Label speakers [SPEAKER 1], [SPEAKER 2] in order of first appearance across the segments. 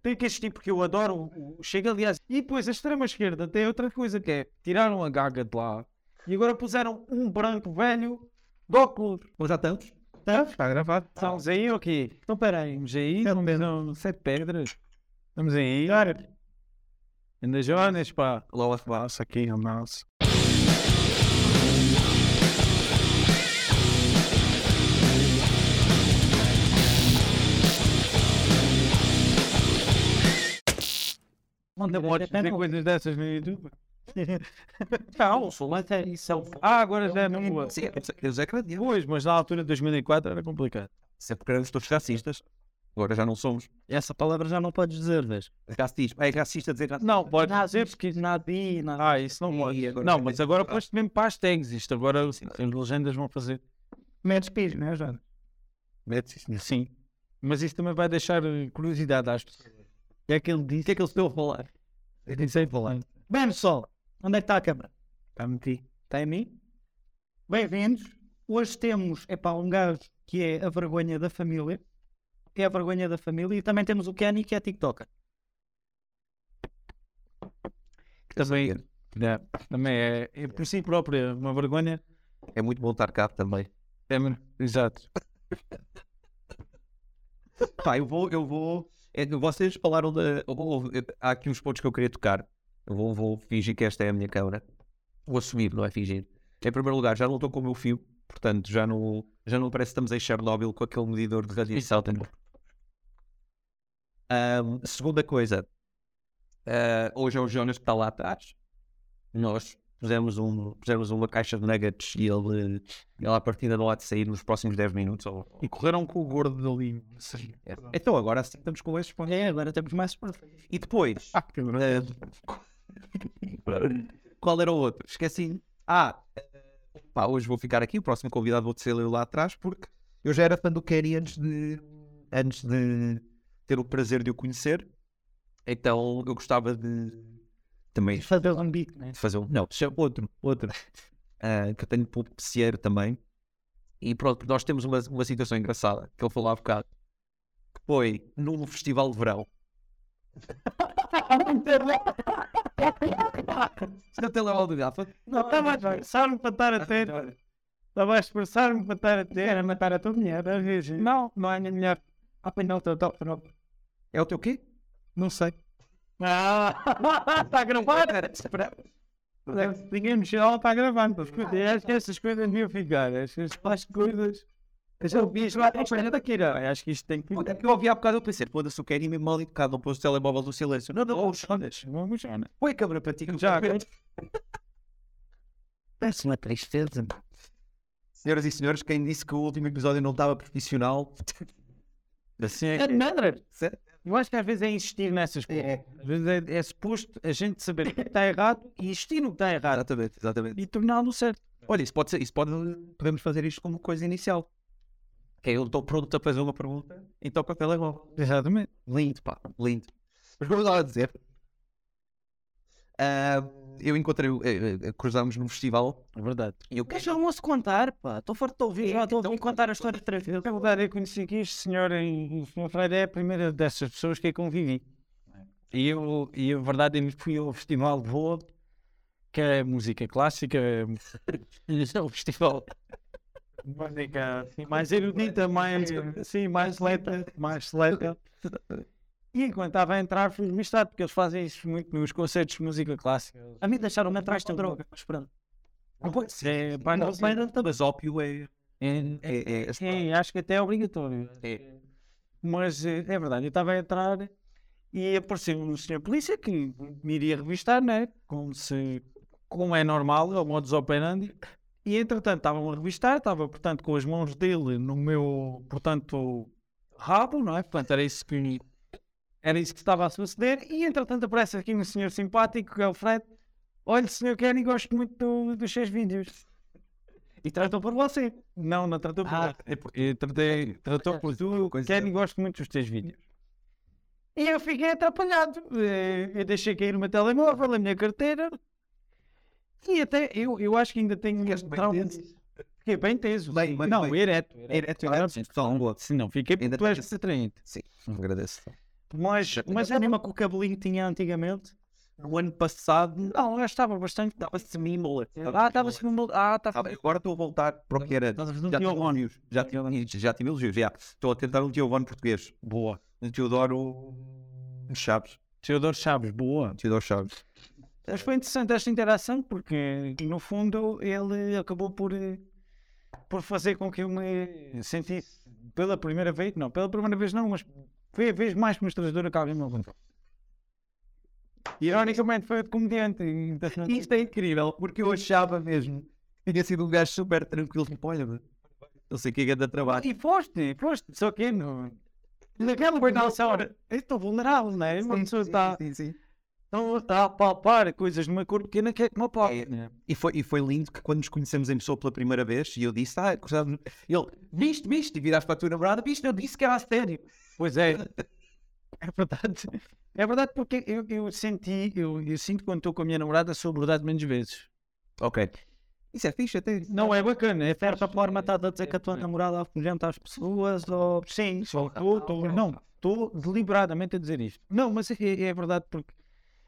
[SPEAKER 1] tem que assistir porque eu adoro o, o Chega, aliás. E depois a extrema-esquerda tem outra coisa que é tiraram a gaga de lá e agora puseram um branco velho do óculos.
[SPEAKER 2] Ou já estamos?
[SPEAKER 1] Tá?
[SPEAKER 2] Está gravado.
[SPEAKER 1] Estamos aí ou quê? Então peraí, vamos aí, estamos não, sete pedras. Estamos aí.
[SPEAKER 2] Claro.
[SPEAKER 1] Anda Jonas, pá. um
[SPEAKER 2] Lola Flash aqui, a mouse.
[SPEAKER 1] Manda
[SPEAKER 2] Ainda podes fazer coisas dessas no YouTube.
[SPEAKER 1] Não, soleta isso é o... Ah, agora já é na boa.
[SPEAKER 2] Sim, eles
[SPEAKER 3] é
[SPEAKER 2] acreditam.
[SPEAKER 1] Pois, mas na altura de 2004 era complicado.
[SPEAKER 2] Sempre porque éramos todos racistas. Agora já não somos.
[SPEAKER 3] Essa palavra já não podes dizer, vês?
[SPEAKER 2] Racismo. É racista dizer racista.
[SPEAKER 1] Não, pode
[SPEAKER 3] Não,
[SPEAKER 1] dizer porque...
[SPEAKER 3] Nadina.
[SPEAKER 1] Ah, isso não pode.
[SPEAKER 2] E agora
[SPEAKER 1] Não,
[SPEAKER 2] vai
[SPEAKER 1] mas
[SPEAKER 2] ter-
[SPEAKER 1] agora pões-te mesmo para as tags. Isto agora as legendas vão fazer.
[SPEAKER 2] Metes piso, não é, Jonas? Metes isso.
[SPEAKER 1] Sim. Mas isso também vai deixar eh, curiosidade às pessoas.
[SPEAKER 3] O que é que ele disse? O que é que ele estou a falar?
[SPEAKER 2] Eu nem sei falar.
[SPEAKER 3] Bem, pessoal, onde é que está a câmara?
[SPEAKER 2] Está metido.
[SPEAKER 3] Está em mim? Bem-vindos. Hoje temos, é um gajo que é a vergonha da família. É a vergonha da família. E também temos o Kenny, que é TikToker.
[SPEAKER 1] Também, né, também é, é por si própria uma vergonha.
[SPEAKER 2] É muito bom estar cá também.
[SPEAKER 1] É, mas- exato.
[SPEAKER 2] Pá, eu vou, eu vou. é, Vocês falaram da. houve- houve- Há aqui uns pontos que eu queria tocar. Eu vou, vou fingir que esta é a minha câmara. Vou assumir, não é fingir. Em primeiro lugar, já não estou com o meu fio, portanto, já não, já não parece que estamos em Chernobyl com aquele medidor de radiação. Ahm, segunda coisa, ah, hoje é o Jonas que está lá atrás. Nós pusemos, um, pusemos uma caixa de nuggets e ele, ele à partida não há de sair nos próximos 10 minutos ou,
[SPEAKER 1] E correram com o gordo dali. Sim.
[SPEAKER 2] é. Então agora assim estamos com esses pontos.
[SPEAKER 3] É, agora temos mais
[SPEAKER 2] E depois,
[SPEAKER 1] Ah, que vergonha.
[SPEAKER 2] eh, qual era o outro? Esqueci. Ah, eh, pá, hoje vou ficar aqui, o próximo convidado vou ser eu lá atrás, porque eu já era fã do Kerry antes de, antes de ter o prazer de o conhecer. Então eu gostava de também de
[SPEAKER 3] fazer um bico, né?
[SPEAKER 2] fazer um. Não, chama- outro, outro. Ah, que eu tenho para o Psieiro também. E pronto, nós temos uma, uma situação engraçada que ele falou há bocado. Que foi num festival de verão. Seu telemóvel do Gafa.
[SPEAKER 3] Não, estava a esforçar-me para estar a ter. Estava a esforçar-me para estar a ter. Era matar a tua mulher, a Virgem. Não, não é a minha mulher. Ah, pois não, estou top, não.
[SPEAKER 2] É o teu quê?
[SPEAKER 3] Não sei. Ah, está a gravar? Espera.
[SPEAKER 2] é
[SPEAKER 1] Ninguém mexeu, ela está gravando. As coisas- Acho que essas coisas deviam ficar. Estas as coisas. Mas eu vi isto lá à espera daqui, não é? Acho que isto tem que
[SPEAKER 2] Até porque eu ouvi há bocado, eu pensei, foda-se, o Kerry mesmo mal educado, não pôs o telemóvel do silêncio. Não, não, oh, Jonas,
[SPEAKER 1] Vamos já, né?
[SPEAKER 2] põe a câmera para ti.
[SPEAKER 1] Já,
[SPEAKER 3] Parece uma tristeza.
[SPEAKER 2] Senhoras e senhores, quem disse que o último episódio não estava profissional,
[SPEAKER 1] assim é
[SPEAKER 3] É de madre.
[SPEAKER 2] certo?
[SPEAKER 1] Eu acho que às vezes é insistir nessas coisas. Às vezes é, é suposto a gente saber o que está errado e insistir no que está errado
[SPEAKER 2] Ah, Exatamente, exatamente.
[SPEAKER 1] e torná-lo certo.
[SPEAKER 2] Olha, isso pode ser, isso pode, podemos fazer isto como coisa inicial. Que é, eu estou pronto a fazer uma pergunta, então com o telemóvel.
[SPEAKER 1] Exatamente.
[SPEAKER 2] Lindo, pá, lindo. Mas vamos lá dizer. Ah, eu encontrei, o- eh, eh, cruzámos num festival
[SPEAKER 1] É verdade.
[SPEAKER 2] e eu
[SPEAKER 3] Deixa o almoço contar, pá. Estou farto de ouvir. Já estou a ouvir contar a história outra vez.
[SPEAKER 1] Na verdade, É, então eu conheci aqui este senhor em Sr. Freire, é a primeira dessas pessoas que eu convivi. E eu, e a verdade, eu fui ao Festival de Boa, que é música clássica, é mu- é um festival de música assim, mais erudita, mais, sim, mais lenta, mais seleta. E enquanto estava a entrar, fui misturado, porque eles fazem isso muito nos concertos de música clássica.
[SPEAKER 3] A mim deixaram-me atrás da droga. Mas pronto.
[SPEAKER 1] É, pá, não sei.
[SPEAKER 2] Mas ópio é.
[SPEAKER 1] É-
[SPEAKER 2] é, é,
[SPEAKER 1] Sim, acho que até é obrigatório.
[SPEAKER 2] é-
[SPEAKER 1] Mas eh, é verdade, eu estava a entrar e apareceu um senhor polícia que me iria revistar, né? Como, se, como é normal, é o modus operandi. E entretanto estavam a revistar, estava portanto com as mãos dele no meu, portanto, rabo, não é? Portanto, era isso que, era isso que estava a suceder. E entretanto aparece aqui um senhor simpático, que é o Fred. Olha, senhor Kenny, gosto muito do- dos seus vídeos. E tratou por você. Não, não tratou por
[SPEAKER 3] Ah,
[SPEAKER 1] mim. Eu tratei, tratou por tu,
[SPEAKER 2] Coisa
[SPEAKER 1] Kenny,
[SPEAKER 2] dele.
[SPEAKER 1] gosto muito dos teus vídeos. E eu fiquei atrapalhado. Eh, Eu deixei cair o meu telemóvel, a minha carteira. E até, eu, eu acho que ainda tenho
[SPEAKER 2] Ficaste bem
[SPEAKER 1] trauma-
[SPEAKER 2] tenso?
[SPEAKER 1] Fiquei bem teso.
[SPEAKER 2] Bem, bem,
[SPEAKER 1] não,
[SPEAKER 2] bem.
[SPEAKER 1] ereto.
[SPEAKER 2] Ereto,
[SPEAKER 1] Claro,
[SPEAKER 2] ereto, sim, só é, um outro.
[SPEAKER 1] Se não, fiquei
[SPEAKER 2] Ainda
[SPEAKER 1] tu és
[SPEAKER 2] tens-
[SPEAKER 1] atraente.
[SPEAKER 2] Sim, agradeço.
[SPEAKER 1] Mas,
[SPEAKER 3] Mas
[SPEAKER 1] mas
[SPEAKER 3] a
[SPEAKER 1] é
[SPEAKER 3] mesma que o cabelinho tinha antigamente.
[SPEAKER 2] No ano passado.
[SPEAKER 1] Não, eu estava bastante.
[SPEAKER 2] Estava semi-mola.
[SPEAKER 1] Ah, estava-se no. Ah, está
[SPEAKER 2] Sabe, Tá Agora estou a voltar para o que era.
[SPEAKER 1] Estás a fazer um
[SPEAKER 2] Já tive
[SPEAKER 1] Teodoro.
[SPEAKER 2] elogios. Já tive, já tive elogios. já. Estou a tentar um Teodoro português.
[SPEAKER 1] Boa.
[SPEAKER 2] Um Teodoro Chaves.
[SPEAKER 1] Teodoro Chaves, boa.
[SPEAKER 2] Um Teodoro Chaves.
[SPEAKER 1] Mas foi interessante esta interação porque, no fundo, ele acabou por, eh, por fazer com que eu me sentisse pela primeira vez, não, pela primeira vez não, mas foi a vez mais mostradora que alguém me levantou. Ironicamente, foi o de comediante. e, portanto,
[SPEAKER 2] Isto é incrível, porque eu achava mesmo que tinha sido um gajo super tranquilo. Tipo, olha, mano, não sei o que é grande trabalho.
[SPEAKER 1] E foste, foste, só que não. Naquela coordenação, eu estou vulnerável, não é? Uma pessoa está
[SPEAKER 2] Sim, sim.
[SPEAKER 1] tá a palpar coisas numa cor pequena que é que me apalpa.
[SPEAKER 2] É. E foi, e foi lindo que quando nos conhecemos em pessoa pela primeira vez, e eu disse, ah, gostava-" ele, viste, viste, e viraste para a tua namorada, viste, eu disse que era a sério.
[SPEAKER 1] Pois é, é verdade. É verdade porque eu, eu senti, eu, eu sinto quando estou com a minha namorada sou abordado menos vezes.
[SPEAKER 2] Ok. Isso é fixe até.
[SPEAKER 1] Não é bacana, é certa forma estás a dizer que a tua
[SPEAKER 2] É.
[SPEAKER 1] namorada afugenta às pessoas ou... Sim,
[SPEAKER 2] Só-
[SPEAKER 1] sou tô, tô- não, estou deliberadamente a dizer isto. Não, mas é, é verdade porque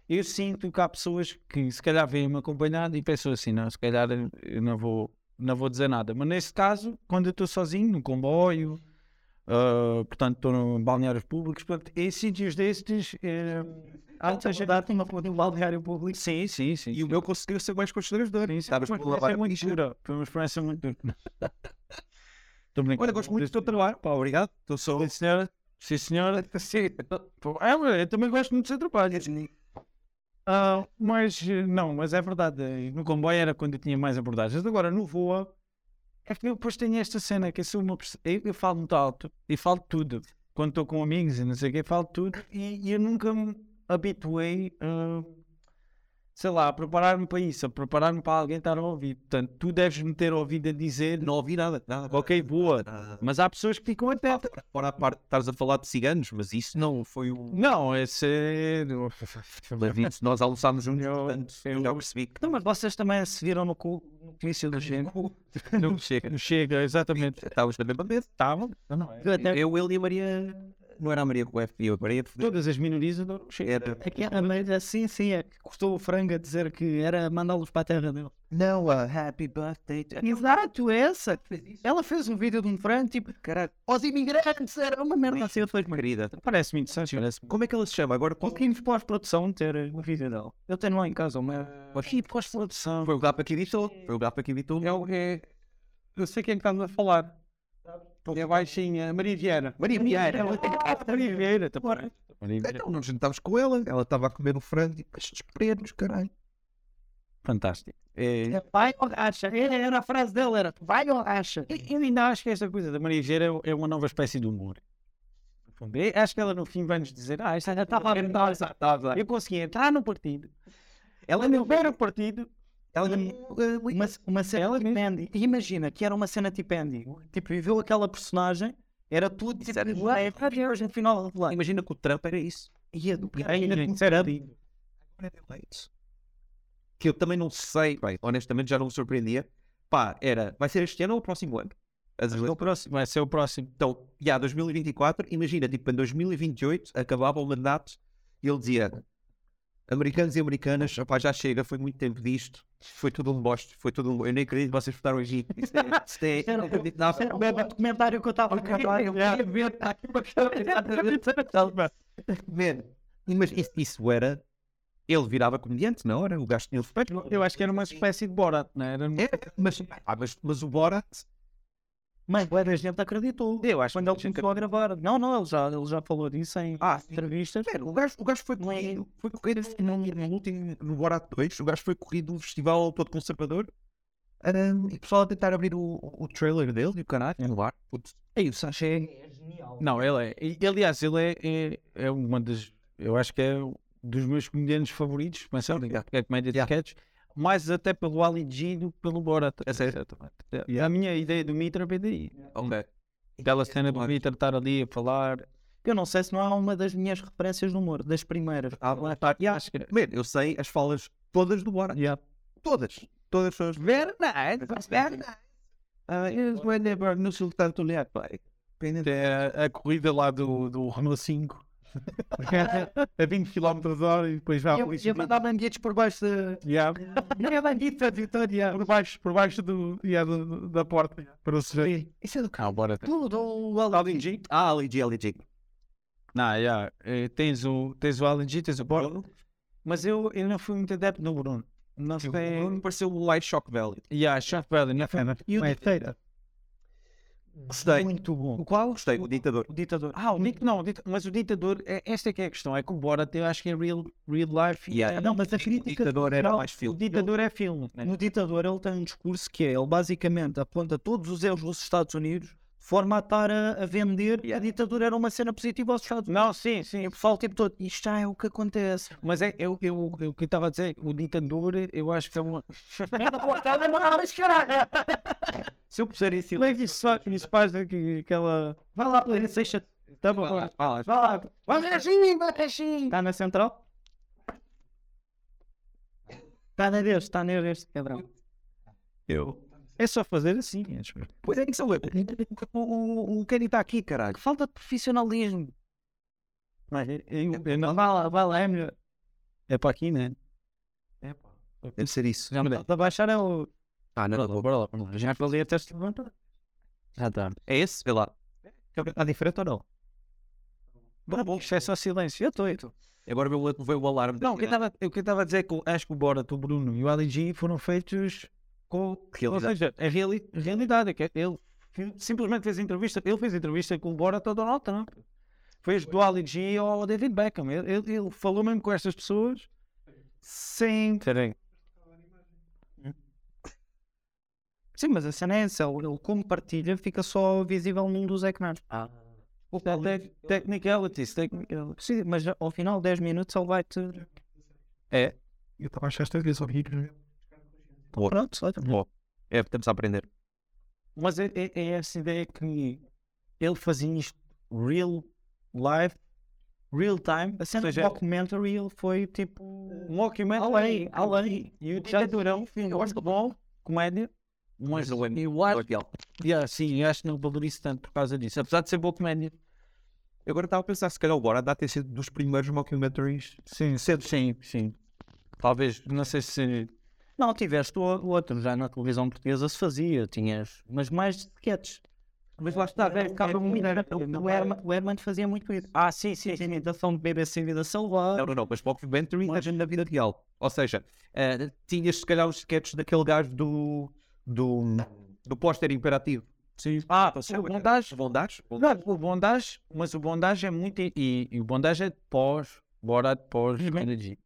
[SPEAKER 1] eu sinto que há pessoas que se calhar vêm-me acompanhado e pensam assim, não, se calhar eu não vou, não vou dizer nada. Mas nesse caso, quando eu estou sozinho, no comboio, ah, portanto estou em balneários públicos, portanto, em sítios destes... eh, há muita gente-
[SPEAKER 3] Antes de uma foto em balneário público.
[SPEAKER 1] Sim, sim, sim.
[SPEAKER 2] E o meu conseguiu ser mais constrangedor.
[SPEAKER 1] Sim, sim,
[SPEAKER 2] Estavas
[SPEAKER 1] foi
[SPEAKER 2] por
[SPEAKER 1] uma
[SPEAKER 2] lavar
[SPEAKER 1] experiência é,
[SPEAKER 2] a
[SPEAKER 1] muito
[SPEAKER 2] pista.
[SPEAKER 1] dura. Foi uma experiência muito dura. Estou brincando.
[SPEAKER 2] Olha, gosto muito do teu trabalho, pá, obrigado. Estou só.
[SPEAKER 1] Sim, senhora. Sim, senhora. Sim. Pô, é, mas eu também gosto muito do seu trabalho. Ah, mas, eh, não, mas é verdade. eh, No comboio era quando eu tinha mais abordagens. Agora, no voa, é que eu depois tenho esta cena que eu sou uma pessoa. Eu, eu falo muito alto e falo tudo. Quando estou com amigos e não sei o quê, falo tudo. E, e eu nunca me habituei a. Sei lá, a preparar-me para isso, a preparar-me para alguém estar a ouvir. Portanto, tu deves me ter ouvido a dizer,
[SPEAKER 2] Não ouvi nada, nada.
[SPEAKER 1] ok, boa.
[SPEAKER 2] nada.
[SPEAKER 1] Mas há pessoas que ficam até.
[SPEAKER 2] Fora- Fora a parte de estares a falar de ciganos, mas isso não foi um.
[SPEAKER 1] Não, esse é.
[SPEAKER 2] Lavinte, nós almoçámos juntos,
[SPEAKER 1] Eu-
[SPEAKER 2] portanto,
[SPEAKER 1] eu-
[SPEAKER 2] já percebi que
[SPEAKER 3] Então, mas vocês também se viram no cu no início do gênero.
[SPEAKER 2] não chega.
[SPEAKER 1] Não Chega, exatamente.
[SPEAKER 2] Estávamos na mesma mesa.
[SPEAKER 1] Estavam. Não, não, é.
[SPEAKER 3] Eu até-
[SPEAKER 2] Eu, ele e a Maria. Não era a Maria com o F, eu a Maria.
[SPEAKER 1] Todas as minorias adoram. Chega.
[SPEAKER 2] Era.
[SPEAKER 3] É que era maneira, sim, sim, é que custou o frango a dizer que era mandá-los para a terra dele.
[SPEAKER 2] Não, happy birthday.
[SPEAKER 3] Exato, é essa. Ela fez um vídeo de um frango, tipo,
[SPEAKER 2] Caralho,
[SPEAKER 3] aos imigrantes, era uma merda assim, eu depois me
[SPEAKER 2] querida.
[SPEAKER 1] Parece-me interessante.
[SPEAKER 3] tipo,
[SPEAKER 1] Parece-me.
[SPEAKER 2] Como é que ela se chama? Agora, qual
[SPEAKER 3] Conseguimos pós-produção ter o vídeo dela. Eu tenho lá em casa uma.
[SPEAKER 1] E pós-produção.
[SPEAKER 2] foi o Gapa que editou? Foi o Gapa que editou.
[SPEAKER 1] Eu, é, eu sei quem estamos a falar. É baixinha. Maria Vieira.
[SPEAKER 2] Maria Vieira.
[SPEAKER 3] é
[SPEAKER 1] Ah, Maria Vieira. Tá bom. Maria Vieira.
[SPEAKER 2] Então, nós jantámos com ela, ela estava a comer o frango e deixa nos caralho.
[SPEAKER 1] Fantástico.
[SPEAKER 2] É,
[SPEAKER 3] Vai ou racha?
[SPEAKER 1] é,
[SPEAKER 3] Era, era a frase dela, era vai ou racha?
[SPEAKER 1] Eu eu ainda acho que esta coisa da Maria Vieira é- é uma nova espécie de humor. No fundo, é- Acho que ela no fim vai nos dizer: Ah, isto ainda estava a
[SPEAKER 3] Estava
[SPEAKER 1] ver. Eu consegui entrar no partido. Ela não ver o partido.
[SPEAKER 2] ela
[SPEAKER 3] Uma, uma cena
[SPEAKER 1] Ela
[SPEAKER 3] tipo Andy. Imagina que era uma cena tipo Andy. Tipo, viveu aquela personagem, era tudo tipo.
[SPEAKER 2] Isso era-
[SPEAKER 3] ué, era no final de lá.
[SPEAKER 2] Imagina que o Trump era isso.
[SPEAKER 3] Ia do
[SPEAKER 1] Ainda
[SPEAKER 3] caralho. tipo,
[SPEAKER 1] não era partido.
[SPEAKER 2] Que eu também não sei, bem, honestamente já não me surpreendia. Pá, era, vai ser este ano ou o próximo ano? As
[SPEAKER 1] É o
[SPEAKER 2] eleições.
[SPEAKER 1] próximo, Vai ser o próximo.
[SPEAKER 2] Então, já 2024, imagina, tipo, em 2028 acabava o mandato e ele dizia: Americanos e americanas, opá, já chega, foi muito tempo disto, foi tudo um bosta, foi tudo um. Eu nem acredito que vocês votaram aqui. Isto é- isto é
[SPEAKER 3] Isto era um-
[SPEAKER 2] inacreditável."
[SPEAKER 3] Era o documentário que eu estava a acabar.
[SPEAKER 1] é.
[SPEAKER 2] Man, mas isso, isso era. Ele virava comediante na hora, o gajo tinha respeito.
[SPEAKER 1] Eu acho que era uma espécie de Borat, não é? Era...
[SPEAKER 2] É, mas, ah, mas, mas o Borat.
[SPEAKER 3] Mas o Edas gente acreditou.
[SPEAKER 2] Eu acho
[SPEAKER 3] Quando
[SPEAKER 2] que
[SPEAKER 3] ele
[SPEAKER 2] gente
[SPEAKER 3] começou a gravar. Não, não, ele já, ele já falou disso em
[SPEAKER 2] Ah, sim.
[SPEAKER 3] entrevistas.
[SPEAKER 2] Man, o, gajo, o gajo foi corrido. Foi corrido no, no último. No Borat 2, o gajo foi corrido de um festival todo conservador. Ahm, e o pessoal a tentar abrir o, o trailer dele e o canal. É No ar. Putz.
[SPEAKER 1] Ei, o Sacha é genial. Não, ele é. E, aliás, ele é, é, é uma das. Eu acho que é um dos meus comediantes favoritos, mas é
[SPEAKER 2] Obrigado.
[SPEAKER 1] porque é comédia de
[SPEAKER 2] Yeah.
[SPEAKER 1] sketches, mais até pelo Ali G do que pelo Borat.
[SPEAKER 2] É sério?
[SPEAKER 1] Exatamente. A minha ideia do Mitra é vem daí.
[SPEAKER 2] Ok.
[SPEAKER 1] Aquela cena do Mitra estar ali a falar.
[SPEAKER 3] Eu não sei se não há uma das minhas referências no humor, das primeiras.
[SPEAKER 2] Ah, lá está.
[SPEAKER 1] E acho que. é.
[SPEAKER 2] Man, eu sei as falas todas do Borat.
[SPEAKER 1] Yeah.
[SPEAKER 2] Todas. Todas são as.
[SPEAKER 1] Very nice, very nice.
[SPEAKER 2] Ah, eu não sei tanto olhar, pai.
[SPEAKER 1] É a, a corrida lá do, do Renault 5. a 20 km hora e depois já a
[SPEAKER 3] Eu,
[SPEAKER 1] polícia.
[SPEAKER 3] eu mandava bandidos por baixo da.
[SPEAKER 1] Yeah.
[SPEAKER 3] Não é bandido, é vitória.
[SPEAKER 1] Por baixo, por baixo do, yeah, do- da porta. yeah, Para o sujeito.
[SPEAKER 3] Isso é do
[SPEAKER 4] Ah, bora.
[SPEAKER 3] do, do Aldi.
[SPEAKER 2] LG? Ah, LG, LG.
[SPEAKER 1] Não, yeah. eh, tens, o, tens o LNG, tens o Borla. Mas eu, eu não fui muito adepto no Bruno. Não sei.
[SPEAKER 2] Me pareceu o Light Shock Valley.
[SPEAKER 1] Yeah, Shaft Valley, não é foi?
[SPEAKER 3] E o
[SPEAKER 1] Mas-
[SPEAKER 3] Dictator.
[SPEAKER 2] Gostei.
[SPEAKER 3] Muito bom.
[SPEAKER 1] O qual?
[SPEAKER 2] Gostei, o ditador.
[SPEAKER 1] O ditador. Ah, o ditador. Não, o dita- mas o ditador, é, esta é que é a questão. É que o Borat, eu acho que é real, real life. e
[SPEAKER 2] Yeah.
[SPEAKER 1] é-
[SPEAKER 3] Não, mas a
[SPEAKER 2] O
[SPEAKER 3] crítica.
[SPEAKER 2] ditador era
[SPEAKER 3] social-
[SPEAKER 2] mais
[SPEAKER 1] o
[SPEAKER 2] filme.
[SPEAKER 1] ditador é filme. né?
[SPEAKER 3] No ditador, ele tem um discurso que é: ele basicamente aponta todos os erros dos Estados Unidos de forma a estar a, a vender que a ditadura era uma cena positiva aos Estados Unidos.
[SPEAKER 1] Não, sim, sim.
[SPEAKER 3] E o pessoal, tipo todo, isto já é o que acontece.
[SPEAKER 1] Mas é, eu, eu, eu, o que eu estava a dizer, o ditador, eu acho que é uma. Se eu puser em silêncio. Isso, fa- isso faz que- aquela.
[SPEAKER 3] Vai lá, PlayStation. Tá bom. Vai
[SPEAKER 2] Fala,
[SPEAKER 3] lá. Vai lá, assim, vai assim. Está na central? Está Tá na deste, está na deste, cabrão.
[SPEAKER 2] eu.
[SPEAKER 1] É só fazer assim. acho eu.
[SPEAKER 2] Pois é, que são. O, o, o, o Kenny está aqui, caralho.
[SPEAKER 3] Falta de profissionalismo.
[SPEAKER 1] Mas eu, eu- eu
[SPEAKER 3] Vai
[SPEAKER 1] não-
[SPEAKER 3] lá, vai lá, é melhor.
[SPEAKER 1] É para aqui, né? É pá.
[SPEAKER 2] Deve ser isso.
[SPEAKER 1] Já me
[SPEAKER 3] Falta baixar é o.
[SPEAKER 2] Ah, não, não.
[SPEAKER 1] Bora lá, bora lá. Já falei até se levantar. Já tá. está.
[SPEAKER 2] É esse? Vê lá.
[SPEAKER 3] Tá
[SPEAKER 1] Está diferente ou não? Bom, bom, isto é só silêncio. Eu estou, eu estou.
[SPEAKER 2] Agora veio o- veio o alarme.
[SPEAKER 1] Não, o que eu tava- o que eu estava a dizer é que o- acho que o Borat, o Bruno e o LG foram feitos com.
[SPEAKER 2] Realidade.
[SPEAKER 1] Ou seja, a reali- a realidade. é que ele fi- simplesmente fez entrevista. Ele fez entrevista com o Borat ao Donald Trump. Fez do LG ao David Beckham. Ele, ele- ele falou mesmo com estas pessoas sem.
[SPEAKER 3] Sim, mas a cena é essa. Ele ele como partilha fica só visível num dos ecrãs.
[SPEAKER 1] Ah, Te- te- Technicalities. technicalities.
[SPEAKER 3] Sim, mas ao final de 10 minutos ele vai-te.
[SPEAKER 4] Eu estava a achar esta vez horrível.
[SPEAKER 3] Pronto, olha.
[SPEAKER 2] Bom, é, estamos a aprender.
[SPEAKER 1] Mas é, é- é essa ideia que ele fazia isto real live, real time.
[SPEAKER 3] A cena
[SPEAKER 1] Ou
[SPEAKER 3] do
[SPEAKER 1] seja,
[SPEAKER 3] documentary ele foi tipo.
[SPEAKER 1] um mockumentary.
[SPEAKER 3] Além, além.
[SPEAKER 1] E o
[SPEAKER 3] Já-
[SPEAKER 1] Ditadurão, eu acho que é bom, comédia. Mas
[SPEAKER 2] não é-
[SPEAKER 1] e eu acho,
[SPEAKER 2] Não é pior.
[SPEAKER 1] yeah, sim, eu acho que não valorizo tanto por causa disso. Apesar de ser boa comédia.
[SPEAKER 2] Eu Agora estava a pensar, se calhar o Borat dá ter sido dos primeiros mockumentaries.
[SPEAKER 1] Sim, sim, sim. Talvez, não sei se...
[SPEAKER 3] Não, tiveste o o outro, já na televisão portuguesa se fazia, tinhas. Mas mais de sketches.
[SPEAKER 1] Mas lá está, é, velho,
[SPEAKER 3] Ficava muito- O Herman- o Herman fazia muito isso.
[SPEAKER 1] um Ah, sim, sim,
[SPEAKER 3] Tinha a imitação de BBC Vida Selvagem.
[SPEAKER 2] Não, não, não, mas mockumentary
[SPEAKER 3] Mas-
[SPEAKER 2] mas... na vida real. Ou seja, eh, tinhas se calhar os sketches daquele gajo do. do. do póster imperativo.
[SPEAKER 1] sim. Ah,
[SPEAKER 2] é
[SPEAKER 1] o Bondage.
[SPEAKER 2] Bondage? Bondage?
[SPEAKER 1] Não, o Bondage, mas o Bondage é muito... E, e o Bondage é de pós, Borat pós energy.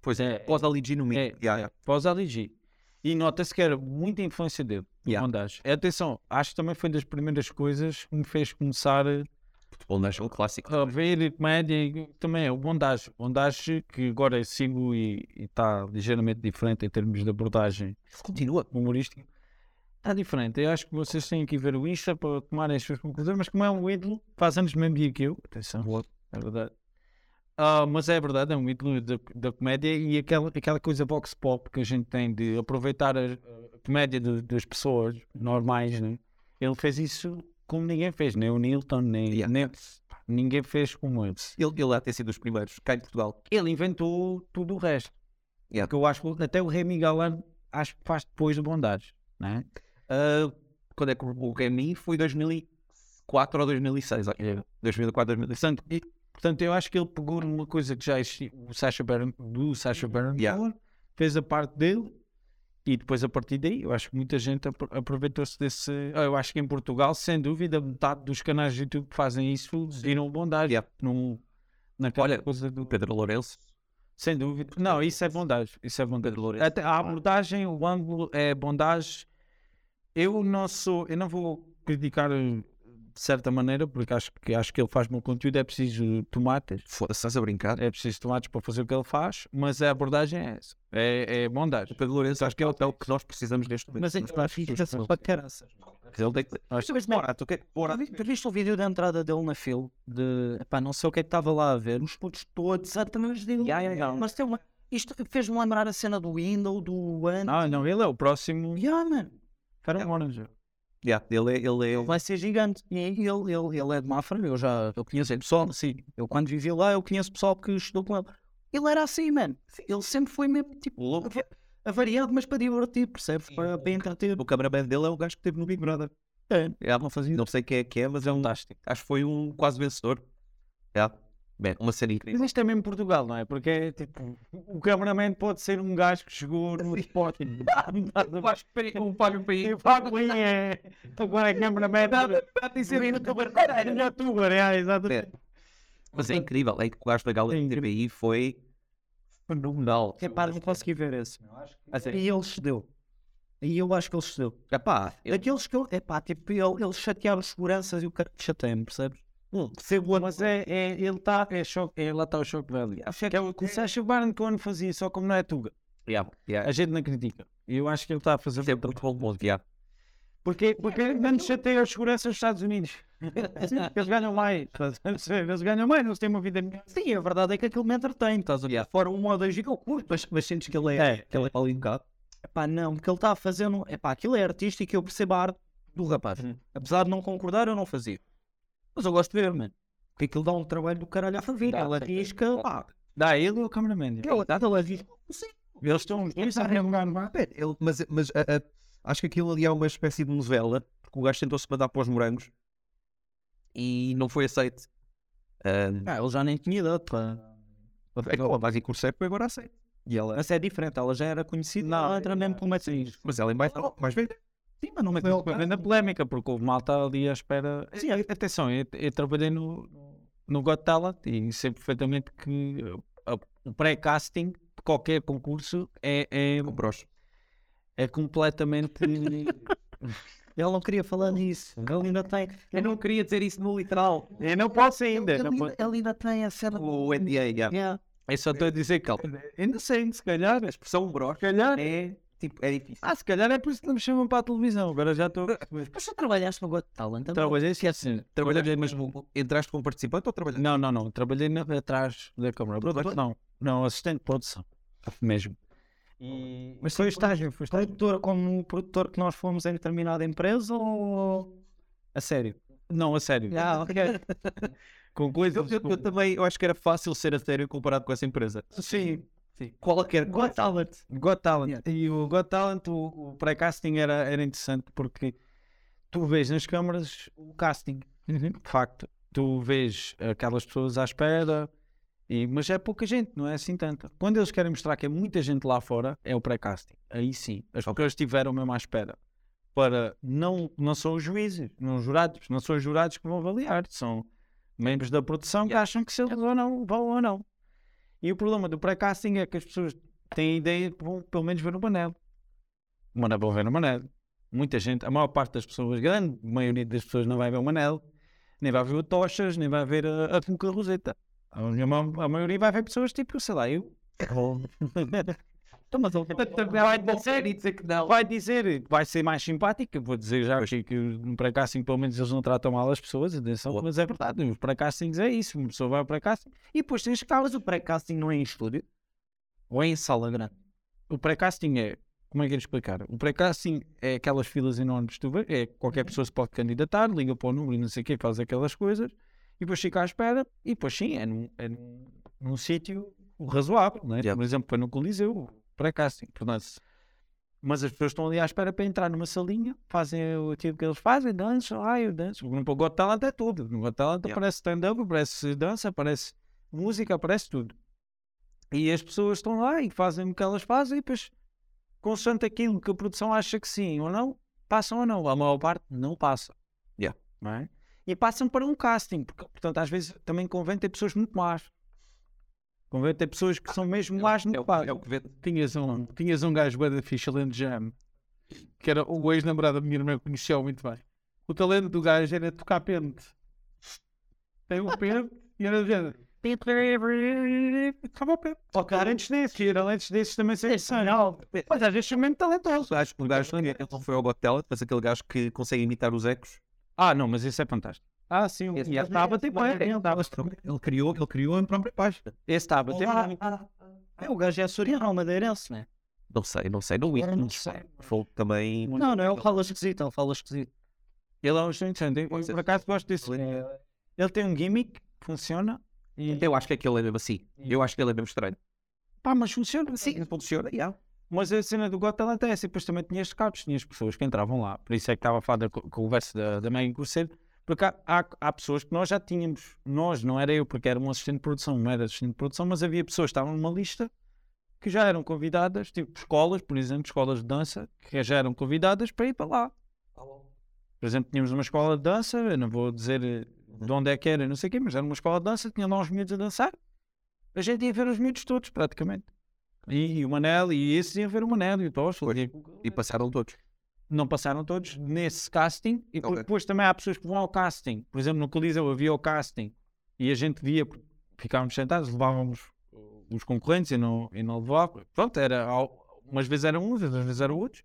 [SPEAKER 2] Pois
[SPEAKER 1] é.
[SPEAKER 2] Pós ali de no
[SPEAKER 1] É.
[SPEAKER 2] mínimo. Yeah, yeah.
[SPEAKER 1] Pós LG. E nota-se que era muita influência dele, do
[SPEAKER 2] Yeah.
[SPEAKER 1] Bondage. Atenção, acho que também foi das primeiras coisas que me fez começar... a-
[SPEAKER 2] Bondage é um clássico.
[SPEAKER 1] a ver e comédia e também é o Bondage. Bondage que agora eu sigo e está ligeiramente diferente em termos de abordagem
[SPEAKER 2] Continua.
[SPEAKER 1] humorística. Está diferente. Eu acho que vocês têm que ver o Insta para tomarem as suas conclusões, mas como é um ídolo, faz anos no mesmo dia que eu. Atenção. É verdade. Ah, mas é verdade, é um ídolo da, da comédia e aquela, aquela coisa box pop que a gente tem de aproveitar a, a comédia de- das pessoas normais, né? Ele fez isso como ninguém fez, nem o Newton, nem,
[SPEAKER 2] Yeah.
[SPEAKER 1] nem- ninguém fez como ele.
[SPEAKER 2] Ele, ele há de ter sido dos primeiros, cá em Portugal.
[SPEAKER 1] Ele inventou tudo o resto.
[SPEAKER 2] Yeah.
[SPEAKER 1] Porque eu acho que até o Remy Galán acho que faz depois de bondades, né?
[SPEAKER 2] Ah, quando é que o o Grammy foi 2004 ou 2006? ok? 2004, 2006.
[SPEAKER 1] Portanto, e- portanto, eu acho que ele pegou numa coisa que já existia, o Sacha Baron, do Sacha Baron
[SPEAKER 2] Yeah.
[SPEAKER 1] Cohen, fez a parte dele e depois a partir daí eu acho que muita gente apro- aproveitou-se desse. Ah, Eu acho que em Portugal, sem dúvida, metade dos canais de YouTube que fazem isso viram bondade.
[SPEAKER 2] Yeah.
[SPEAKER 1] Num, naquela
[SPEAKER 2] Olha,
[SPEAKER 1] coisa do.
[SPEAKER 2] Pedro Lourenço.
[SPEAKER 1] Sem dúvida. Não, isso é bondade. Isso é bondade.
[SPEAKER 2] Pedro Lourenço.
[SPEAKER 1] Até a abordagem, o ângulo é bondage. Eu não sou, eu não vou criticar eh, de certa maneira, porque acho que, acho que ele faz bom conteúdo. É preciso tomates,
[SPEAKER 2] Foda-se, estás a brincar?
[SPEAKER 1] é preciso tomates para fazer o que ele faz, mas a abordagem é essa, é, é bondage.
[SPEAKER 2] O Pedro Lourenço acho que é o hotel que nós precisamos neste momento.
[SPEAKER 3] Mas é
[SPEAKER 2] Nós
[SPEAKER 3] irritação para caraças.
[SPEAKER 2] Ele tem que.
[SPEAKER 3] Mas tu viste,
[SPEAKER 2] Bora, tu quer. Bora.
[SPEAKER 3] Tu vi- tu viste o vídeo da entrada dele na fila? De, pá, não sei o que é que estava lá a ver. Os putos todos atrás dele.
[SPEAKER 2] Yeah, yeah, yeah.
[SPEAKER 3] Mas tem uma... Isto fez-me lembrar a cena do Window, do One.
[SPEAKER 1] Não, não, ele é o próximo.
[SPEAKER 3] Yeah, man.
[SPEAKER 1] Era um orange.
[SPEAKER 2] Yeah, ele, é- ele é.
[SPEAKER 3] vai ser gigante. E ele, ele, ele é de Mafra, eu já eu conheço ele pessoal, sim. Eu quando vivi lá, eu conheço pessoal que estudou com ele. Ele era assim, mano. Ele sempre foi mesmo tipo
[SPEAKER 2] Louco.
[SPEAKER 3] ava- avariado, mas para divertir, percebes? Para, para entreter.
[SPEAKER 2] O cameraman dele é o gajo que teve no Big Brother.
[SPEAKER 3] É.
[SPEAKER 2] Yeah, não, fazia... não sei quem é que é, mas é um. Fantástico. Acho que foi um quase vencedor. Yeah. Bem, uma série
[SPEAKER 1] Mas
[SPEAKER 2] incrível.
[SPEAKER 1] isto é mesmo Portugal, não é? Porque é tipo, o cameraman pode ser um gajo que chegou no spot.
[SPEAKER 2] Um palho para
[SPEAKER 1] E Paco aí é. Agora é cameraman. Está a
[SPEAKER 3] é
[SPEAKER 1] ser youtuber. Era youtuber, é, exatamente.
[SPEAKER 2] Mas é incrível. É que o gajo da Gala
[SPEAKER 1] É
[SPEAKER 2] do
[SPEAKER 1] incrível.
[SPEAKER 2] TPI foi fenomenal.
[SPEAKER 3] É pá, não consegui ver esse.
[SPEAKER 2] A
[SPEAKER 1] é.
[SPEAKER 2] sério.
[SPEAKER 3] E ele cedeu. E eu acho que ele cedeu.
[SPEAKER 2] Epá, eu-
[SPEAKER 3] Aqueles que ele, é pá, tipo, ele, ele chatearam os seguranças e o cara chateia-me, percebes?
[SPEAKER 1] Mas é, é- ele está. É choque, é, lá está o choque velho.
[SPEAKER 3] Acho que
[SPEAKER 1] Que é o que o Sacha Baron Cohen fazia, só como não é Tuga.
[SPEAKER 2] yeah, yeah.
[SPEAKER 1] A gente não critica. E eu acho que ele está a fazer.
[SPEAKER 2] Isso é muito bom ponto. Yeah.
[SPEAKER 1] Porque, porque menos chateia os seguranças dos Estados Unidos. Eles ganham mais. estás a perceber? Eles ganham mais, eles têm uma vida melhor.
[SPEAKER 3] Sim, a verdade é que aquilo me entretém, estás a ver?
[SPEAKER 2] Yeah.
[SPEAKER 3] Fora um ou dois gigas, eu curto, mas, mas sentes que ele é.
[SPEAKER 2] Que ele é ali um bocado.
[SPEAKER 3] Epá, não, porque ele está fazendo. Epá, aquilo é artístico e eu percebo a arte do rapaz.
[SPEAKER 1] Uhum.
[SPEAKER 3] Apesar de não concordar, eu não fazia. Mas eu gosto de ver, mano. Porque aquilo dá um trabalho do caralho a fazer.
[SPEAKER 2] Dá,
[SPEAKER 3] Ele arrisca, pá.
[SPEAKER 1] Dá ele ou o cameraman?
[SPEAKER 3] Ele ele arrisca. Sim.
[SPEAKER 1] Eles estão os dois a lugar no ar.
[SPEAKER 2] Pera, ele- mas mas a- a- acho que aquilo ali é uma espécie de novela, porque o gajo tentou-se mandar para os morangos e não foi aceito. Ahm,
[SPEAKER 3] Ah, ele já nem tinha idade para.
[SPEAKER 2] é que ela vai em curso foi agora aceito. E ela,
[SPEAKER 3] Mas é diferente, ela já era conhecida. Não, ela entra mesmo por uma atriz.
[SPEAKER 2] mas ela é mais, mais velha.
[SPEAKER 3] Sim, mas tá não me
[SPEAKER 1] Foi uma grande polémica, porque houve malta ali à espera. Sim, atenção, eu, eu trabalhei no, no Got Talent e sei perfeitamente que uh, o pré-casting de qualquer concurso é, é,
[SPEAKER 2] Com broche.
[SPEAKER 1] é completamente.
[SPEAKER 3] Ele não queria falar nisso. Ele ainda tem.
[SPEAKER 2] Eu não queria dizer isso no literal.
[SPEAKER 1] eu não posso
[SPEAKER 3] Ele, um
[SPEAKER 1] ainda.
[SPEAKER 3] ele ainda, ele ainda tem a cena.
[SPEAKER 2] Né, O NDA, yeah.
[SPEAKER 3] Yeah.
[SPEAKER 1] Eu só estou a dizer que ainda sei, se calhar. Se
[SPEAKER 2] São broche.
[SPEAKER 1] calhar.
[SPEAKER 2] É, tipo, é difícil.
[SPEAKER 1] Ah, se calhar é por isso que não me chamam para a televisão. Agora já estou.
[SPEAKER 3] Mas já trabalhaste no Got Talent? também?
[SPEAKER 1] Trabalhei, esquece.
[SPEAKER 2] Trabalhei mesmo, entraste como participante ou trabalhaste?
[SPEAKER 1] Não, não, não. Trabalhei na- atrás da câmara.
[SPEAKER 2] Produtor?
[SPEAKER 1] Não, não, assistente de produção. Mesmo.
[SPEAKER 3] Mas foi estágio, foi estágio. Produtor, como o produtor que nós fomos em determinada empresa ou.
[SPEAKER 1] A sério? Não, a sério.
[SPEAKER 3] Ah, ok.
[SPEAKER 1] Com coisas.
[SPEAKER 2] Eu, eu- eu também, eu acho que era fácil ser a sério comparado com essa empresa.
[SPEAKER 1] Sim.
[SPEAKER 2] Qualquer
[SPEAKER 3] Got Talent.
[SPEAKER 1] Got Talent. E o Got Talent, o, o pré-casting era, era interessante porque tu vês nas câmaras o casting.
[SPEAKER 2] Uhum.
[SPEAKER 1] De facto, tu vês aquelas pessoas à espera, e, mas é pouca gente, não é assim tanta. Quando eles querem mostrar que é muita gente lá fora, é o pré-casting. Aí sim, as pessoas estiveram mesmo à espera. Para não, não são os juízes, não os jurados, não são os jurados que vão avaliar, são membros da produção que acham que se eles ou não vão ou não. E o problema do pré-casting é que as pessoas têm a ideia que vão pelo menos ver o Manel. O Manel vão ver o Manel. Muita gente, a maior parte das pessoas, grande maioria das pessoas não vai ver o Manel, nem vai ver o Tochas, nem vai ver a, a Cuca Roseta. A, minha ma- a maioria vai ver pessoas tipo, sei lá, eu.
[SPEAKER 3] Então, mas ele
[SPEAKER 1] vai dizer e dizer que não. Vai dizer, vai ser mais simpática. Vou dizer já, achei que no pré-casting pelo menos eles não tratam mal as pessoas, atenção,
[SPEAKER 2] Boa.
[SPEAKER 1] mas é verdade, os pré-castings é isso. Uma pessoa vai ao pré-casting e depois tens calas o
[SPEAKER 3] pré-casting não é em estúdio.
[SPEAKER 1] ou é em sala grande. O pré-casting é, como é que eu ia explicar? O pré-casting é aquelas filas enormes que tu vês, é qualquer pessoa se pode candidatar, liga para o número e não sei o quê, faz aquelas coisas, e depois fica à espera, e depois sim, é num, é num, num sítio razoável, né?
[SPEAKER 2] Yeah.
[SPEAKER 1] por exemplo, foi no Coliseu, o pré-casting, portanto, mas as pessoas estão ali à espera para entrar numa salinha, fazem o tipo que eles fazem, dançam, ai, eu danço. O grupo Got Talent é tudo. No Got Talent
[SPEAKER 2] Yeah.
[SPEAKER 1] aparece stand-up, aparece dança, aparece música, aparece tudo. E as pessoas estão lá e fazem o que elas fazem e depois, consoante aquilo que a produção acha que sim ou não, passam ou não. A maior parte não passa.
[SPEAKER 2] Yeah.
[SPEAKER 1] Não é? E passam para um casting, porque, portanto, às vezes também convém ter pessoas muito más. Convém ter pessoas que são
[SPEAKER 3] Um
[SPEAKER 1] mesmo más no
[SPEAKER 2] é, o,
[SPEAKER 1] palco.
[SPEAKER 2] é o que vê.
[SPEAKER 4] Tinhas um, tinhas um gajo bué da ficha, Land Jam, que era o ex-namorado da minha irmã, que conheceu muito bem. O talento do gajo era tocar pente. Tem um pente e era do género. Acaba o pente.
[SPEAKER 1] Tocar antes desses, ir antes desses também ser profissional. Mas às vezes são mesmo talentosos.
[SPEAKER 2] O gajo, o um gajo
[SPEAKER 1] é.
[SPEAKER 2] que- ele não foi ao Got Talent, mas aquele gajo que consegue imitar os ecos.
[SPEAKER 1] Ah, não, mas isso é fantástico. Ah, sim,
[SPEAKER 2] Esse
[SPEAKER 1] esse
[SPEAKER 4] é
[SPEAKER 2] já
[SPEAKER 1] estava a bater bem.
[SPEAKER 2] Ele criou, ele criou a própria página.
[SPEAKER 1] Esse está a bater bem.
[SPEAKER 3] É, o gajo é açoriano, é o madeirense, né?
[SPEAKER 2] Não sei, não sei, não
[SPEAKER 3] Agora
[SPEAKER 2] ia.
[SPEAKER 3] não sei.
[SPEAKER 2] Foi também.
[SPEAKER 3] Não, não é o fala é esquisito, ele fala esquisito.
[SPEAKER 1] Ele é um excelente interessante. Eu, por acaso gosto disso.
[SPEAKER 2] Ele-
[SPEAKER 1] Ele tem um gimmick que funciona. E,
[SPEAKER 2] Eu acho que aquele é mesmo assim. Eu acho que ele é mesmo estranho.
[SPEAKER 1] pá, mas funciona.
[SPEAKER 2] Sim, funciona, yeah.
[SPEAKER 1] Mas a cena do Got Talent é essa, e depois também tinhas scouts, tinhas pessoas que entravam lá. Por isso é que estava a falar da co- conversa da, da Megan Corceiro, porque há, há, há pessoas que nós já tínhamos, nós, não era eu, porque era um assistente de produção, não era assistente de produção, mas havia pessoas que estavam numa lista que já eram convidadas, tipo escolas, por exemplo, escolas de dança, que já eram convidadas para ir para lá. Por exemplo, tínhamos uma escola de dança, eu não vou dizer eh, de onde é que era, não sei o quê, mas era uma escola de dança, tinha lá uns miúdos a dançar. A gente ia ver os miúdos todos, praticamente. E, e o Manel, e esses iam ver o Manel e o Tosso. e-
[SPEAKER 2] E passaram todos.
[SPEAKER 1] Não passaram todos nesse casting. E
[SPEAKER 2] Ok.
[SPEAKER 1] depois também há pessoas que vão ao casting. Por exemplo, no Coliseu havia o casting e a gente via, porque ficávamos sentados, levávamos os concorrentes e não, e não levava. Pronto, era, ao- umas vezes eram uns, outras vezes eram outros.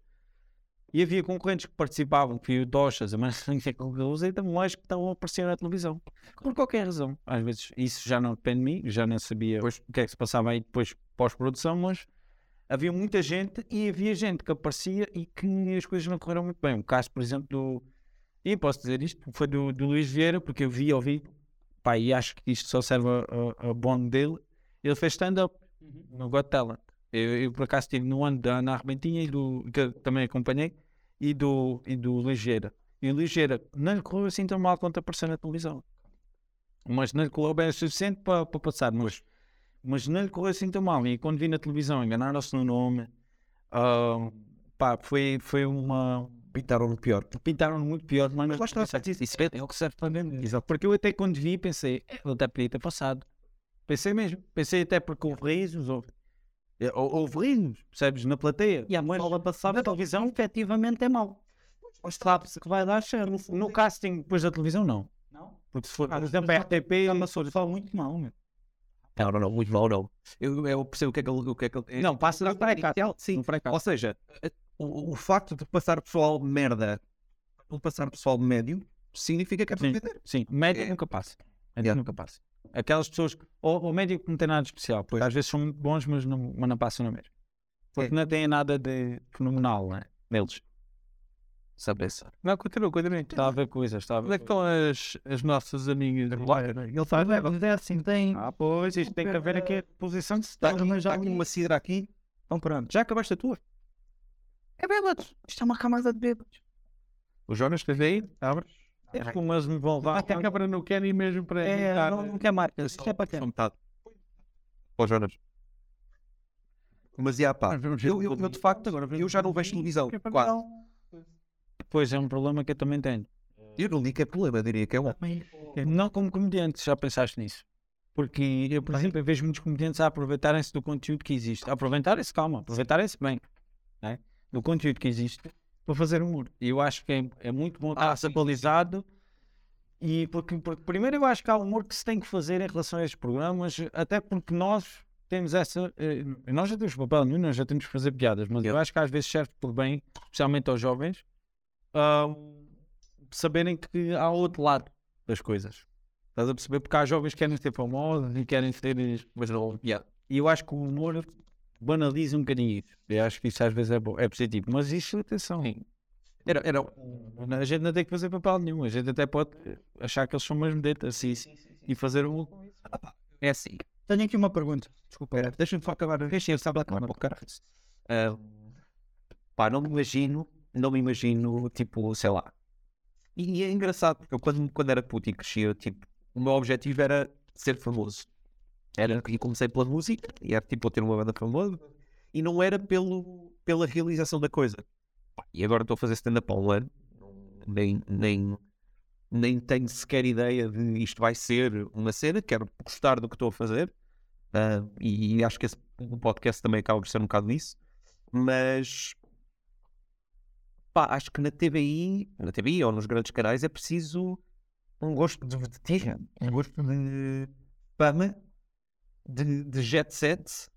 [SPEAKER 1] E havia concorrentes que participavam, que o Tochas, a Mancinha Coliseu, e também mais que estavam a aparecer na televisão. Por qualquer razão. Às vezes isso já não depende de mim, já não sabia o que é que se passava aí depois pós-produção, mas havia muita gente e havia gente que aparecia e que as coisas não correram muito bem. O caso, por exemplo, do. E posso dizer isto, foi do, do Luís Vieira, porque eu vi, ouvi, pá, e acho que isto só serve a, a, a bom dele. Ele fez stand-up no Got Talent. Eu, eu, por acaso estive no ano da Ana Arbentinha e do. que eu também acompanhei, e do, e do Luís Vieira. E o Luís Vieira não lhe correu assim tão mal quanto apareceu na televisão. Mas não lhe correu bem o suficiente para, para passar, mas mas não lhe correu assim tão mal. E quando vi na televisão, enganaram-se no nome. Ah, pá, foi, foi uma.
[SPEAKER 2] Pintaram no pior.
[SPEAKER 1] Pintaram muito pior, mas, mas
[SPEAKER 2] lá está,
[SPEAKER 1] isso é, é o que serve para vender. Exato. Porque eu até quando vi, pensei, "É, ele até podia ter passado. Pensei mesmo. Pensei até porque houve risos, houve, é, hou- houve risos, percebes? Na plateia.
[SPEAKER 3] E a bola passada na televisão, efetivamente é mau. Mas sabe-se que vai dar cheiro.
[SPEAKER 1] No casting depois da televisão, não.
[SPEAKER 3] Não?
[SPEAKER 1] Porque se for,
[SPEAKER 3] Ah,
[SPEAKER 1] por exemplo, a RTP.
[SPEAKER 3] É uma solução muito mau, meu.
[SPEAKER 2] Não, não, não, muito mal não. Eu, eu percebo o que é que ele. O que é que ele
[SPEAKER 1] Não, passa no pré-cast.
[SPEAKER 2] sim.
[SPEAKER 1] No pré-cast.
[SPEAKER 2] Ou seja, a- o, o facto de passar pessoal merda ou passar pessoal médio significa que é para
[SPEAKER 1] Sim.
[SPEAKER 2] vender.
[SPEAKER 1] Sim, médico
[SPEAKER 2] É.
[SPEAKER 1] nunca passa. Médico
[SPEAKER 2] Yeah.
[SPEAKER 1] nunca passa. Aquelas pessoas, que- ou, ou médico que não tem nada de especial, porque às vezes são muito bons, mas não, mas não passam na mesma. Porque não têm nada de fenomenal né? neles.
[SPEAKER 2] Sabe essa.
[SPEAKER 4] Não, continua, continua.
[SPEAKER 1] Está a ver coisas, está a
[SPEAKER 4] Onde é
[SPEAKER 1] ver.
[SPEAKER 4] que estão as, as nossas amigas?
[SPEAKER 2] Ele
[SPEAKER 3] Sabe, é, mas é assim, tem.
[SPEAKER 1] Ah, pois, isto tem que haver aqui a posição de
[SPEAKER 2] Está
[SPEAKER 1] está.
[SPEAKER 2] aqui, tá aqui uma cidra aqui. Então pronto. Já acabaste a tua?
[SPEAKER 3] É bêbados. Isto é uma camada de bêbados.
[SPEAKER 4] O Jonas estás aí? Abres?
[SPEAKER 1] É como eles me vão lá.
[SPEAKER 4] Até a câmara não quer ir mesmo para
[SPEAKER 3] É,
[SPEAKER 4] evitar-
[SPEAKER 3] não, não quer marcas. Isto é para quê?
[SPEAKER 2] Só metade. Para o Jonas. Mas e há pá.
[SPEAKER 4] Mas vamos ver
[SPEAKER 2] Eu, eu,
[SPEAKER 4] um
[SPEAKER 2] eu, de facto agora eu já não vejo televisão.
[SPEAKER 4] Que é para
[SPEAKER 2] Quase.
[SPEAKER 4] não.
[SPEAKER 1] Depois é um problema que eu também tenho.
[SPEAKER 2] Eu não digo que é problema, diria que é bom.
[SPEAKER 3] Também.
[SPEAKER 1] Não como comediante, já pensaste nisso? Porque eu, por exemplo, eu vejo muitos comediantes a aproveitarem-se do conteúdo que existe. Aproveitarem-se, calma, aproveitarem-se bem né? do conteúdo que existe para fazer humor. E eu acho que é, é muito bom estar atualizado. E porque, porque, primeiro, eu acho que há humor que se tem que fazer em relação a estes programas, até porque nós temos essa. eh, Nós já temos papel nenhum, nós já temos que fazer piadas, mas eu
[SPEAKER 2] Yeah.
[SPEAKER 1] acho que às vezes serve por bem, especialmente aos jovens, ah, saberem que há outro lado das coisas. Estás a perceber? Porque há jovens que querem ser famosos e querem ser. Mas não, yeah. E eu acho que o humor banaliza um bocadinho isso. Eu acho que isso às vezes é, bom, é positivo. Mas isto, atenção.
[SPEAKER 2] Era, era,
[SPEAKER 1] A gente não tem que fazer papel nenhum. A gente até pode achar que eles são mesmo dentro assim e fazer um.
[SPEAKER 2] é assim.
[SPEAKER 3] Tenho aqui uma pergunta. Desculpa.
[SPEAKER 2] Espera, deixa-me só acabar. Deixa eu saber acabar. Ah, pá, não me imagino, não me imagino, tipo, sei lá. E é engraçado, porque eu quando, quando era puto e crescia, tipo, o meu objetivo era ser famoso. Era, e comecei pela música, e era tipo, eu ter uma banda famosa, e não era pelo, pela realização da coisa. Pá, e agora estou a fazer stand-up há um ano, nem, nem, nem tenho sequer ideia de isto vai ser uma cena, quero gostar do que estou a fazer, ah, e, acho que esse, o podcast também acaba por ser um bocado disso. Mas pá, acho que na TVI, na TVI ou nos grandes canais é preciso um gosto de vertigem, um gosto de fama, de, de jet set.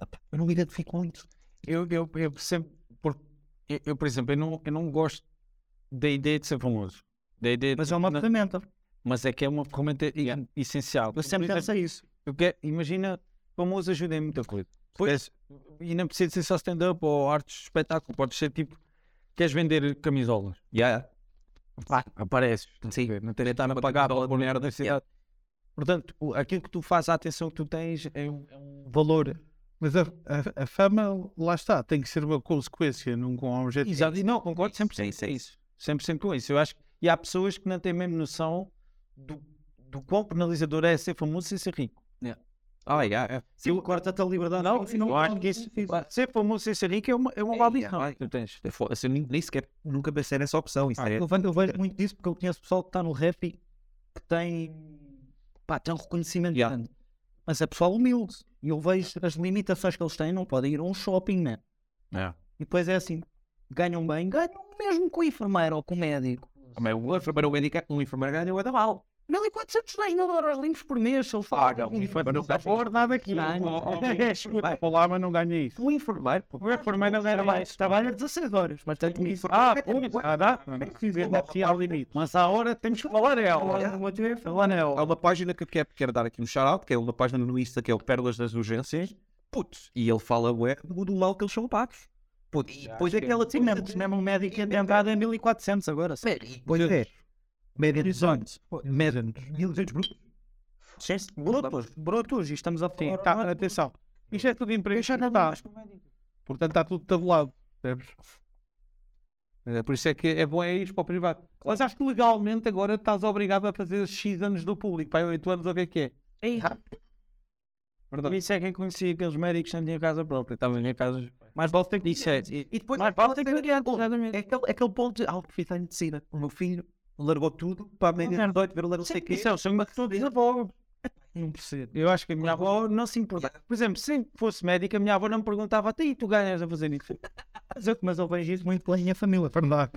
[SPEAKER 2] Epá, Eu não me identifico muito.
[SPEAKER 1] Eu, eu, eu sempre. Por, eu, eu, por exemplo, eu não, eu não gosto da ideia de ser famoso. Da ideia de-
[SPEAKER 3] Mas é uma
[SPEAKER 1] na-
[SPEAKER 3] ferramenta.
[SPEAKER 1] mas é que é uma ferramenta i- essencial.
[SPEAKER 3] Eu sempre
[SPEAKER 1] Por exemplo,
[SPEAKER 3] pensei isso.
[SPEAKER 1] Eu quero- imagina, famoso ajuda em muita coisa. Pois. E não precisa ser só stand-up ou artes de espetáculo, pode ser tipo, queres vender camisolas.
[SPEAKER 2] Yeah.
[SPEAKER 1] Pá, apareces.
[SPEAKER 2] Sim.
[SPEAKER 1] Não tens de
[SPEAKER 2] Tentar
[SPEAKER 1] estar a
[SPEAKER 2] bater
[SPEAKER 1] pagar pela
[SPEAKER 2] bola
[SPEAKER 1] mulher da
[SPEAKER 2] bonita.
[SPEAKER 1] cidade. Portanto, o- aquilo que tu fazes, a atenção que tu tens é um, é um valor.
[SPEAKER 4] Mas a, a- a fama, lá está, tem que ser uma consequência, nunca um objetivo.
[SPEAKER 1] Exato. E não, concordo 100%
[SPEAKER 2] É isso, é isso.
[SPEAKER 1] 100% com isso. Eu acho que e há pessoas que não têm mesmo noção do, do quão penalizador é ser famoso e ser rico.
[SPEAKER 2] Ah, yeah, é.
[SPEAKER 3] Sim, corta-te a liberdade.
[SPEAKER 1] Não,
[SPEAKER 3] se
[SPEAKER 1] eu acho que isso, pá, ser famoso e ser rico é uma, é uma
[SPEAKER 2] Ei,
[SPEAKER 1] maldição
[SPEAKER 2] vai.
[SPEAKER 1] que tu tens.
[SPEAKER 2] É fo- assim, nem, nem sequer nunca pensei nessa opção. Isso
[SPEAKER 3] Pá,
[SPEAKER 2] é.
[SPEAKER 3] eu, vejo, eu vejo muito disso porque eu conheço pessoal que está no rap e que tem, pá, tem um reconhecimento
[SPEAKER 2] Yeah.
[SPEAKER 3] grande. Mas é pessoal humilde. E eu vejo as limitações que eles têm, não podem ir a um shopping, né?
[SPEAKER 2] É.
[SPEAKER 3] E depois é assim, ganham bem, ganham mesmo com o enfermeiro ou com o médico.
[SPEAKER 2] Também o enfermeiro médico, um enfermeiro ganha o mal.
[SPEAKER 3] 1400 reais não dólares limpos por mês, se ele fala.
[SPEAKER 2] Paga um
[SPEAKER 3] comigo.
[SPEAKER 2] infermeiro.
[SPEAKER 3] Não dá por nada aqui.
[SPEAKER 4] Vai para lá, mas não ganha isso.
[SPEAKER 2] Um enfermeiro, pô.
[SPEAKER 3] O enfermeiro não ganha mais, trabalha 16 horas, mas tanto isso.
[SPEAKER 1] Ah, pois, ah, dá? Aqui há limite. Mas à hora temos que falar é ela. Falar nela.
[SPEAKER 2] Há uma página que eu quero, quero dar aqui um shout-out, que é uma página no Insta que é o Pérolas das Urgências. Putz, e ele fala ué, do do mal que eles são pagos. Putz, e depois é aquela
[SPEAKER 3] Sim, mesmo,
[SPEAKER 2] de-
[SPEAKER 3] mesmo um médico entrado é 1400 agora. sim.
[SPEAKER 2] Pois é.
[SPEAKER 1] é.
[SPEAKER 3] Horizontes.
[SPEAKER 2] Médanos. 1200 brutos.
[SPEAKER 3] Brutos, brutos, e estamos a
[SPEAKER 4] Sim,
[SPEAKER 3] falar.
[SPEAKER 4] tá, atenção. Isto é tudo emprego.
[SPEAKER 3] Deixa
[SPEAKER 4] tá. Portanto, está tudo tabulado. Percebes? É por isso é que é bom é ir para o privado. Mas acho que legalmente agora estás obrigado a fazer X anos do público. Pai, 8 anos a ver que é.
[SPEAKER 1] Por isso é que eu conheci aqueles médicos que não tinham casa própria. Estavam em casas.
[SPEAKER 2] Mais vale ter que
[SPEAKER 1] Isso é. E,
[SPEAKER 2] E depois
[SPEAKER 1] mas vale ter que adiante,
[SPEAKER 2] É
[SPEAKER 1] exatamente.
[SPEAKER 2] aquele, é aquele ponto de ah, fiz a medicina. O meu filho largou tudo para a média de 18, ver não sei o quê.
[SPEAKER 1] Isso é o sangue de todos. avó. Não percebo. Eu acho que a minha avó não se importa. Por exemplo, se fosse médica, a minha avó não me perguntava até e tu ganhas a fazer isso.
[SPEAKER 3] Mas eu, mas eu vejo isso muito pela minha família. Verdade.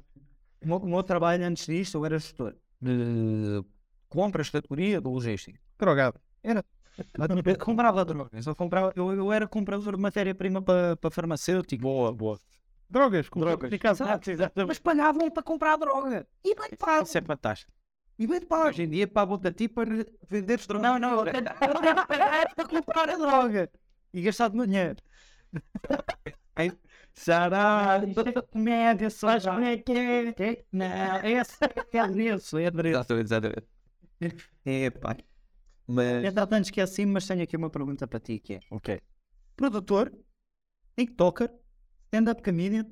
[SPEAKER 3] O meu, o meu trabalho antes disto, eu era gestor de compras, categoria de logística.
[SPEAKER 4] Drogado.
[SPEAKER 3] Eu comprava drogas, eu, comprava, eu, eu era comprador de matéria-prima para para farmacêutico.
[SPEAKER 1] Boa, boa.
[SPEAKER 4] Drogas. com-
[SPEAKER 1] Drogas.
[SPEAKER 3] Exato, Mas pagavam para comprar droga. E bem pago.
[SPEAKER 1] Isso é fantástico.
[SPEAKER 3] E bem pago.
[SPEAKER 2] Hoje em dia pagam a ti para venderes droga.
[SPEAKER 3] Não, não, eu tenho para comprar a droga. E gastar do meu dinheiro.
[SPEAKER 2] Sará!
[SPEAKER 3] Isto é comédia, só já. Como é que é? Não, esse é nisso, é adorei.
[SPEAKER 2] Exato, exatamente. É, pá. Mas.
[SPEAKER 3] Entretanto, esqueci-me, um mas tenho aqui uma pergunta para ti que é.
[SPEAKER 1] Ok.
[SPEAKER 3] Produtor, TikToker, stand-up comedian.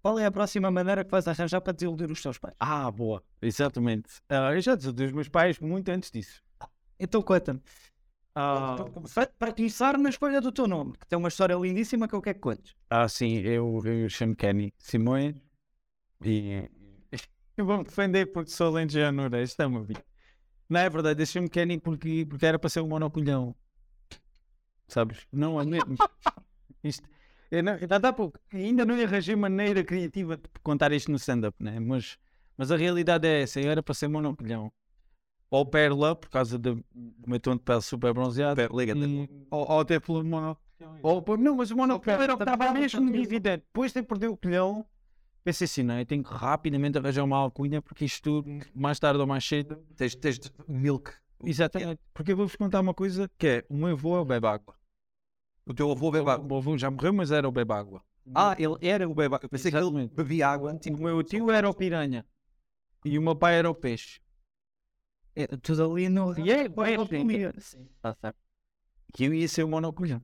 [SPEAKER 3] Qual é a próxima maneira que vais arranjar para desiludir os teus pais?
[SPEAKER 1] Ah, boa. Exatamente. Ah, eu já desiludi os meus pais muito antes disso.
[SPEAKER 3] Então conta-me.
[SPEAKER 1] Ah,
[SPEAKER 3] Para- Para começar na escolha do teu nome, que tem uma história lindíssima que eu quero que contes.
[SPEAKER 1] ah sim, eu, eu chamo Kenny Simões e eu vou-me defender porque sou alentejano, né? isto é uma vida. Não é verdade, eu chamo Kenny porque, porque era para ser um monoculhão. Sabes? Não é mesmo. Isto, eu não, ainda, dá para- ainda não arranjei maneira criativa de contar isto no stand-up, né? mas, mas a realidade é essa, eu era para ser monoculhão. Ou pérola, por causa do, do meu tom de pele super bronzeado.
[SPEAKER 2] Liga,
[SPEAKER 1] Hum,
[SPEAKER 4] Ou, ou até pelo mono.
[SPEAKER 1] Ou, pô, não, mas o monopólio era o que
[SPEAKER 3] Tá-
[SPEAKER 1] estava
[SPEAKER 3] tá-
[SPEAKER 1] mesmo
[SPEAKER 3] tá-
[SPEAKER 1] dividendo. Depois de perder o colhão, pensei assim, não, eu tenho que rapidamente arranjar uma alcunha, porque isto tudo, mais tarde ou mais cedo...
[SPEAKER 2] Tens, tens de milk.
[SPEAKER 1] Exatamente. Porque eu vou-vos contar uma coisa, que é, o meu avô bebe água.
[SPEAKER 2] O teu avô bebe
[SPEAKER 1] O
[SPEAKER 2] água.
[SPEAKER 1] meu avô já morreu, mas era o bebe água.
[SPEAKER 2] Ah, ele era o bebe água. Eu pensei que ele
[SPEAKER 1] Exatamente.
[SPEAKER 2] bebia água tipo, é antes.
[SPEAKER 1] O meu tio era o piranha. E o meu pai era o peixe.
[SPEAKER 3] É, tudo ali no.
[SPEAKER 1] E é, é, é,
[SPEAKER 2] Tá
[SPEAKER 1] que eu ia ser o monoculhão.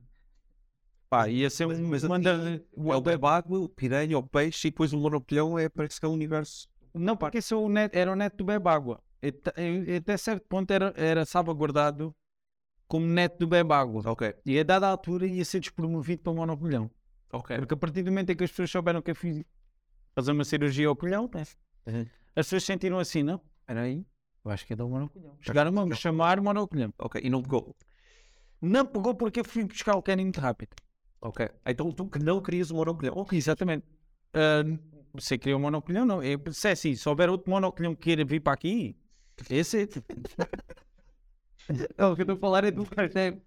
[SPEAKER 1] Pá, ia ser um...
[SPEAKER 2] mas-
[SPEAKER 1] manda-
[SPEAKER 2] É o bebe água, o piranha, o peixe e depois o monopolhão é, parece que é um universo.
[SPEAKER 1] Não, porque esse é o neto, era o neto do Bebágua. E ta- e- e Até certo ponto era, era salvaguardado como neto do Bebágua.
[SPEAKER 2] Ok,
[SPEAKER 1] E a dada altura ia ser despromovido para monocolhão.
[SPEAKER 2] ok.
[SPEAKER 1] Porque a partir do momento em que as pessoas souberam que eu fiz fazer uma cirurgia ao colhão, né?
[SPEAKER 2] Uhum.
[SPEAKER 1] as pessoas sentiram assim, não? Espera aí, eu acho que é do monocolhão. Chegaram a me chamar monocolhão.
[SPEAKER 2] Ok, e não pegou.
[SPEAKER 1] Não pegou porque um eu fui buscar o Kenny muito rápido.
[SPEAKER 2] Ok. Então tu que não querias o monopolhão.
[SPEAKER 1] Ok, Exatamente. Ah, você queria um monocolhão? Não. Eu pensei assim, se houver outro monocolhão que queira vir para aqui, esse é
[SPEAKER 2] o que eu estou a falar é do nickname.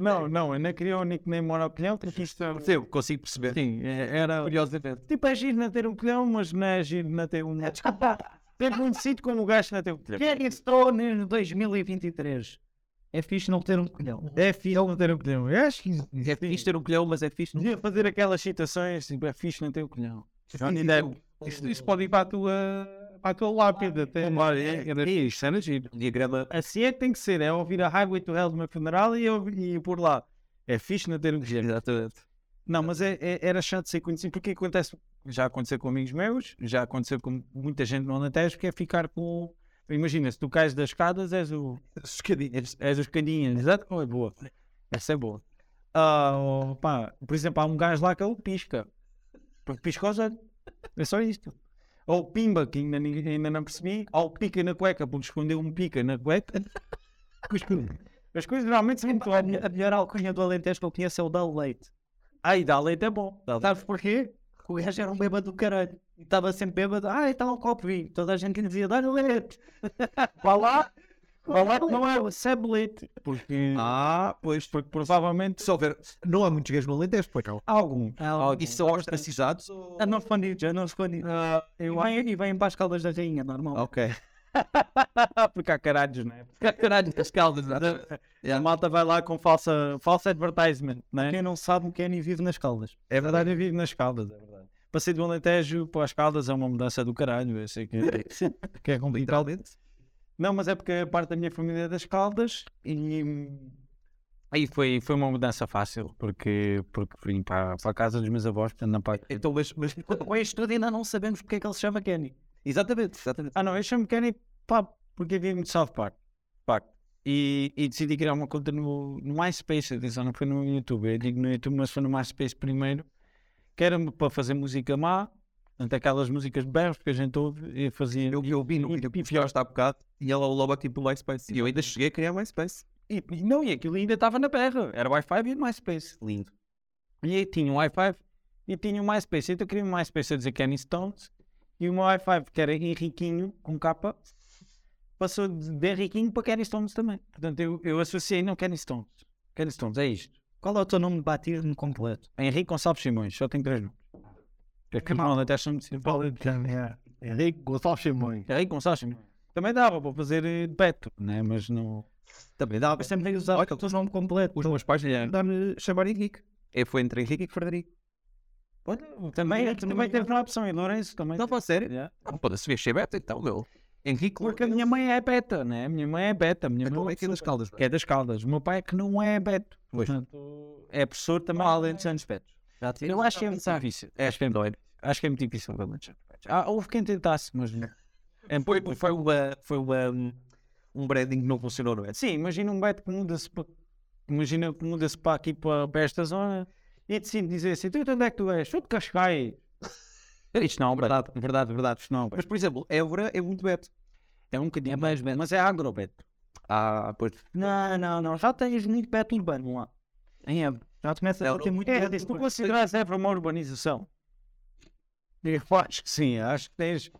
[SPEAKER 1] Não, não, eu não queria o nickname Monopilhão, porque isto é-
[SPEAKER 2] Percebo, consigo perceber.
[SPEAKER 1] Sim, é- era.
[SPEAKER 2] Curiosamente.
[SPEAKER 1] Tipo, é giro não ter um colhão, mas não é giro não ter um. Tem conhecido como o gajo não ter um colhão.
[SPEAKER 3] Quem estou em 2023? É fixe não ter um colhão.
[SPEAKER 1] É fixe não ter um colhão. Eu acho que
[SPEAKER 2] É fixe ter um colhão, mas é fixe. não-
[SPEAKER 1] devia fazer aquelas citações, tipo, é fixe não ter um colhão.
[SPEAKER 2] Sim,
[SPEAKER 1] Johnny Depp.
[SPEAKER 2] sim, sim.
[SPEAKER 4] Isto, isto pode ir para a tua para a tua lápide. Tem...
[SPEAKER 1] É isto, era giro.
[SPEAKER 2] Um diagrama.
[SPEAKER 1] Assim é que tem que ser, é ouvir a Highway to Hell do meu funeral e, eu, e por lá. É fixe não ter um género.
[SPEAKER 2] Exatamente.
[SPEAKER 1] Não, mas é, é- era chato ser conhecido, porque acontece, já aconteceu com amigos meus, já aconteceu com muita gente no Alentejo, que é ficar com... Imagina, se tu cais das escadas, és o...
[SPEAKER 2] Os cadinhos.
[SPEAKER 1] És, és os caninhas, exato. Oh, é boa. Essa é boa. Ah, oh, pá, por exemplo, há um gajo lá que ele pisca. Porque Pisca os olhos. É só isto. Ou pimba, que ainda, ninguém- ainda não percebi. Ou pica na cueca, porque escondeu um pica na cueca. Cuspe. As coisas normalmente são muito
[SPEAKER 3] É, A, melhor- a melhor alcunha do Alentejo que eu conheço é o Dal Leite.
[SPEAKER 1] Ai, dá leite é bom. Dá leite.
[SPEAKER 3] Sabes porquê? Porque o gajo era um bêbado do caralho. E estava sempre bêbado. Ah, está um copo de vinho. Toda a gente lhe dizia, dá-lhe leite.
[SPEAKER 1] Vá lá. Vá lá.
[SPEAKER 3] Não é, recebe leite.
[SPEAKER 1] Porque,
[SPEAKER 2] Ah, pois.
[SPEAKER 1] porque provavelmente
[SPEAKER 2] Se houver. Não há muitos gays no Alentejo, pois não.
[SPEAKER 1] há algum.
[SPEAKER 2] Ah, e são ostracizados ou.
[SPEAKER 3] Ah, não escondidos, eu não escondi.
[SPEAKER 1] Ah,
[SPEAKER 3] E
[SPEAKER 1] eu acho
[SPEAKER 3] vem, e vem para as caldas da rainha, normal.
[SPEAKER 2] Ah, Ok.
[SPEAKER 1] porque há caralhos, não é?
[SPEAKER 2] Caralho, as caldas.
[SPEAKER 1] A malta vai lá com falsa, falsa advertisement, não é?
[SPEAKER 3] Quem não sabe, o Kenny vive nas caldas.
[SPEAKER 1] É verdade, eu vivo nas Caldas, é verdade. Passei do Alentejo para as Caldas é uma mudança do caralho, eu sei que, que é complicado.
[SPEAKER 2] Literalmente.
[SPEAKER 1] Não, mas é porque a parte da minha família é das Caldas e aí foi, foi uma mudança fácil, porque, porque vim para, para a casa dos meus avós, portanto não para...
[SPEAKER 2] Então, mas. mas...
[SPEAKER 3] Com este tudo ainda não sabemos porque é que ele se chama Kenny.
[SPEAKER 2] Exatamente, exatamente.
[SPEAKER 1] Ah não, eu chamo Kenny, pá, porque havia muito South Park, Park. E, e decidi criar uma conta no, no MySpace, atenção, não foi no YouTube, eu digo no YouTube, mas foi no MySpace primeiro, que era para fazer música má, portanto aquelas músicas berros que a gente ouve e fazia...
[SPEAKER 2] Eu, eu vi no vídeo que o Fior está há bocado e ela o logotipo do MySpace. E eu ainda cheguei a criar MySpace.
[SPEAKER 1] E, e não, e aquilo ainda estava na berra. Era Wi-Fi e MySpace.
[SPEAKER 2] Lindo.
[SPEAKER 1] E aí tinha o Wi-Fi e tinha o MySpace. Então eu queria o MySpace a dizer Kenny Stones. E o meu Wi-Fi, que era Henriquinho, com capa, passou de de Henriquinho para Kenny Stones também. Portanto, eu, eu associei não Kenny Stones. Kenny Stones, é isto.
[SPEAKER 3] Qual é o teu nome de batismo completo?
[SPEAKER 1] Henrique Gonçalves Simões, só tem três nomes. É que mal, até chamo
[SPEAKER 4] é Henrique Gonçalves Simões.
[SPEAKER 1] Henrique Gonçalves Simões. Também dava para fazer eh, Beto, né? mas não.
[SPEAKER 2] Também dá.
[SPEAKER 3] Mas também usar o teu nome completo.
[SPEAKER 2] Os meus pais dá-me chamar Henrique. É, foi entre Henrique e Frederico.
[SPEAKER 1] Olha, também, também teve uma opção em Lourenço também.
[SPEAKER 2] Não, a sério?
[SPEAKER 1] Yeah.
[SPEAKER 2] É, Não pode se mexer beta então, meu. Henrique
[SPEAKER 1] Porque a minha mãe é beta, né? A minha mãe é beta. A minha
[SPEAKER 2] Então
[SPEAKER 1] mãe
[SPEAKER 2] é que é das caldas.
[SPEAKER 1] que é das Caldas. O meu pai é que não é beto.
[SPEAKER 2] Pois.
[SPEAKER 1] Portanto, é professor também. Há alentejanos betos.
[SPEAKER 2] Já
[SPEAKER 1] Eu acho que é muito difícil. É, acho, que é muito, acho que é muito difícil para alentejanos betos. Ah, houve quem tentasse, mas... não. É,
[SPEAKER 2] Foi, foi, uma, foi uma, um branding que não funcionou, não é?
[SPEAKER 1] Sim, imagina um beto que muda-se para... Imagina que muda-se para aqui, para, para esta zona, e decide dizer assim, tu de onde é que tu és? Sou de Cascais. Isto não, é um verdade, verdade, verdade, isto não. um
[SPEAKER 2] Mas, por exemplo, Évora é muito beto.
[SPEAKER 1] É um bocadinho mais beto, mas é agrobeto.
[SPEAKER 2] Ah, pois.
[SPEAKER 3] Não, não, não. Já tens muito Beto Urbano lá. Em Évora. Já começa
[SPEAKER 2] Não,
[SPEAKER 3] a ter muito
[SPEAKER 1] É,
[SPEAKER 3] Beto
[SPEAKER 1] se tu
[SPEAKER 3] Urbano.
[SPEAKER 1] consideras Évora uma urbanização? Eu acho que sim, acho que tens,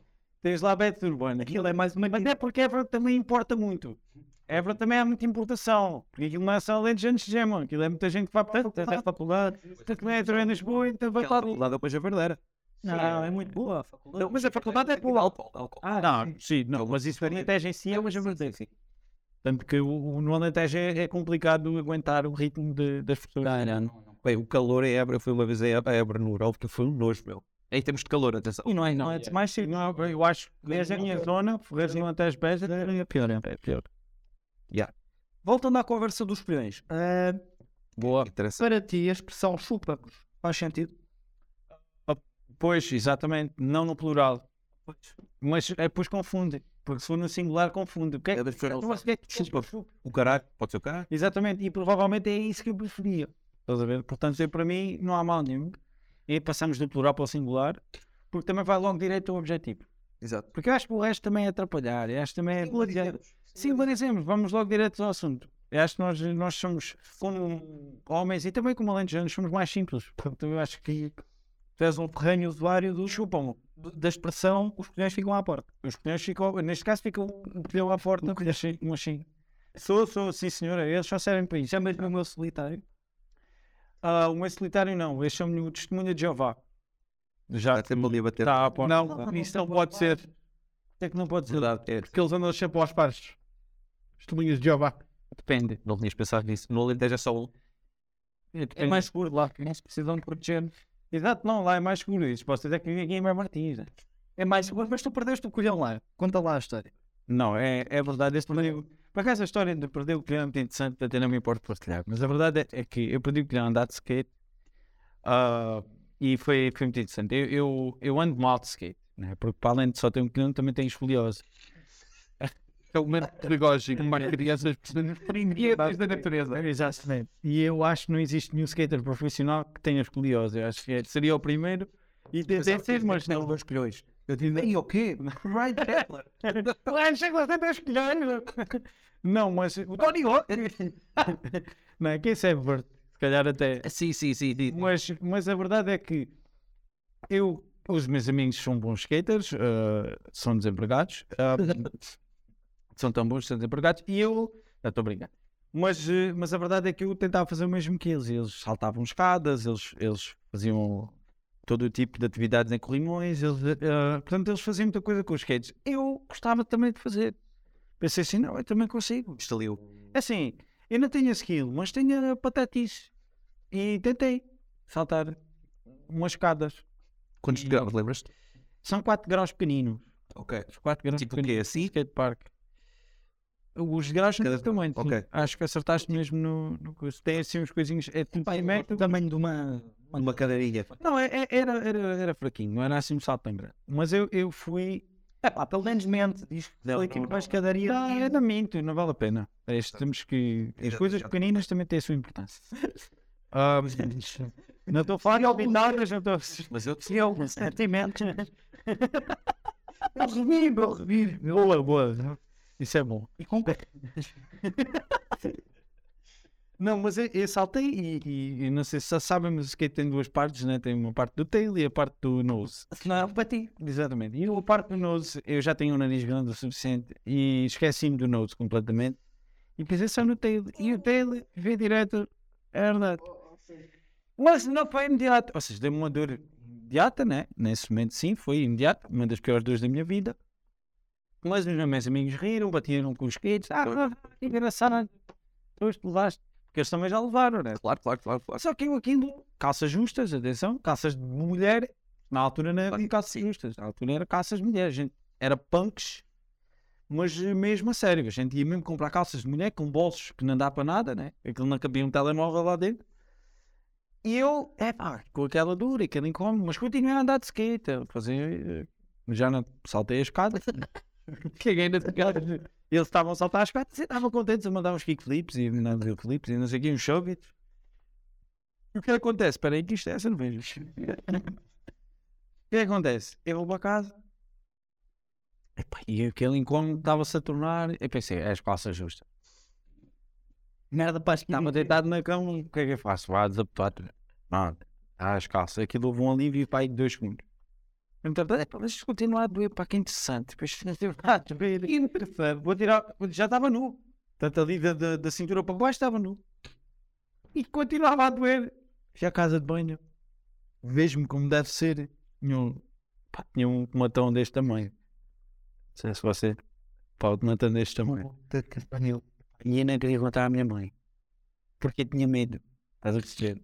[SPEAKER 1] tens lá Beto Urbano. Aquilo é mais uma. Mas é porque Évora também importa muito. Évora também há muita importação. Porque aquilo não é só alentejanos que gemam. Aquilo é muita gente que vai para a faculdade. Para a faculdade. Tanto metro é Lisboa, então vai para
[SPEAKER 2] Aquela
[SPEAKER 1] ali.
[SPEAKER 2] faculdade depois é verdadeira.
[SPEAKER 3] Não, é muito boa a faculdade.
[SPEAKER 1] Mas a faculdade é boa.
[SPEAKER 2] Álcool, álcool.
[SPEAKER 1] Ah, não, sim, não, mas isso no Alentejo em si é uma javardice. Tanto que o, o, no Alentejo é, é complicado aguentar o ritmo de- das pessoas.
[SPEAKER 2] não, não, não. Bem, o calor em Évora, foi uma vez em Évora- a Évora no Ural, porque foi um nojo, meu. Em termos de calor, atenção.
[SPEAKER 1] E não é, não é de mais cedo. Não, é eu acho que desde a minha zona, Ferreiros não até as beijas, é pior. É pior.
[SPEAKER 3] Voltando à conversa dos peões. ah,
[SPEAKER 1] eh,
[SPEAKER 2] Boa. Interessante.
[SPEAKER 3] para ti, a expressão chupa-nos faz sentido?
[SPEAKER 1] Ah, Pois, exatamente, não no plural. Mas é, pois confunde, porque se for no singular confunde. O que é que-
[SPEAKER 2] É, mas foi
[SPEAKER 1] eu
[SPEAKER 2] não
[SPEAKER 1] não sei o que é que
[SPEAKER 2] Chupa.
[SPEAKER 1] chupa.
[SPEAKER 2] O caralho, pode ser o caralho.
[SPEAKER 1] Exatamente, e provavelmente é isso que eu preferia. Estás a ver? Portanto, eu, para mim não há mal nenhum. E passamos do plural para o singular, porque também vai logo direito ao objetivo.
[SPEAKER 2] Exato.
[SPEAKER 1] Porque eu acho que o resto também é atrapalhar, eu acho que também é. Singularizemos, vamos logo direto ao assunto. Eu acho que nós, nós somos, como homens e também como alentejanos, somos mais simples. Portanto, eu acho que
[SPEAKER 3] Tu és um terreno usuário do
[SPEAKER 1] chupam
[SPEAKER 3] do- da expressão, os peões ficam à porta.
[SPEAKER 1] Os pneus ficam, neste caso, ficam um pneu à porta, um assim. Um assim. Sou, sou, sim senhora, eles só servem para isso.
[SPEAKER 3] Chamas-me o meu solitário.
[SPEAKER 1] Ah, o meu solitário não, eles chamam-lhe o testemunha de Jeová.
[SPEAKER 2] Já tem ali a bater.
[SPEAKER 1] Está à porta.
[SPEAKER 4] Não, isso não pode ser.
[SPEAKER 1] Até que não pode ser.
[SPEAKER 2] Verdade, é.
[SPEAKER 4] Porque eles andam sempre aos pares. Testemunhas de Jeová.
[SPEAKER 1] Depende.
[SPEAKER 2] Não tinhas pensado nisso. No Alentejo é só um.
[SPEAKER 1] É mais seguro lá, não se precisam de proteger. Exato, não, lá é mais seguro. Isso posso dizer que ninguém é mais Martins. né?
[SPEAKER 3] É mais seguro, mas tu perdeste o colhão lá. Conta lá a história.
[SPEAKER 1] Não, é, é verdade. Esse perdi, por acaso a história de perder o colhão é muito interessante, até não me importo partilhar. Mas a verdade é, é que eu perdi o colhão a andar de skate ah, e foi, foi muito interessante. Eu, eu, eu ando mal de skate, né? porque para além de só ter um colhão, também tenho esfoliose.
[SPEAKER 4] É o momento perigoso em que mais crianças precisam
[SPEAKER 1] E eu-
[SPEAKER 4] de da natureza.
[SPEAKER 1] Exatamente. E eu acho que não existe nenhum skater profissional que tenha escoliose. Eu acho que é- seria o primeiro. E tem tem sido, mas não.
[SPEAKER 2] dois colhões. Eu digo, e o quê? Ryan Tedler.
[SPEAKER 1] Não, mas o Tony Hawk. não, é? quem sabe, Bert? Se calhar até.
[SPEAKER 2] Sim, sim, sim. sim.
[SPEAKER 1] Mas, mas a verdade é que eu, os meus amigos são bons skaters, ah, são desempregados, ah, são tão bons, são desempregados, e eu. Não, estou brincando. Mas, eh, mas a verdade é que eu tentava fazer o mesmo que eles. Eles saltavam escadas, eles, eles faziam todo o tipo de atividades em corrimões, eles, eh, portanto, eles faziam muita coisa com os skates. Eu gostava também de fazer. Pensei assim, não, eu também consigo.
[SPEAKER 2] Estaliu.
[SPEAKER 1] É Assim, eu não tinha skill, mas tinha patetice. E tentei saltar umas escadas.
[SPEAKER 2] Quantos graus, lembras-te?
[SPEAKER 1] São 4 graus pequeninos.
[SPEAKER 2] Ok.
[SPEAKER 1] Os 4 graus
[SPEAKER 2] Tipo o
[SPEAKER 1] pequeninos
[SPEAKER 2] quê?
[SPEAKER 1] do
[SPEAKER 2] Assim?
[SPEAKER 1] skatepark. Os graus são
[SPEAKER 2] Cada-
[SPEAKER 1] desse tamanho. sim.
[SPEAKER 2] ok.
[SPEAKER 1] Acho que acertaste mesmo no, no curso. Tem assim uns coisinhos. É tipo
[SPEAKER 3] Pai,
[SPEAKER 1] metro.
[SPEAKER 3] o tamanho de uma.
[SPEAKER 2] Uma cadeirinha.
[SPEAKER 1] Não, é- é- era, era, era fraquinho, não era assim um salto tão grande. Mas eu, eu fui.
[SPEAKER 3] É pá, pelo menos mente. Diz que
[SPEAKER 2] Não,
[SPEAKER 3] foi aqui
[SPEAKER 2] não,
[SPEAKER 3] para a
[SPEAKER 2] não.
[SPEAKER 3] escadaria.
[SPEAKER 1] Ah, eu não minto, não vale a pena. É isto, temos que. As
[SPEAKER 2] Exato,
[SPEAKER 1] coisas
[SPEAKER 2] exato.
[SPEAKER 1] pequeninas também têm a sua importância. Ah, não estou a falar de alminadas, não estou a.
[SPEAKER 2] Mas eu
[SPEAKER 3] Se eu, certamente. eu revivo, eu revivo.
[SPEAKER 1] Boa, boa. Isso é bom.
[SPEAKER 3] E com
[SPEAKER 1] Não, mas eu, eu saltei e, e- e não sei se sabem, mas o skate tem duas partes, né? Tem uma parte do tail e a parte do nose.
[SPEAKER 3] Se não, é eu bati.
[SPEAKER 1] Exatamente. E a parte do nose, eu já tenho um nariz grande o suficiente e esqueci-me do nose completamente. E pensei só no tail. E o tail veio direto. É verdade. Mas não foi imediato. Ou seja, deu-me uma dor imediata, né? Nesse momento, sim, foi imediato. Uma das piores dores da minha vida. Mas os meus amigos riram, batiram com os skates. Ah, ah, que engraçado. Hoje levaste. Porque eles também já levaram, né?
[SPEAKER 2] Claro, claro, claro. claro.
[SPEAKER 1] Só que eu aquilo, calças justas, atenção, calças de mulher, na altura não eram calças justas, na altura era calças de mulher, a gente era punks, mas eh, mesmo a sério, a gente ia mesmo comprar calças de mulher com bolsos que não dá para nada, né? Aquilo não cabia um telemóvel lá dentro. E eu, é pá, com aquela dura, aquele incómodo, mas continuei a andar de skate, a fazer. eh, Já não saltei a escada. Caguei na escada. Eles estavam a saltar as escadas e estavam contentes a mandar uns kickflips e não flips e não sei o que, uns showbits. E o que acontece? Espera aí, que isto é essa cerveja. o é que acontece? Eu vou para casa. Epá, e aquele incómodo estava-se a tornar. Eu pensei, é as calças justas.
[SPEAKER 3] Merda para a
[SPEAKER 1] Estava deitado na cama, o que é que eu faço? Vá desabotar. Nada. Ah, as calças. Aquilo houve um alívio para aí de dois segundos. Entretanto, epá, mas isto continua a doer, pá, que interessante. Depois não deu nada a doer. Que é interessante. Vou tirar. Já estava nu. Tanto ali da, da, da cintura para baixo estava nu. E continuava a doer. Já a casa de banho. Vejo-me como deve ser. Tinha um, pá, tinha um tomatão deste tamanho. Não sei se você. Pá, o tomatão deste tamanho. E eu não queria contar à minha mãe. Porque eu tinha medo. Estás a perceber?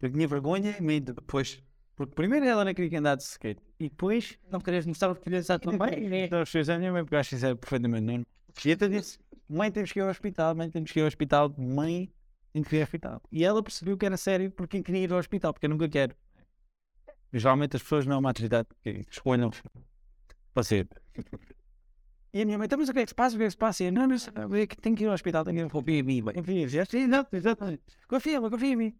[SPEAKER 1] Eu tinha vergonha e medo. Pois. Porque primeiro ela não queria que andasse de skate. E depois.
[SPEAKER 3] Não querias mostrar o que querias à tua mãe?
[SPEAKER 1] Então, os seus anos, a minha mãe, porque eu acho que isso é perfeitamente normal. E então disse: Mãe, temos que ir ao hospital, mãe, temos que ir ao hospital, mãe, temos que ir ao hospital. E ela percebeu que era sério porque queria ir ao hospital, porque eu nunca quero. Geralmente as pessoas não é uma atividade que escolham para ser. E a minha mãe, "Então, mas o que é que se passa? O que é que se passa? E eu, não, não sei, é que tenho que ir ao hospital, tenho que ir ao
[SPEAKER 2] Confia em mim, mãe.
[SPEAKER 1] enfim, exato, exato, exatamente. Confia-me, confia em mim.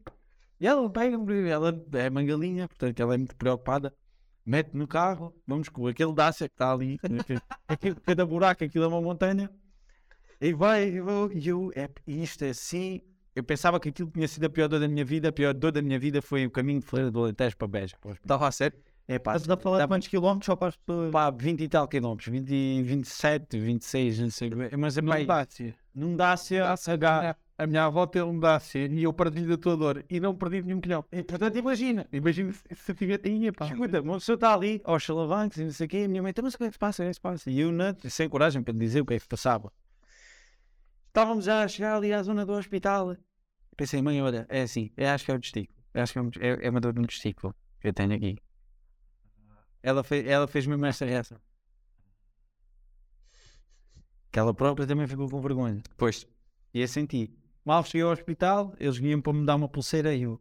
[SPEAKER 1] E ela pega-me, ela é mangalinha, portanto ela é muito preocupada. Mete no carro, vamos com aquele Dacia que está ali, que- aquele- cada buraco, aquilo é uma montanha. E vai, e vou, e eu, é, isto é assim. Eu pensava que aquilo tinha sido a pior dor da minha vida. A pior dor da minha vida foi o caminho de Fleira do Alentejo para Beja. para o hospital.
[SPEAKER 2] Estava a sério?
[SPEAKER 1] É pá,
[SPEAKER 3] Estás a falar de quantos quilómetros só para as pessoas.
[SPEAKER 1] pá, 20 e tal quilómetros, 20, e 27, 26, não sei. o quê. Mas é pá,
[SPEAKER 4] Não dá -se.
[SPEAKER 1] num Dacia, H.
[SPEAKER 4] A minha avó teve um Dácia e eu perdi-lhe a tua dor e não perdi nenhum colhão.
[SPEAKER 1] E, portanto, imagina.
[SPEAKER 4] Imagina se se eu tivesse. Ia, pá.
[SPEAKER 1] Escuta, uma pessoa está ali aos salavancos e não sei o quê, e a minha mãe, então, mas o que é que se passa? O que é que se passa? E eu, não, sem coragem para lhe dizer o que é que se passava. Estávamos já a chegar ali à zona do hospital. Pensei, mãe, olha, é assim, eu acho que é o testículo. Eu acho que é, um- é- é uma dor no testículo que eu tenho aqui. Ela, fe- ela fez mesmo essa reação. Que ela própria também ficou com vergonha.
[SPEAKER 2] Pois.
[SPEAKER 1] E eu senti. Mal cheguei ao hospital, eles vinham para me dar uma pulseira e eu.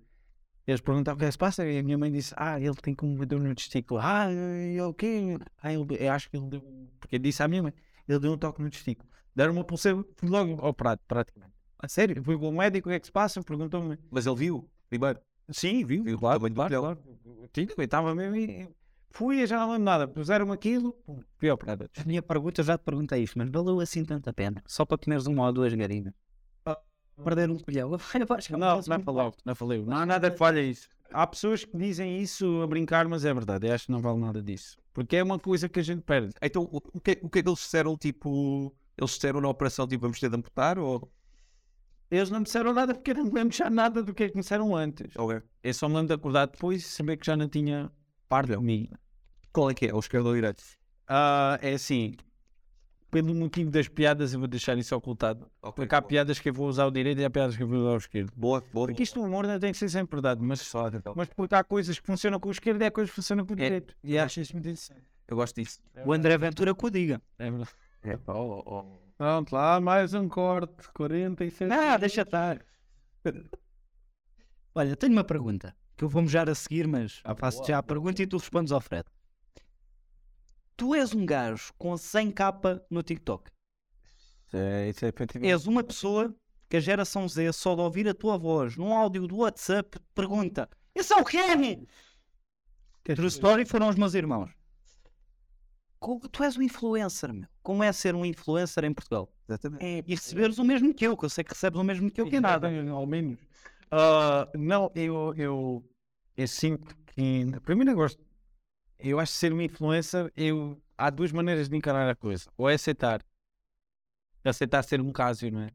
[SPEAKER 1] Eles perguntaram o que é que se passa e a minha mãe disse: Ah, ele tem como uma dor no testículo. Ah, e o quê? Ah, ele- eu acho que ele deu. um," Porque eu disse à minha mãe: Ele deu um toque no testículo. Deram uma pulseira, fui logo ao prato, praticamente. A sério, fui com o médico, o que é que se passa? Perguntou-me:
[SPEAKER 2] Mas ele viu, primeiro.
[SPEAKER 1] Sim, viu?
[SPEAKER 2] Viu o tamanho
[SPEAKER 1] claro,
[SPEAKER 2] do papel.
[SPEAKER 1] claro. Sim, eu estava mesmo. e- Fui e já não lembro nada. Puseram-me aquilo, pum, fui ao prato.
[SPEAKER 3] A minha pergunta, eu já te perguntei isto, mas valeu assim tanta pena? Só para comeres uma ou duas garinhas. Perder um colhão.
[SPEAKER 1] Não, não falou, não falei. Não há
[SPEAKER 3] é
[SPEAKER 1] nada que falha isso. Há pessoas que dizem isso a brincar, mas é verdade. Eu acho que não vale nada disso. Porque é uma coisa que a gente perde.
[SPEAKER 2] Então, o o que, o que é que eles disseram, tipo... Eles disseram na operação, tipo, vamos ter de amputar ou...
[SPEAKER 1] Eles não me disseram nada porque eu não me lembro já nada do que é que me disseram antes.
[SPEAKER 2] ou é?
[SPEAKER 1] Eu só me lembro de acordar depois e saber que já não tinha par de comigo.
[SPEAKER 2] Qual é que é? O esquerdo ou o direito?
[SPEAKER 1] Ah, é assim, pelo motivo das piadas, eu vou deixar isso ocultado.
[SPEAKER 2] Ok,
[SPEAKER 1] Porque há
[SPEAKER 2] boa.
[SPEAKER 1] piadas que eu vou usar o direito e há piadas que eu vou usar o esquerdo.
[SPEAKER 2] Boa, boa.
[SPEAKER 1] Porque isto o humor não tem que ser sempre verdade, mas,
[SPEAKER 2] Só, então.
[SPEAKER 1] mas porque há coisas que funcionam com o esquerdo e há coisas que funcionam com o
[SPEAKER 2] É.
[SPEAKER 1] direito. E acho isso muito interessante.
[SPEAKER 2] Eu gosto disso.
[SPEAKER 3] O André Ventura que o diga.
[SPEAKER 1] É verdade.
[SPEAKER 2] É, pá, ó, ó.
[SPEAKER 4] Pronto, lá mais um corte. 47.
[SPEAKER 3] Ah, deixa estar. Olha, tenho uma pergunta que eu vou mejar a seguir, mas faço já a pergunta e tu respondes ao Fred. Tu és um gajo com 100k no TikTok.
[SPEAKER 1] É,
[SPEAKER 3] És uma pessoa que a geração Z, só de ouvir a tua voz num áudio do WhatsApp, te pergunta: Isso é o Kenny! True Story foram os meus irmãos. Co- Tu és um influencer, meu. Como é ser um influencer em Portugal?
[SPEAKER 2] Exatamente.
[SPEAKER 3] É, e receberes o mesmo que eu, que eu sei que recebes o mesmo que eu, que é nada.
[SPEAKER 1] ao menos. Ah, não, eu, eu, eu sinto que. Primeiro, eu gosto. Eu acho que ser uma influencer, eu, há duas maneiras de encarar a coisa. Ou é aceitar. Aceitar ser um Cásio, não é?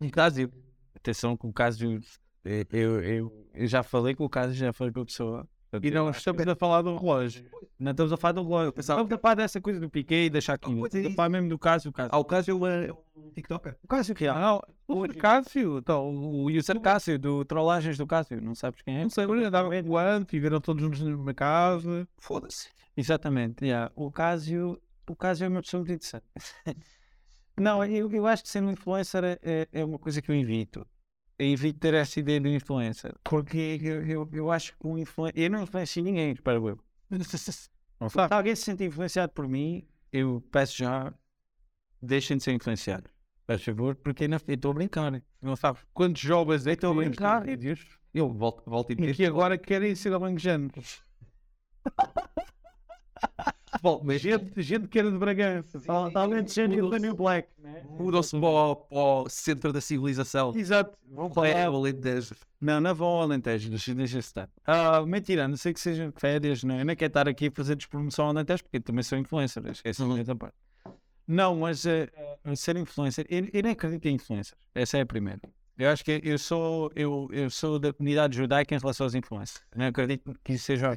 [SPEAKER 1] Um Cásio. Atenção, que o Cásio. Eu, eu, eu- eu já falei com o Cásio, já falei com a pessoa.
[SPEAKER 4] E não estamos a falar do relógio.
[SPEAKER 1] Não estamos a falar um do Glória.
[SPEAKER 2] pensava
[SPEAKER 1] um Estamos a falar dessa coisa do Piquet e deixar aqui.
[SPEAKER 2] pois é
[SPEAKER 1] Estamos a
[SPEAKER 2] isso.
[SPEAKER 1] falar mesmo do Cásio. O Cásio,
[SPEAKER 2] Ao caso, eu é um TikToker.
[SPEAKER 1] o Cásio real.
[SPEAKER 4] Não, o Cássio. Então, o
[SPEAKER 1] O Yusuf Cássio, do Trollagens do Cássio, não sabes quem é?
[SPEAKER 4] Não sei, agora andavam com o Ant, viveram todos juntos na mesma casa.
[SPEAKER 2] Foda-se.
[SPEAKER 1] Exatamente, yeah. o Cássio o Cássio é uma pessoa muito interessante.
[SPEAKER 4] Uhum.
[SPEAKER 1] não, eu, eu acho que sendo influencer é- é, é uma coisa que eu invito. Eu invito ter essa ideia de influencer, porque eu, eu, eu acho que um influencer. Eu não influencio ninguém, espero eu.
[SPEAKER 4] Não sabe?
[SPEAKER 1] Se alguém se sente influenciado por mim, eu peço já, deixem de ser influenciados. Faz favor, porque eu não- eu estou a brincar. né? Não sabes?
[SPEAKER 4] Quantos jovens é que
[SPEAKER 1] Então,
[SPEAKER 4] têm
[SPEAKER 1] claro.
[SPEAKER 4] estes vídeos?
[SPEAKER 2] Eu volto, volto e
[SPEAKER 4] E que agora querem ser abrangejanos.
[SPEAKER 2] Volto, mas
[SPEAKER 4] Gente, gente que era de Bragança. Tal- Talvez de gente do New Black.
[SPEAKER 2] mudam-se para, o- para o centro da civilização.
[SPEAKER 4] Exato.
[SPEAKER 2] Qual é a valentez?
[SPEAKER 1] Não, não vão ao Alentejo, deixa, deixa estar. Ah, mentira, a não sei que sejam férias, não, é? eu não quero estar aqui a fazer despromoção ao Alentejo, porque eu também sou influencer, esquece uhum. essa parte. Não, mas eh, eh, ser influencer, eu, eu nem acredito em influencers, essa é a primeira. Eu acho que eu sou, eu, eu sou da comunidade judaica em relação aos influencers, não acredito que isso seja,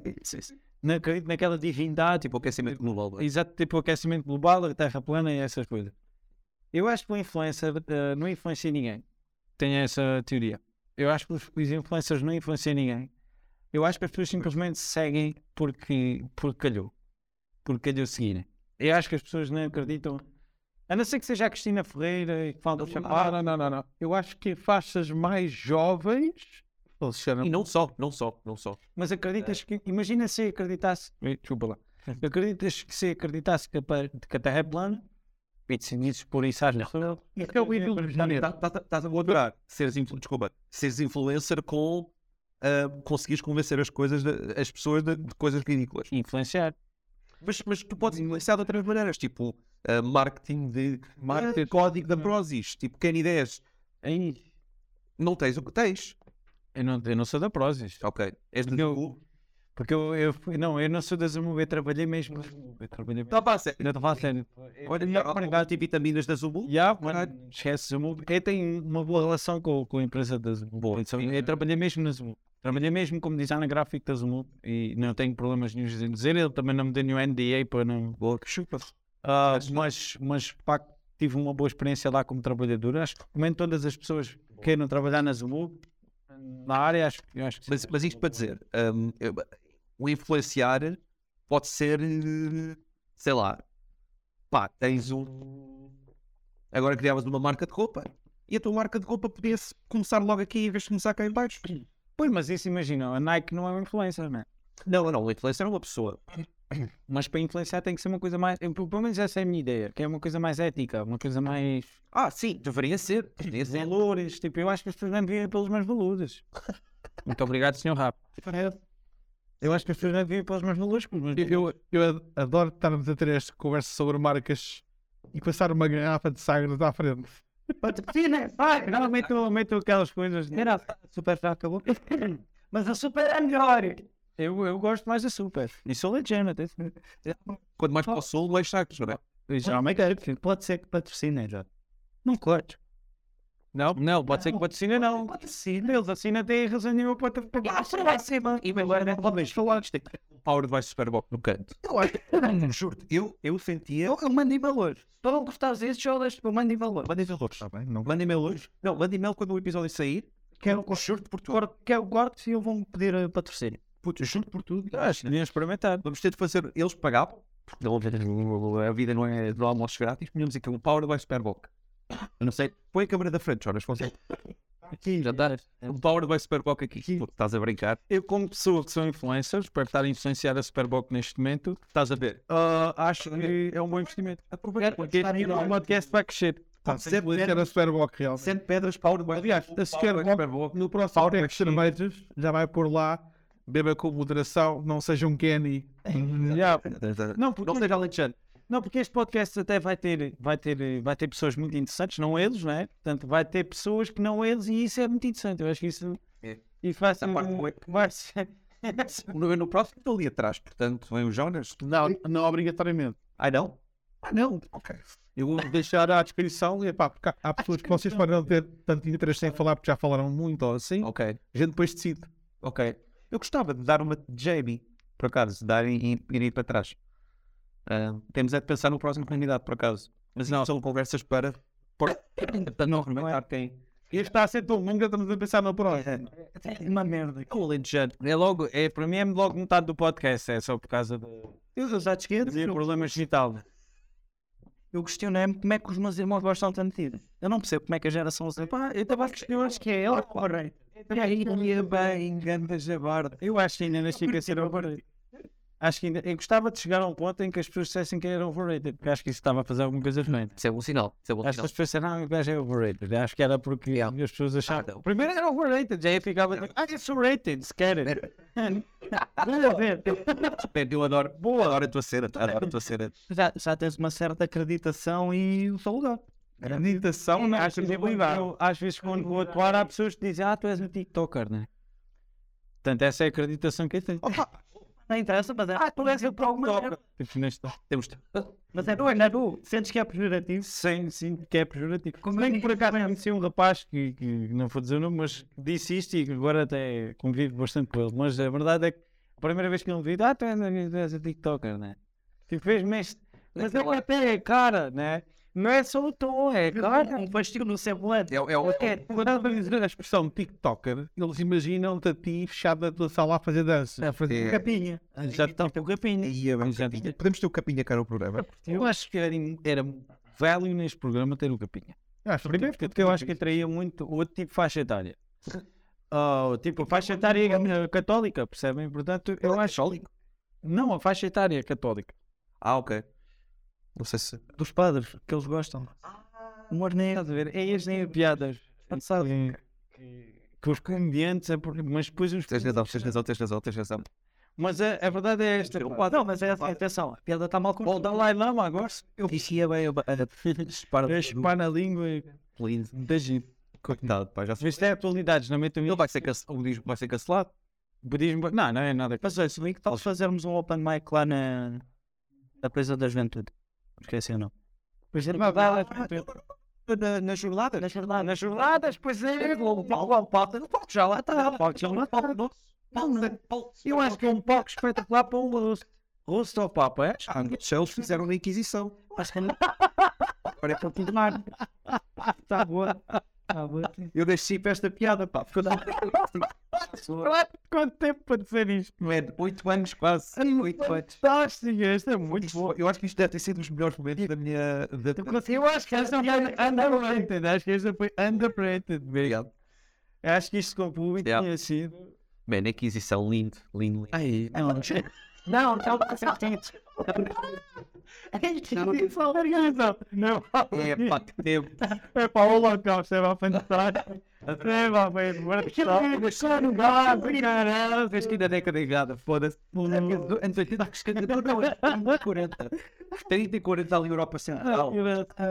[SPEAKER 1] não acredito naquela divindade,
[SPEAKER 2] Tipo, o aquecimento global. não é?
[SPEAKER 1] Exato, tipo o aquecimento global, a terra plana e essas coisas. Eu acho que o influencer eh, não influencia ninguém. Tenho essa teoria. Eu acho que os os influencers não influenciam ninguém. Eu acho que as pessoas simplesmente seguem porque, porque calhou. Porque calhou seguirem. Eu acho que as pessoas não acreditam. A não ser que seja a Cristina Ferreira e que fala do
[SPEAKER 4] Ah,
[SPEAKER 1] chamado.
[SPEAKER 4] não, não, não, não. Eu acho que faixas mais jovens funcionam.
[SPEAKER 2] E não só, não só, não só.
[SPEAKER 1] Mas acreditas que. Imagina se acreditasse. Ui, Desculpa lá. Acreditas que se acreditasse que a, pa- que a terra é plana. E decididos por isso às não.
[SPEAKER 3] é
[SPEAKER 4] Porque eu vivo no Rio de Janeiro.
[SPEAKER 2] Tá- tá- tá- Estás a adorar seres, influ... Desculpa, seres influencer com ah, conseguires convencer as, coisas de- as pessoas de, de coisas ridículas.
[SPEAKER 1] Influenciar.
[SPEAKER 2] Mas, mas tu podes influenciar de outras maneiras, tipo ah, marketing de ah,
[SPEAKER 4] Marketing.
[SPEAKER 2] código da Prozis, tipo Kenny 10.
[SPEAKER 1] Aí.
[SPEAKER 2] Não tens o que tens.
[SPEAKER 1] É Eu não, eu não sou da Prozis.
[SPEAKER 2] Ok. És do
[SPEAKER 1] Eu-
[SPEAKER 2] Google.
[SPEAKER 1] Porque eu, eu fui- não, eu não sou da Zamub, eu trabalhei mesmo. Eu trabalhei mesmo.
[SPEAKER 2] Tá pá, sério.
[SPEAKER 1] Não estou a falar sério.
[SPEAKER 3] então. É,
[SPEAKER 2] Olha, tipo, melhor de vitaminas da Zubu.
[SPEAKER 1] Já,
[SPEAKER 2] Caralho.
[SPEAKER 1] mano, esquece Zamub. Eu tenho uma boa relação com, com a empresa da Zamub.
[SPEAKER 2] Boa. é.
[SPEAKER 1] Então, Eu trabalhei mesmo na Zamub. Trabalhei mesmo como designer gráfico da Zamub e não tenho problemas nenhum em dizer. Ele também não me deu nenhum NDA para não.
[SPEAKER 2] Boa, chupa.
[SPEAKER 1] Ah, mas, mas pá, tive uma boa experiência lá como trabalhador. Acho que recomendo todas as pessoas que queiram trabalhar na Zamub, na área, acho, que- acho que sim.
[SPEAKER 2] Mas, mas isto para dizer, hum, eu- o influenciar pode ser, eh, sei lá, pá, tens um. Agora criavas uma marca de roupa e a tua marca de roupa podia-se começar logo aqui em vez de começar cá em baixo.
[SPEAKER 1] Pois, mas isso imagina, a Nike não é um influencer, não é?
[SPEAKER 2] Não, não, o influencer é uma pessoa.
[SPEAKER 1] Mas para influenciar tem que ser uma coisa mais. eu- Pelo menos essa é a minha ideia, que é uma coisa mais ética, uma coisa mais.
[SPEAKER 2] Ah, sim, deveria ser. Deveria ser.
[SPEAKER 1] Valores. Tipo, eu acho que as pessoas não vivem pelos meus valores. Muito obrigado, senhor Rap.
[SPEAKER 3] é,
[SPEAKER 1] Eu acho que as pessoas não vivem pelos meus valores. pelos
[SPEAKER 3] é,
[SPEAKER 1] meus-
[SPEAKER 4] Eu, eu- eu ad- adoro estarmos a ter esta conversa sobre marcas e passar uma garrafa de sagres à frente.
[SPEAKER 3] é
[SPEAKER 1] Vai, não, meto, meto aquelas coisas. Era, a super já acabou.
[SPEAKER 3] Mas a super é melhor.
[SPEAKER 1] Eu, eu gosto mais da super. E sou legenda, atenção.
[SPEAKER 2] Quanto mais para o sul, mais sacos, não é?
[SPEAKER 3] Eu Geralmente é, filho, pode ser que patrocinem já. Não cortes.
[SPEAKER 1] Não? Não, pode ser que patrocina, não. Patrocina, eles assim assinam, têm razão nenhuma para ter é para
[SPEAKER 3] E bem, agora talvez falaste.
[SPEAKER 2] O Power vai Superbox no canto. Eu acho. Juro-te, eu, eu sentia.
[SPEAKER 3] Eu, eu mandei valores. Para não gostares desses, só deste, eu mandei valor.
[SPEAKER 2] Mandem valores.
[SPEAKER 4] Está bem? Não
[SPEAKER 2] Mandem mail hoje. Não, mandem mail quando o episódio sair.
[SPEAKER 3] Quero
[SPEAKER 2] Juro-te por tudo.
[SPEAKER 3] corte, quero corte e eu vou pedir eh, patrocínio.
[SPEAKER 2] Putz, juro-te por tudo.
[SPEAKER 1] Acho que deviam experimentar.
[SPEAKER 2] Vamos ter de fazer. Eles pagavam. Porque não- a vida não é do almoço grátis. Punhamos aqui um Power by Superbox. Eu não sei. Põe a câmera da frente, Jonas. Fonseca.
[SPEAKER 3] Aqui,
[SPEAKER 1] É.
[SPEAKER 2] Um Power by Superbox aqui. Pô, estás a brincar.
[SPEAKER 1] Eu, como pessoa que sou influencer, espero estar a influenciar a Superbox neste momento,
[SPEAKER 2] Estás a ver.
[SPEAKER 1] ah, acho que é um bom investimento.
[SPEAKER 2] Aproveita.
[SPEAKER 1] Porque
[SPEAKER 3] estar aí,
[SPEAKER 1] o
[SPEAKER 3] não.
[SPEAKER 1] podcast vai crescer.
[SPEAKER 4] está sem era a Superbox real.
[SPEAKER 2] Sendo pedras Power
[SPEAKER 3] é
[SPEAKER 2] by
[SPEAKER 4] Aliás, a Superbox no próximo tempo de cervejas já vai por lá. Beba com moderação, não seja um Kenny.
[SPEAKER 3] Uhum.
[SPEAKER 1] Já. Não, porque,
[SPEAKER 2] Não seja Alexandre.
[SPEAKER 1] não, porque este podcast até vai ter, vai, ter, vai ter pessoas muito interessantes, não eles, né? Portanto, vai ter pessoas que não eles e isso é muito interessante. Eu acho que isso.
[SPEAKER 2] É.
[SPEAKER 1] E um faz
[SPEAKER 2] Essa parte não é-
[SPEAKER 1] vai ser-
[SPEAKER 2] No, no próximo estou ali atrás, portanto, vem o Jonas.
[SPEAKER 4] Não, não obrigatoriamente.
[SPEAKER 2] Ah, não? Ah, não. Ok.
[SPEAKER 4] Eu vou deixar à descrição, e, pá, porque há- há pessoas que vocês podem não ter tanto interesse em falar porque já falaram muito ou assim.
[SPEAKER 2] Ok.
[SPEAKER 4] A gente depois decide.
[SPEAKER 2] Ok. Eu gostava de dar uma de Jamie, por acaso, dar e e- ir aí para trás. Ah, temos é de pensar no próximo candidato, por acaso. Mas não, são conversas para. para, para
[SPEAKER 1] é?
[SPEAKER 2] não arrebentar quem.
[SPEAKER 4] Este está a ser tão longo, já estamos a pensar no próximo.
[SPEAKER 3] É uma merda.
[SPEAKER 2] O Alexandre.
[SPEAKER 1] É logo, é, para mim é logo metade do podcast, é só por causa do
[SPEAKER 3] Eu já te esqueço.
[SPEAKER 1] de problemas digital.
[SPEAKER 3] Eu questionei-me como é que os meus irmãos gostam tanto de ti. Eu não percebo como é que a geração Z. Pá, eu estava a questionar acho que é ela. Ora,
[SPEAKER 1] E aí, ia bem, grande jabarda. Eu acho que ainda nasci para ser overrated. Acho que ainda. Eu gostava de chegar a um ponto em que as pessoas dissessem que era overrated, porque acho que isso estava a fazer alguma coisa diferente.
[SPEAKER 2] Isso é bom sinal. Isso é bom
[SPEAKER 1] Acho que as pessoas disseram, não, o gajo é overrated. Acho que era porque as pessoas
[SPEAKER 2] Ah,
[SPEAKER 1] achavam.
[SPEAKER 2] não.
[SPEAKER 1] Primeiro era overrated, já aí ficava. tipo, Ah, it's overrated, se querem.
[SPEAKER 2] Eu adoro. Boa. Adoro a tua cena. tá, Adoro a tua cena.
[SPEAKER 3] já, já tens uma certa acreditação e o seu lugar.
[SPEAKER 4] Meditação é na
[SPEAKER 1] Acho que
[SPEAKER 4] credibilidade.
[SPEAKER 1] eu, às vezes quando vou atuar, há pessoas que dizem, ah, tu és um TikToker, né? Portanto, essa é a acreditação que eu tenho.
[SPEAKER 3] Não interessa, mas é. Ah, tu és eu para alguma merda.
[SPEAKER 1] Tipo, neste-
[SPEAKER 2] Temos.
[SPEAKER 3] Mas é doido, não é do? Sentes que é pejorativo?
[SPEAKER 1] Sim, sim, que é pejorativo.
[SPEAKER 3] Como
[SPEAKER 1] Como Nem
[SPEAKER 3] é
[SPEAKER 1] que
[SPEAKER 3] que
[SPEAKER 1] por acaso conheci um rapaz que, que não vou dizer o nome, mas disse isto e que agora até convivo bastante com ele. Mas a verdade é que a primeira vez que ele me viu, ah, tu és, tu és a TikToker, né? Tipo, fez-me este. Mas ele até é cara, né? Não é só o tom, é cara.
[SPEAKER 3] Um pastil no semblante.
[SPEAKER 2] É, o- é o.
[SPEAKER 4] Quando eu dizer a expressão TikToker, eles imaginam-te a ti fechado na tua sala a fazer dança.
[SPEAKER 2] É.
[SPEAKER 3] Capinha.
[SPEAKER 1] Já um estão com o capinho.
[SPEAKER 2] Podemos ter o capinha cá no programa.
[SPEAKER 1] Eu acho que era, era value neste programa ter o capinha.
[SPEAKER 3] É.
[SPEAKER 4] Acho Tipo, que é
[SPEAKER 1] Primeiro porque eu acho que atraía muito outro tipo de faixa etária. Oh, tipo, a faixa etária eh, católica, percebem? Portanto, eu acho. Não, a faixa etária católica.
[SPEAKER 2] Ah, ok. Não sei se.
[SPEAKER 3] Dos padres, que eles gostam. Humor negro.
[SPEAKER 1] Ah. Estás a ver? É as piadas
[SPEAKER 3] Sabe?
[SPEAKER 1] que, que os comediantes, é por- mas depois os.
[SPEAKER 2] Tens razão, tens razão, tens razão, tens razão.
[SPEAKER 1] Mas a, a verdade é esta. pá.
[SPEAKER 3] Não, mas é essa atenção. A piada está mal
[SPEAKER 1] O
[SPEAKER 3] construída.
[SPEAKER 1] Dalai Lama agora
[SPEAKER 2] Eu dizia bem.
[SPEAKER 1] é a espar na língua
[SPEAKER 2] Lindo.
[SPEAKER 1] da gente.
[SPEAKER 2] Coitado, pá, já se
[SPEAKER 1] Isto é atualidades, não meto
[SPEAKER 2] Ele vai ser, cance- o disco vai ser cancelado.
[SPEAKER 1] budismo. Não, não é nada.
[SPEAKER 3] Mas olha, se bem que tal se fazermos um open mic lá na. Na presa da juventude. Esqueci o nome.
[SPEAKER 1] Pois é,
[SPEAKER 2] Na, nas jornadas?
[SPEAKER 3] Nas jornadas.
[SPEAKER 1] Ah, nas jornadas, pois é.
[SPEAKER 2] já lá está.
[SPEAKER 1] Eu acho que é um palco espetacular para um rosto. Rosto ao Papa, é?
[SPEAKER 2] Ah, mas eles fizeram a Inquisição.
[SPEAKER 3] Agora é para continuar.
[SPEAKER 1] Está Tá boa.
[SPEAKER 2] Eu nasci para esta piada, pá. Porque eu não...
[SPEAKER 1] Quanto tempo para dizer isto?
[SPEAKER 2] Man, 8 é, anos quase. 8 anos.
[SPEAKER 1] Fantástico, este é muito
[SPEAKER 2] Isto
[SPEAKER 1] bom.
[SPEAKER 2] foi- Eu acho que isto deve ter sido um dos melhores momentos da minha. Da...
[SPEAKER 1] Eu acho que esta foi underrated. Acho que esta foi underrated.
[SPEAKER 2] Obrigado.
[SPEAKER 1] Acho que isto com o público
[SPEAKER 2] Yeah.
[SPEAKER 1] tinha sido.
[SPEAKER 2] Man, aquisição lindo, lindo, lindo.
[SPEAKER 1] Ai,
[SPEAKER 3] Não, não, É não, é não,
[SPEAKER 1] não.
[SPEAKER 2] É, pá,
[SPEAKER 3] não, não,
[SPEAKER 2] que tempo.
[SPEAKER 1] É para o holocausto, é para a fantasma. É para ver o
[SPEAKER 3] não,
[SPEAKER 2] Caralho, tens que ir na década errada, foda-se. Do- Anos 80, acho que ainda não, é 30 e 40. 30 e 40 ali, Europa Central.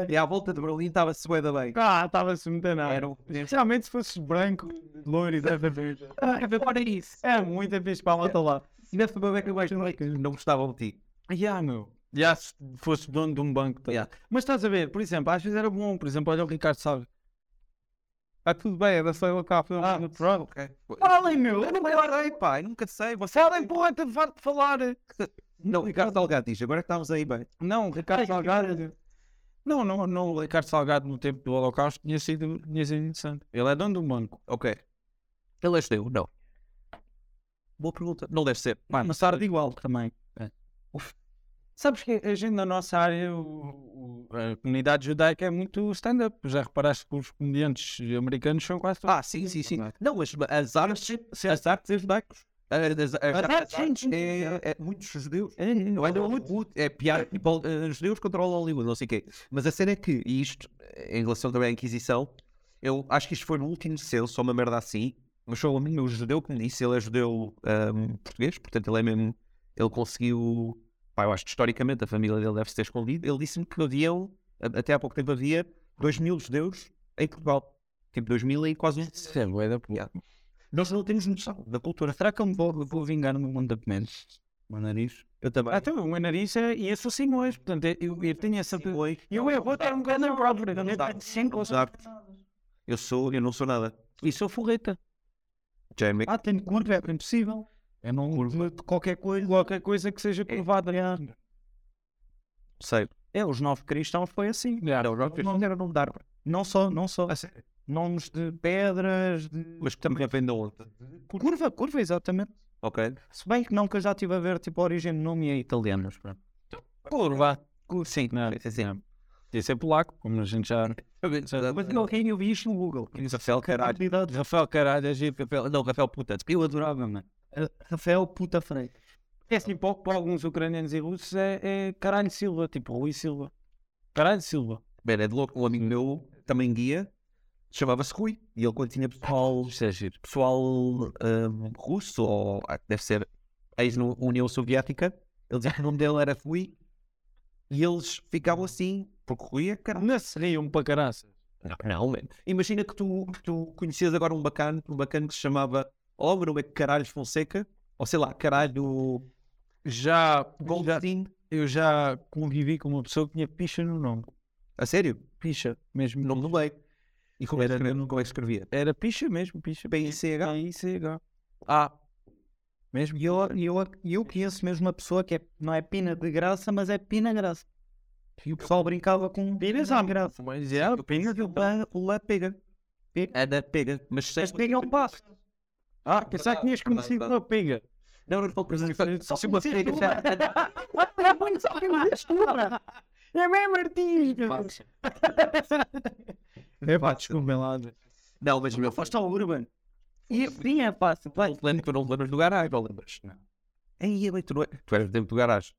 [SPEAKER 2] E à volta de Berlim estava-se bué da bem.
[SPEAKER 1] Ah, estava-se muito nada.
[SPEAKER 2] Era o
[SPEAKER 1] Especialmente se fosses branco, loiro e dessa vez.
[SPEAKER 2] Agora é isso.
[SPEAKER 1] É muito fixe para a malta lá.
[SPEAKER 2] Se tivesse uma beca mais rica, não gostavam de ti.
[SPEAKER 1] Já, meu. Já se fosse dono de um banco. tá?
[SPEAKER 2] Yeah.
[SPEAKER 1] Mas estás a ver, por exemplo, às vezes era bom. Por exemplo, olha o Ricardo Salles.
[SPEAKER 4] Está tudo bem, era só eu cá a fazer um
[SPEAKER 1] Ah,
[SPEAKER 4] minuto.
[SPEAKER 1] pronto.
[SPEAKER 2] Falem, meu! Eu não sei, pá, eu nunca sei. Você
[SPEAKER 1] Salem, porra, te farto de falar.
[SPEAKER 2] Não, Ricardo Salgado diz, agora que estamos aí bem.
[SPEAKER 1] Não, Ricardo Salgado. Não, não, não. O Ricardo Salgado, no tempo do Holocausto, tinha sido, tinha sido interessante. Ele é dono de um banco.
[SPEAKER 2] Ok. Ele é judeu? Não. Boa pergunta. Não deve ser.
[SPEAKER 1] Pá, mas tarde igual também.
[SPEAKER 2] É.
[SPEAKER 1] Hum. Uf. Sabes que a gente na nossa área, o- o- a comunidade judaica é muito stand-up. Já reparaste que os comediantes americanos são quase todos.
[SPEAKER 2] Ah, sim, sim, sim.
[SPEAKER 1] é.
[SPEAKER 2] Não, mas as artes.
[SPEAKER 1] Ah,
[SPEAKER 2] As artes é judaicos. As
[SPEAKER 1] artes,
[SPEAKER 2] artes
[SPEAKER 1] sim,
[SPEAKER 2] é é muitos judeus.
[SPEAKER 1] É, é,
[SPEAKER 2] Não é do Hollywood, é piada. Tipo, eh, os judeus controlam Hollywood, não sei o quê. Mas a cena é que, e isto, eh, em relação também à Inquisição, eu acho que isto foi no último censo, só uma merda assim. Mas só o meu judeu que me disse, ele é judeu ahm, português, portanto ele é mesmo. Ele conseguiu. Pá, eu acho que historicamente a família dele deve se ter escondido. Ele disse-me que haviam, a- até há pouco tempo havia, 2 mil judeus em Portugal. Tipo, 2 mil e quase. um.
[SPEAKER 1] Isso é bué da p-
[SPEAKER 2] Nós não temos noção da cultura.
[SPEAKER 1] Será que eu me vou, vou vingar no meu mandamento?
[SPEAKER 2] O nariz. Eu também.
[SPEAKER 1] Até Ah, o meu nariz é, e eu sou sinhoês, portanto eu, eu, eu tenho essa.
[SPEAKER 2] Sim, oi.
[SPEAKER 1] Eu, eu vou ter um grande Robert,
[SPEAKER 2] Não dá. Não dá. Eu sou, eu não sou nada.
[SPEAKER 1] e sou forreta.
[SPEAKER 2] Jamie.
[SPEAKER 1] Ah, tenho curva, é impossível. É não qualquer coisa, qualquer coisa que seja provada. É,
[SPEAKER 2] Sei.
[SPEAKER 1] os nove cristãos foi assim.
[SPEAKER 2] Não, não, não, não, não dar.
[SPEAKER 1] Não só, não só. Nomes de pedras, de.
[SPEAKER 2] Mas também vem da onde?
[SPEAKER 1] Curva, curva, exatamente.
[SPEAKER 2] Ok.
[SPEAKER 1] Se bem que não, que eu já estive a ver, tipo, a origem do nome é italiana. espera.
[SPEAKER 2] Curva. Sim,
[SPEAKER 1] Não,
[SPEAKER 2] sim, sim.
[SPEAKER 1] Podia ser polaco, como a gente já.
[SPEAKER 2] Né? É. Mas
[SPEAKER 1] eu, eu vi isto no Google.
[SPEAKER 2] Rafael, caralho.
[SPEAKER 1] Rafael, caralho, é giro.
[SPEAKER 2] Rafael, não, Rafael, puta.
[SPEAKER 1] Eu adorava, mano.
[SPEAKER 3] Rafael Puta Freire.
[SPEAKER 1] É assim, para, para alguns ucranianos e russos é, é Caralho Silva, tipo Rui Silva. Caralho Silva.
[SPEAKER 2] Mano, é de louco. Um amigo meu, também guia, chamava-se Rui. E ele, quando tinha pessoal,
[SPEAKER 1] Isto é giro.
[SPEAKER 2] pessoal ahm, russo, ou ah, deve ser ex-União Soviética, ele dizia que o nome dele era Rui. E eles ficavam assim, porque Rui é caralho.
[SPEAKER 1] Não um seriam para caraças.
[SPEAKER 2] Não, não, man. Imagina que tu, que tu conheces agora um bacana, um bacana que se chamava Olá, o meu nome é Caralhos Fonseca, ou sei lá, Caralho
[SPEAKER 1] Já, já-
[SPEAKER 2] Goldstein.
[SPEAKER 1] eu já convivi com uma pessoa que tinha picha no nome.
[SPEAKER 2] A sério?
[SPEAKER 1] Picha, mesmo.
[SPEAKER 2] Nome do meio. E como é que escrevia? Como é que escrevia?
[SPEAKER 1] Era picha mesmo, picha.
[SPEAKER 2] P-I-C-H.
[SPEAKER 1] P-I-C-H.
[SPEAKER 2] Ah,
[SPEAKER 1] Mesmo.
[SPEAKER 3] E eu, e eu, e eu conheço mesmo uma pessoa que é, não é pina de graça, mas é pina graça. E o pessoal brincava com
[SPEAKER 1] Pinas
[SPEAKER 3] pina
[SPEAKER 1] à
[SPEAKER 3] de graça.
[SPEAKER 1] Mas é, pinas
[SPEAKER 3] O lá- O lá pega.
[SPEAKER 2] Ana Pega. Mas um sei.
[SPEAKER 3] Mas pega o passo.
[SPEAKER 1] Ah, pensar que tinhas conhecido uma pega.
[SPEAKER 2] Não, não estou presente. Só um se uma
[SPEAKER 3] conhecer
[SPEAKER 2] pega.
[SPEAKER 3] tu,
[SPEAKER 2] já-
[SPEAKER 1] É mesmo artista. É pá, desculpem lá.
[SPEAKER 2] Não, mas meu, faz
[SPEAKER 3] Foste ao Urban. E sim, é fácil. Vai.
[SPEAKER 2] lembro que tu não te lembras do garagem, não lembras? Não. Aí, bem, tu não é. Tu eras do tempo do garagem.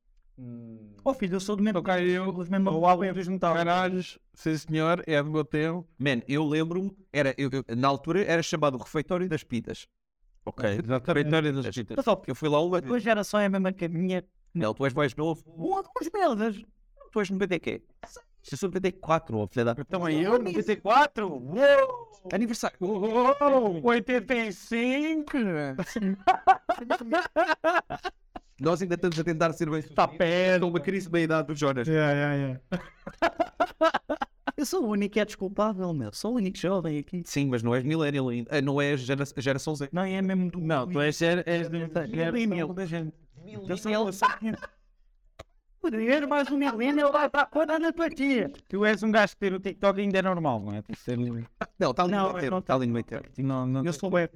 [SPEAKER 3] Oh filho, eu sou do mesmo.
[SPEAKER 4] Ok, eu-
[SPEAKER 3] do mesmo-
[SPEAKER 1] O álbum dos metal.
[SPEAKER 4] Caralhos, sim senhor, é do meu tempo.
[SPEAKER 2] Man, eu lembro-me, era, eu- eu- na altura era chamado o refeitório das pitas.
[SPEAKER 1] Ok.
[SPEAKER 4] Exatamente.
[SPEAKER 1] Vitória das Chitas.
[SPEAKER 3] Mas ó,
[SPEAKER 2] Eu fui lá uma Um
[SPEAKER 3] a tua geração é a mesma que a minha.
[SPEAKER 2] Não, tu és mais novo.
[SPEAKER 3] Boa, com as merdas.
[SPEAKER 2] Tu és 94. Eu sou 94, ó, filha da.
[SPEAKER 3] Então é
[SPEAKER 1] Também eu, 94. Uou!
[SPEAKER 2] Oh, Aniversário.
[SPEAKER 1] Uou! um, 85!
[SPEAKER 2] Nós ainda estamos a tentar ser bem. Está Tá perto. Estou uma crise da idade do
[SPEAKER 3] É,
[SPEAKER 2] Jonas.
[SPEAKER 3] Eu sou o único que é desculpável, meu. Sou o único jovem aqui.
[SPEAKER 2] Sim, mas não és millennial ainda. Ah, Não és gera- geração Z.
[SPEAKER 3] Não, é mesmo do.
[SPEAKER 1] Não, tu és, és, és,
[SPEAKER 3] Millennial.
[SPEAKER 1] da gente.
[SPEAKER 3] Eu sou ele. Primeiro mais uma Helena, eu levo a cor na tua tia.
[SPEAKER 1] Tu és um gajo que ter o TikTok ainda é normal, não é? Tem que ser livre.
[SPEAKER 2] Não, está ali
[SPEAKER 1] Não,
[SPEAKER 2] no
[SPEAKER 1] eu
[SPEAKER 2] meio termo.
[SPEAKER 1] não
[SPEAKER 2] Está ali no meio termo.
[SPEAKER 1] Não, não,
[SPEAKER 3] Eu sou bem.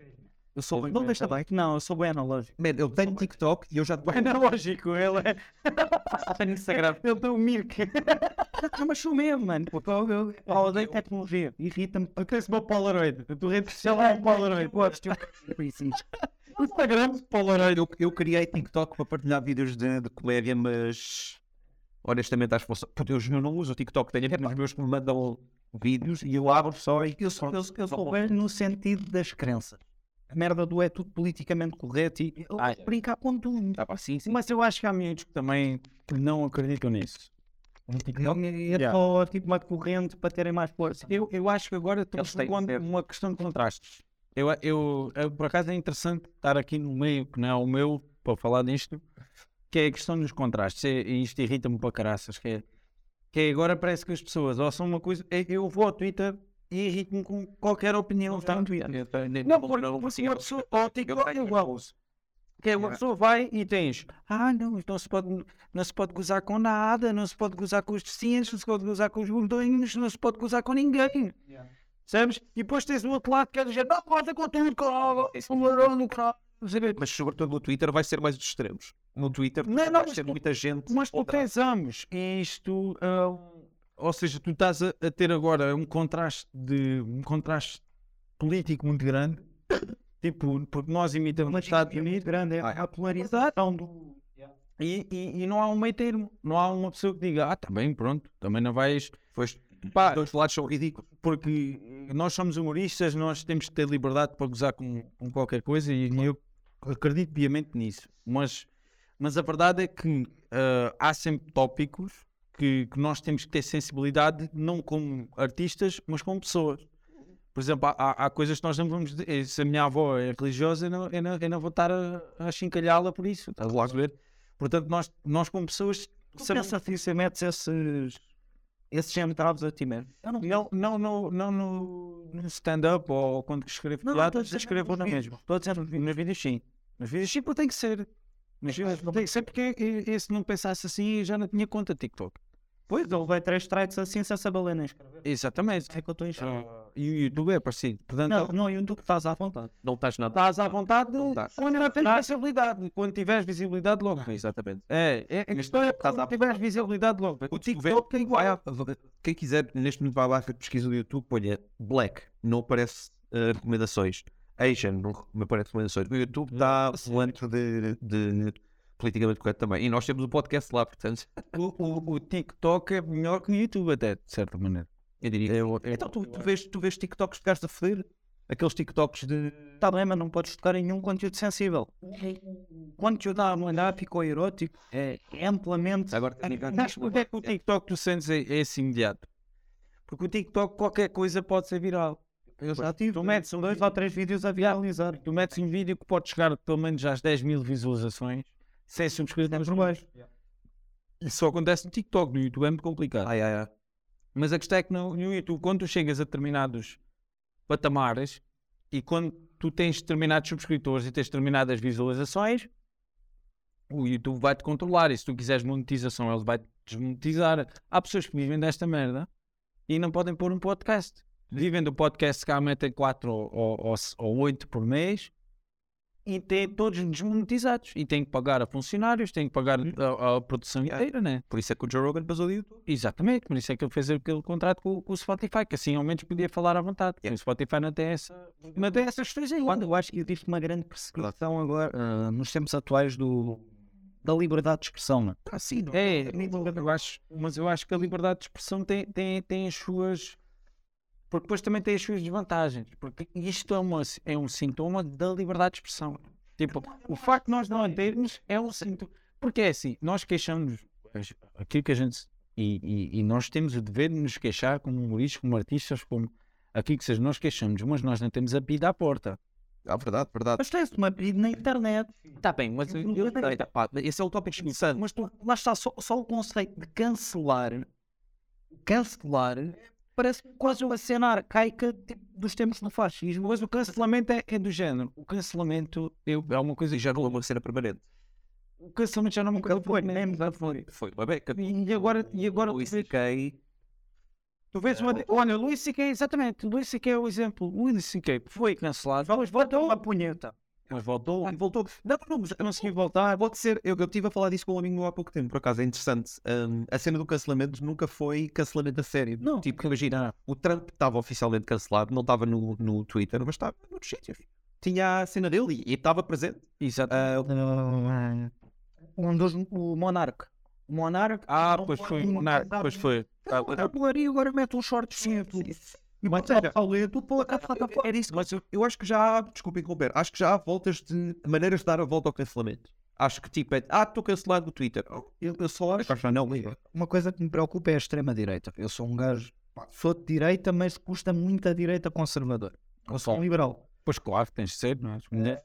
[SPEAKER 2] Eu sou
[SPEAKER 1] não deixa bem. Não, eu sou bem analógico.
[SPEAKER 2] Man, eu tenho TikTok e eu já te
[SPEAKER 1] Analógico, ele é. Tenho Instagram. Ele tem um milk. Não, mas sou mesmo, mano. Pô, então eu- eu- eu Odeio tecnologia. Irrita-me. Eu tenho uma Polaroid. A tua rede social é um Polaroid. O Instagram é Polaroid.
[SPEAKER 2] eu, eu criei TikTok para partilhar vídeos de, de comédia, mas honestamente acho que você. Pô, eu, eu não uso o TikTok, tenho apenas os meus que me mandam vídeos e eu abro só e eu só.
[SPEAKER 3] Eu, eu sou bem no sentido das crenças. A merda do é tudo politicamente correto e eu
[SPEAKER 1] Ai.
[SPEAKER 3] brincar com tudo.
[SPEAKER 2] Ah, pá, sim, sim.
[SPEAKER 1] Mas eu acho que há miúdos que também que não acreditam nisso.
[SPEAKER 3] Não, é
[SPEAKER 1] Yeah.
[SPEAKER 3] só tipo uma corrente para terem mais força.
[SPEAKER 1] Eu, eu acho que agora
[SPEAKER 2] Eles
[SPEAKER 1] estamos
[SPEAKER 2] têm
[SPEAKER 1] com
[SPEAKER 2] certo.
[SPEAKER 1] uma questão de contrastes. Eu, eu, eu, por acaso é interessante estar aqui no meio, que não é o meu, para falar disto, que é a questão dos contrastes. É- E isto irrita-me para caraças, que é, que é agora parece que as pessoas ou são uma coisa. é- Eu vou ao Twitter e irrito-me com qualquer opinião que está no Twitter.
[SPEAKER 2] Eu tenho- nem-
[SPEAKER 1] Não, porque assim, uma pessoa, ou TikTok é igual. Que é uma pessoa vai e tens, ah, não, mas não se pode, não se pode gozar com nada, não se pode gozar com os deficientes, não se pode gozar com os gordinhos, não se pode gozar com ninguém. Sabes? E depois tens o outro lado que é dizer, não, goza com tudo, cara, isso é um ladrão do caralho", não sei o quê.
[SPEAKER 2] Mas sobretudo no Twitter vai ser mais dos extremos. No Twitter
[SPEAKER 1] Não,
[SPEAKER 2] vai
[SPEAKER 1] não, mas
[SPEAKER 2] ser
[SPEAKER 1] tu-
[SPEAKER 2] muita gente.
[SPEAKER 1] Mas tu
[SPEAKER 2] contra-
[SPEAKER 1] tens ambos. E isto, ah, ou seja, tu estás a, a ter agora um contraste de um contraste político muito grande. Tipo, porque nós imitamos os Estados Unidos,
[SPEAKER 3] grande é
[SPEAKER 2] Ah, é.
[SPEAKER 3] a polarização.
[SPEAKER 1] Exato. E, e- e não há um meio termo, não há uma pessoa que diga, ah, tá bem, pronto, também não vais.
[SPEAKER 2] Pois,
[SPEAKER 1] Pá,
[SPEAKER 2] os dois lados são ridículos.
[SPEAKER 1] porque nós somos humoristas, nós temos que ter liberdade para gozar com, com qualquer coisa e eu acredito piamente nisso. Mas, mas a verdade é que ah, há sempre tópicos que, que nós temos que ter sensibilidade, não como artistas, mas como pessoas. Por exemplo, há- há, há coisas que nós não vamos. dizer. Se a minha avó é religiosa, eu não, eu não, eu não vou estar a, a chincalhá-la por isso. Estás lá a ver? Portanto, nós, nós como pessoas. sabemos-
[SPEAKER 3] Pensa assim, se metes esses, esses centavos a ti mesmo. Eu não,
[SPEAKER 1] Não, não, não, não no, no stand-up ou quando escrevo
[SPEAKER 3] Não, não, estou a
[SPEAKER 1] piadas,
[SPEAKER 3] dizer
[SPEAKER 1] escrevo
[SPEAKER 3] nos
[SPEAKER 1] na
[SPEAKER 3] vídeos.
[SPEAKER 1] mesma. Estou a dizer nos vídeos- nos vídeos sim. Nos vídeos sim, porque tem que ser. Nos vídeos tem que ser porque eh, eh, se não pensasse assim já não tinha conta TikTok.
[SPEAKER 3] Pois, ele vai três strikes assim sem essa balena.
[SPEAKER 1] Exatamente.
[SPEAKER 3] É que eu estou enxergando.
[SPEAKER 1] E o YouTube é parecido. Portanto,
[SPEAKER 3] Não, não, e o que estás à vontade.
[SPEAKER 2] Não estás nada.
[SPEAKER 1] estás à vontade
[SPEAKER 2] Não dá.
[SPEAKER 1] quando não tens Ah. visibilidade. Quando tiveres visibilidade, logo vês.
[SPEAKER 2] Exatamente.
[SPEAKER 1] É, é, a questão é
[SPEAKER 2] estás à
[SPEAKER 1] quando tiveres visibilidade, logo vês. O TikTok é igual.
[SPEAKER 2] Vai à- Quem quiser, neste momento, vai à barra de pesquisa do YouTube, ponha Black, não aparece eh, recomendações. Asian, não me aparece recomendações. O YouTube
[SPEAKER 1] Hum,
[SPEAKER 2] está volante de, de politicamente correto também. E nós temos o podcast lá, portanto.
[SPEAKER 1] O, o- o TikTok é melhor que o YouTube, até, de certa maneira.
[SPEAKER 2] Eu diria. então tu, tu, vês, tu vês TikToks de gajos a foder? Aqueles TikToks de.
[SPEAKER 1] "Tá
[SPEAKER 3] Está bem, mas não podes tocar em nenhum conteúdo sensível. O conteúdo harmonápico ou erótico é amplamente.
[SPEAKER 2] Agora
[SPEAKER 1] Mas porque é que o TikTok tu sentes é, é assim imediato? Porque o TikTok qualquer coisa pode ser viral. Eu já tive. Tu metes um,
[SPEAKER 3] Dois ou três vídeos a viralizar.
[SPEAKER 1] tu metes um vídeo que pode chegar pelo menos às 10 mil visualizações sem subscritos por baixo. Isso só acontece no TikTok, no YouTube é muito complicado.
[SPEAKER 2] Ai, ai, ai.
[SPEAKER 1] Mas a questão é que no, no YouTube, quando tu chegas a determinados patamares e quando tu tens determinados subscritores e tens determinadas visualizações, o YouTube vai-te controlar. E se tu quiseres monetização, ele vai-te desmonetizar. Há pessoas que vivem desta merda e não podem pôr um podcast. Vivem do podcast que metem 4 ou, ou, ou, se- ou 8 por mês e têm todos desmonetizados. E têm que pagar a funcionários, têm que pagar a, a produção inteira, né?
[SPEAKER 2] Por isso é que o Joe Rogan passou do YouTube.
[SPEAKER 1] Exatamente, por isso é que ele fez aquele contrato com, com o Spotify, que assim ao menos podia falar à vontade. porque O Spotify não tem essa. Não tem essas coisas aí.
[SPEAKER 3] Uhum. Quando eu acho que existe uma grande perseguição agora, ah, nos tempos atuais, do, da liberdade de expressão. né?
[SPEAKER 2] Ah, sim, não.
[SPEAKER 1] É, eu acho, mas eu acho que a liberdade de expressão tem, tem, tem as suas. Porque depois também tem as suas desvantagens. Porque isto é, uma, é um sintoma da liberdade de expressão. Tipo, o facto de nós não a termos é um sintoma. Porque é assim, nós queixamos as- aquilo que a gente. E, e- e nós temos o dever de nos queixar como humoristas, como artistas, como aquilo que seja, nós queixamos, mas nós não temos a pida à porta.
[SPEAKER 2] Ah, verdade, verdade.
[SPEAKER 3] Mas tens uma pedido na internet.
[SPEAKER 1] Está tá bem, mas eu, eu-
[SPEAKER 2] Eita, pá, esse é o tópico interessante.
[SPEAKER 3] Mas tu, lá está, só, só o conceito de cancelar. Cancelar parece quase uma cena arcaica tipo, dos tempos do fascismo.
[SPEAKER 1] mas o cancelamento é, é do género. O cancelamento eu- é uma coisa
[SPEAKER 2] E já não é uma cena permanente.
[SPEAKER 1] o cancelamento já não me
[SPEAKER 3] foi,
[SPEAKER 1] né?
[SPEAKER 3] nem já foi.
[SPEAKER 2] Foi uma beca.
[SPEAKER 1] E e agora, e agora tu
[SPEAKER 2] Luís
[SPEAKER 1] vês,
[SPEAKER 2] C.K.
[SPEAKER 1] tu vês uma. Olha, Luís C.K., exatamente, Luís C.K. é o exemplo. Luís C.K. foi cancelado,
[SPEAKER 3] Vamos voltar uma punheta.
[SPEAKER 1] mas voltou.
[SPEAKER 2] Ah, Voltou. Não, não, mas
[SPEAKER 1] Eu não sei voltar.
[SPEAKER 2] Pode ser, eu, eu estive a falar disso com um amigo meu há pouco tempo, por acaso é interessante. Hum, a cena do cancelamento nunca foi cancelamento a sério.
[SPEAKER 1] Não.
[SPEAKER 2] Tipo, imagina, o Trump estava oficialmente cancelado, não estava no, no Twitter, mas estava noutros sítios. Tinha a cena dele e e estava presente.
[SPEAKER 1] Exato.
[SPEAKER 2] Ah,
[SPEAKER 1] Um dos, o Monark. O Monark.
[SPEAKER 4] Ah, pois foi. Não, pois foi. Ah,
[SPEAKER 1] Agora pularia, agora mete um short cinto.
[SPEAKER 2] mas
[SPEAKER 1] era-
[SPEAKER 2] obsoleto, pô, cá, cá, cá, era isso. Mas eu, eu acho que já há, desculpa interromper, acho que já há voltas de maneiras de dar a volta ao cancelamento. Acho que tipo é, ah, estou cancelado no Twitter. Oh, Eu, eu só acho. Já não, liga.
[SPEAKER 3] Uma coisa que me preocupa é a extrema-direita. Eu sou um gajo, pá, sou de direita, mas custa muito a direita conservadora. Eu sou um liberal.
[SPEAKER 4] Pois claro, que tens de ser, não é?
[SPEAKER 3] Né?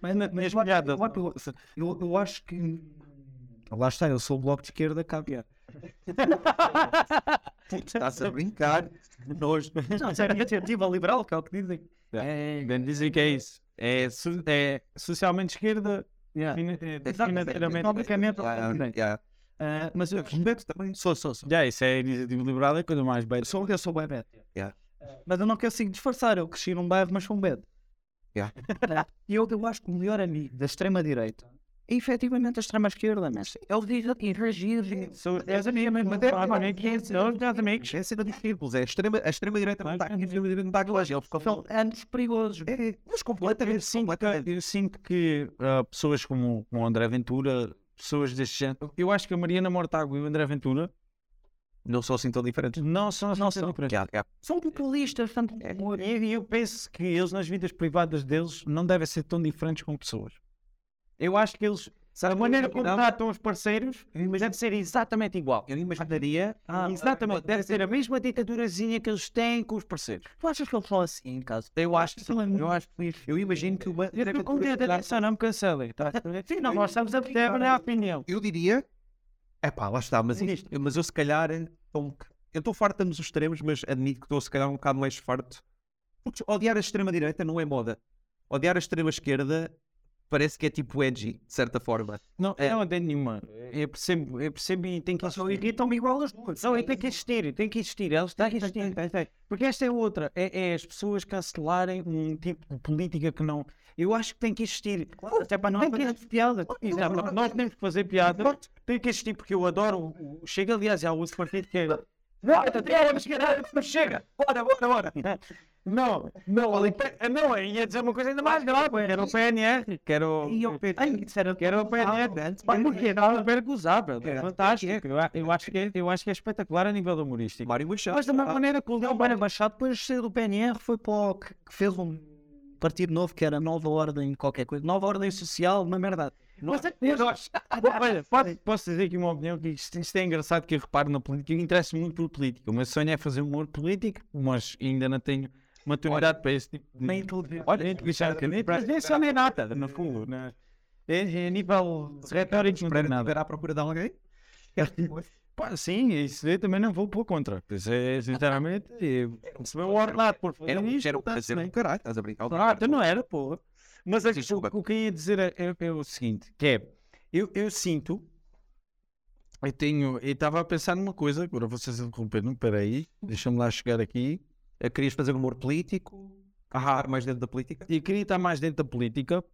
[SPEAKER 3] Mas, mas,
[SPEAKER 1] Mas
[SPEAKER 3] eu-
[SPEAKER 1] piada.
[SPEAKER 3] eu, eu, eu acho que. Lá está, eu sou o é? bloco de esquerda, cabe.
[SPEAKER 2] Estás a brincar. Nós.
[SPEAKER 3] Não, isso é a iniciativa liberal, que é o que dizem.
[SPEAKER 1] Bem, dizem que é isso. É, so- é socialmente esquerda,
[SPEAKER 3] Yeah.
[SPEAKER 1] fina- é,
[SPEAKER 3] Exatamente.
[SPEAKER 1] financeiramente.
[SPEAKER 3] é,
[SPEAKER 2] Ah, yeah.
[SPEAKER 3] Ah, mas eu respeito também. Sou, sou, sou.
[SPEAKER 1] Já, isso é iniciativa liberal, é coisa mais bem.
[SPEAKER 3] Eu sou, um, eu sou bem bad.
[SPEAKER 2] Yeah.
[SPEAKER 3] Mas eu não consigo disfarçar. Eu cresci num bairro, mas sou um bad.
[SPEAKER 2] Yeah.
[SPEAKER 3] E eu, eu acho que o melhor amigo da extrema-direita é efetivamente a extrema-esquerda, mas é eles dizem interagir.
[SPEAKER 1] Sou- És amigo, mas mas é
[SPEAKER 3] um
[SPEAKER 1] amigo, que é são os meus amigos.
[SPEAKER 2] É a cena dos círculos, é a extrema, a extrema direita não está aqui, a extrema direita não está aqui, eles
[SPEAKER 3] é. São
[SPEAKER 2] ficam
[SPEAKER 3] anos perigosos.
[SPEAKER 2] é, mas completamente, sim, completamente.
[SPEAKER 1] Eu sinto que ah, pessoas como como o André Ventura, pessoas deste género, eu acho que a Mariana Mortágua e o André Ventura
[SPEAKER 3] é.
[SPEAKER 2] Não são assim tão diferentes. É,
[SPEAKER 1] não são não são diferentes.
[SPEAKER 2] Yeah, yeah.
[SPEAKER 3] São populistas, tanto
[SPEAKER 1] É, E eu penso que eles, nas vidas privadas deles, não devem ser tão diferentes como pessoas. Eu acho que eles, a maneira como tratam os parceiros, mas deve ser exatamente igual.
[SPEAKER 2] Eu imaginaria.
[SPEAKER 1] Ah, exatamente, deve ser a mesma ditadurazinha que eles têm com os parceiros.
[SPEAKER 3] Tu achas que eles são assim em casa?
[SPEAKER 2] Eu acho que eu acho que eu imagino que uma
[SPEAKER 1] assim? Eu estou contente, atenção, não me cancelem. Tá? Sim, não, nós estamos a ter a minha opinião.
[SPEAKER 2] Eu diria. É pá, lá está, mas, isto- mas eu se calhar. então, eu estou farto de ambos os extremos, mas admito que estou se calhar um bocado mais farto. Porque odiar a extrema-direita não é moda. Odiar a extrema-esquerda parece que é tipo edgy, de certa forma.
[SPEAKER 1] Não,
[SPEAKER 2] É.
[SPEAKER 1] não tem nenhuma. Eu percebo, eu percebo e tem que
[SPEAKER 3] Só
[SPEAKER 1] existir.
[SPEAKER 3] irritam-me igual as duas.
[SPEAKER 1] Não, e tem que existir, tem que existir. Eles têm que existir. tem, tem. Porque esta é outra. É, é as pessoas cancelarem um tipo de política que não. Eu acho que tem que existir. Até para não
[SPEAKER 3] Tem
[SPEAKER 1] fazer
[SPEAKER 3] que- piada.
[SPEAKER 1] Exato, nós- Nós temos que fazer piada. Tem que existir, porque eu adoro. o- o- Chega, aliás, há outro partido que é. Não, mas caralho, mas chega! Bora, bora, bora! Não, não, ali- não, eu ia dizer uma coisa ainda mais grave. Era o PNR, que era o.
[SPEAKER 3] E eu Ai, isso era-
[SPEAKER 1] Que era o PNR. Mas porquê? Estava a ver gozar, bro. É fantástico. Eu, a- eu acho que é, eu acho que é espetacular a nível humorístico.
[SPEAKER 2] Mário Machado. ah,
[SPEAKER 3] Mas da
[SPEAKER 1] Ah,
[SPEAKER 3] mesma maneira que o Leão Bana Machado depois saiu do PNR, foi para o que, que fez um partido novo que era Nova Ordem qualquer coisa, Nova Ordem Social, uma merda.
[SPEAKER 1] Mas é- eu acho-
[SPEAKER 3] Ah,
[SPEAKER 1] Olha, posso, posso dizer aqui uma opinião que isto, isto é engraçado que eu reparo na política. Eu interesso muito por política. O meu sonho é fazer humor político, mas ainda não tenho maturidade para esse tipo de.
[SPEAKER 3] Nem tudo. é
[SPEAKER 1] Olha, nem deixar que nem nem só nem nada, no fundo. né? É, é a nível retórico não tem nada.
[SPEAKER 2] à procura de alguém?
[SPEAKER 1] Pá, sim, isso eu também não vou pôr contra. Pois é, Sinceramente,
[SPEAKER 2] É
[SPEAKER 1] eu recebi o ordenado por fazer
[SPEAKER 2] um Era um
[SPEAKER 1] isto,
[SPEAKER 2] era um
[SPEAKER 1] É tá-se
[SPEAKER 2] prazer
[SPEAKER 1] bem.
[SPEAKER 2] do caralho, estás a brincar. um
[SPEAKER 1] Ah, então não era, pô. Mas é que
[SPEAKER 2] Desculpa.
[SPEAKER 1] o, o que eu ia dizer é, é- é o seguinte, que é, eu, eu sinto, eu tenho, eu estava a pensar numa coisa, agora vocês interromperam, peraí, deixa-me lá chegar aqui.
[SPEAKER 2] Eh, Querias fazer humor político? Ah, mais dentro da política?
[SPEAKER 1] E queria estar mais dentro da política,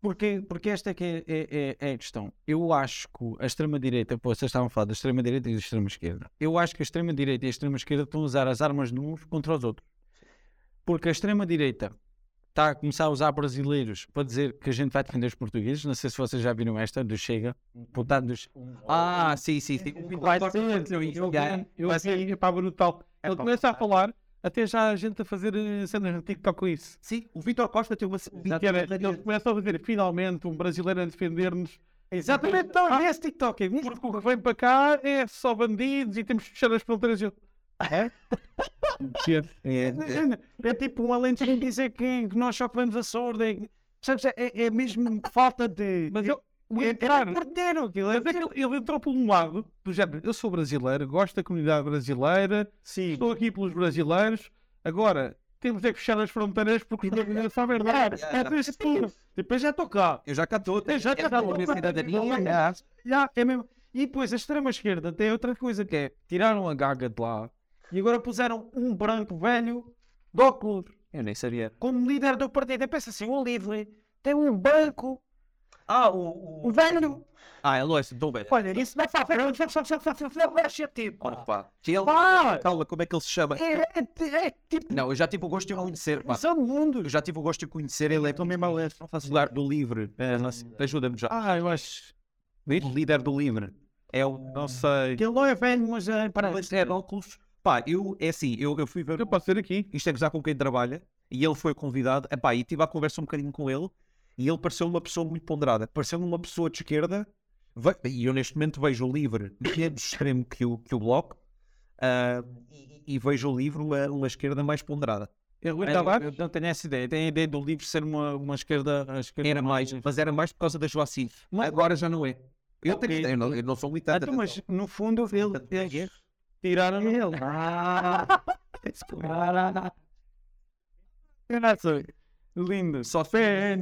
[SPEAKER 1] porque, porque esta é que é, é- é- é a questão. Eu acho que a extrema-direita, pô, vocês estavam a falar da extrema-direita e da extrema-esquerda. Eu acho que a extrema-direita e a extrema-esquerda estão a usar as armas de uns contra os outros. Porque a extrema-direita está a começar a usar brasileiros para dizer que a gente vai defender os portugueses. Não sei se vocês já viram esta, do Chega, deputado dos...
[SPEAKER 2] Ah, sim, sim, sim.
[SPEAKER 1] Vai ser, eu, eu, eu,
[SPEAKER 4] Eu assim, pá, brutal. Ele
[SPEAKER 2] É pá,
[SPEAKER 4] começa a falar, até já a gente a fazer eh, cenas no TikTok com isso.
[SPEAKER 2] Sim, o Vitor Costa tem uma.
[SPEAKER 4] Que era, eles começam a dizer, finalmente, um brasileiro a defender-nos.
[SPEAKER 1] Exatamente,
[SPEAKER 3] Então,
[SPEAKER 1] não, é esse TikTok, é isso?
[SPEAKER 4] Ah. Porque o que vem para cá é só bandidos e temos que fechar as fronteiras. Eu,
[SPEAKER 1] É, é tipo um alentejinho dizer que, que nós só comemos a sorda. e- Sabes, é- é, é mesmo falta de.
[SPEAKER 4] Mas eu, o
[SPEAKER 1] é, é,
[SPEAKER 4] entrar,
[SPEAKER 1] é porteiro, aquilo. É,
[SPEAKER 4] mas é que ele, ele entrou por um lado, do género, eu sou brasileiro, gosto da comunidade brasileira,
[SPEAKER 1] sim.
[SPEAKER 4] estou aqui pelos brasileiros. Agora, temos é que fechar as fronteiras porque os brasileiros não sabem nada.
[SPEAKER 1] É
[SPEAKER 2] Yeah, yeah.
[SPEAKER 1] desse tipo. Tipo, eu já estou cá.
[SPEAKER 2] Eu já cá estou.
[SPEAKER 1] Eu já cá
[SPEAKER 2] estou.
[SPEAKER 1] estou.
[SPEAKER 2] Minha cidadania.
[SPEAKER 1] Yeah. Yeah, é mesmo. E depois a extrema-esquerda tem outra coisa que é tiraram a gaga de lá e agora puseram um branco velho de óculos
[SPEAKER 2] Eu nem sabia.
[SPEAKER 1] como líder do partido. Eu penso assim, o livre tem um branco,
[SPEAKER 2] Ah, o.
[SPEAKER 1] um velho.
[SPEAKER 2] Ah, é Lois, estou bem.
[SPEAKER 1] Olha, isso vai para a frente, vai para a frente, vai para a frente, vai para a frente, tipo.
[SPEAKER 2] Ora, pá. Que ele-
[SPEAKER 1] Pá!
[SPEAKER 2] Calma, como é que ele se chama?
[SPEAKER 1] É, é, é tipo,
[SPEAKER 2] Não, eu já tive o gosto de o conhecer, pá.
[SPEAKER 1] são
[SPEAKER 2] Eu
[SPEAKER 1] mundos.
[SPEAKER 2] já tive o gosto de o conhecer. Ele é
[SPEAKER 1] Então
[SPEAKER 2] também mal não faço lugar do livre. É, nossa, Ajuda-me já.
[SPEAKER 1] Ah, eu acho.
[SPEAKER 2] Diz? O líder do livre. É o.
[SPEAKER 4] Não sei.
[SPEAKER 1] Ele não é velho, mas é, parece.
[SPEAKER 2] Mas é de óculos. Pá, eu. É assim, eu, eu fui ver.
[SPEAKER 4] Eu posso ser aqui.
[SPEAKER 2] isto é gozar com quem trabalha, e ele foi convidado, epá, e tive a conversa um bocadinho com ele, e ele pareceu uma pessoa muito ponderada, pareceu uma pessoa de esquerda, ve- e eu neste momento vejo o livre menos extremo que o, que o Bloco, ah, e, e vejo o livre uma, uma esquerda mais ponderada.
[SPEAKER 4] É Rui
[SPEAKER 1] Eu-
[SPEAKER 4] Tavares?
[SPEAKER 1] Eu não tenho essa ideia. Tenho a ideia do livro ser uma, uma esquerda. a esquerda
[SPEAKER 2] Era mais, mas era mais por causa da Joacim.
[SPEAKER 1] Mas-
[SPEAKER 2] Agora já não é. Eu,
[SPEAKER 1] Ok.
[SPEAKER 2] tenho- eu não, eu não sou
[SPEAKER 1] Ah,
[SPEAKER 2] militante.
[SPEAKER 1] então, mas no fundo, ele,
[SPEAKER 2] atenção.
[SPEAKER 1] eles tiraram ele. Ah, eu não sei. Lindo.
[SPEAKER 2] Só se é,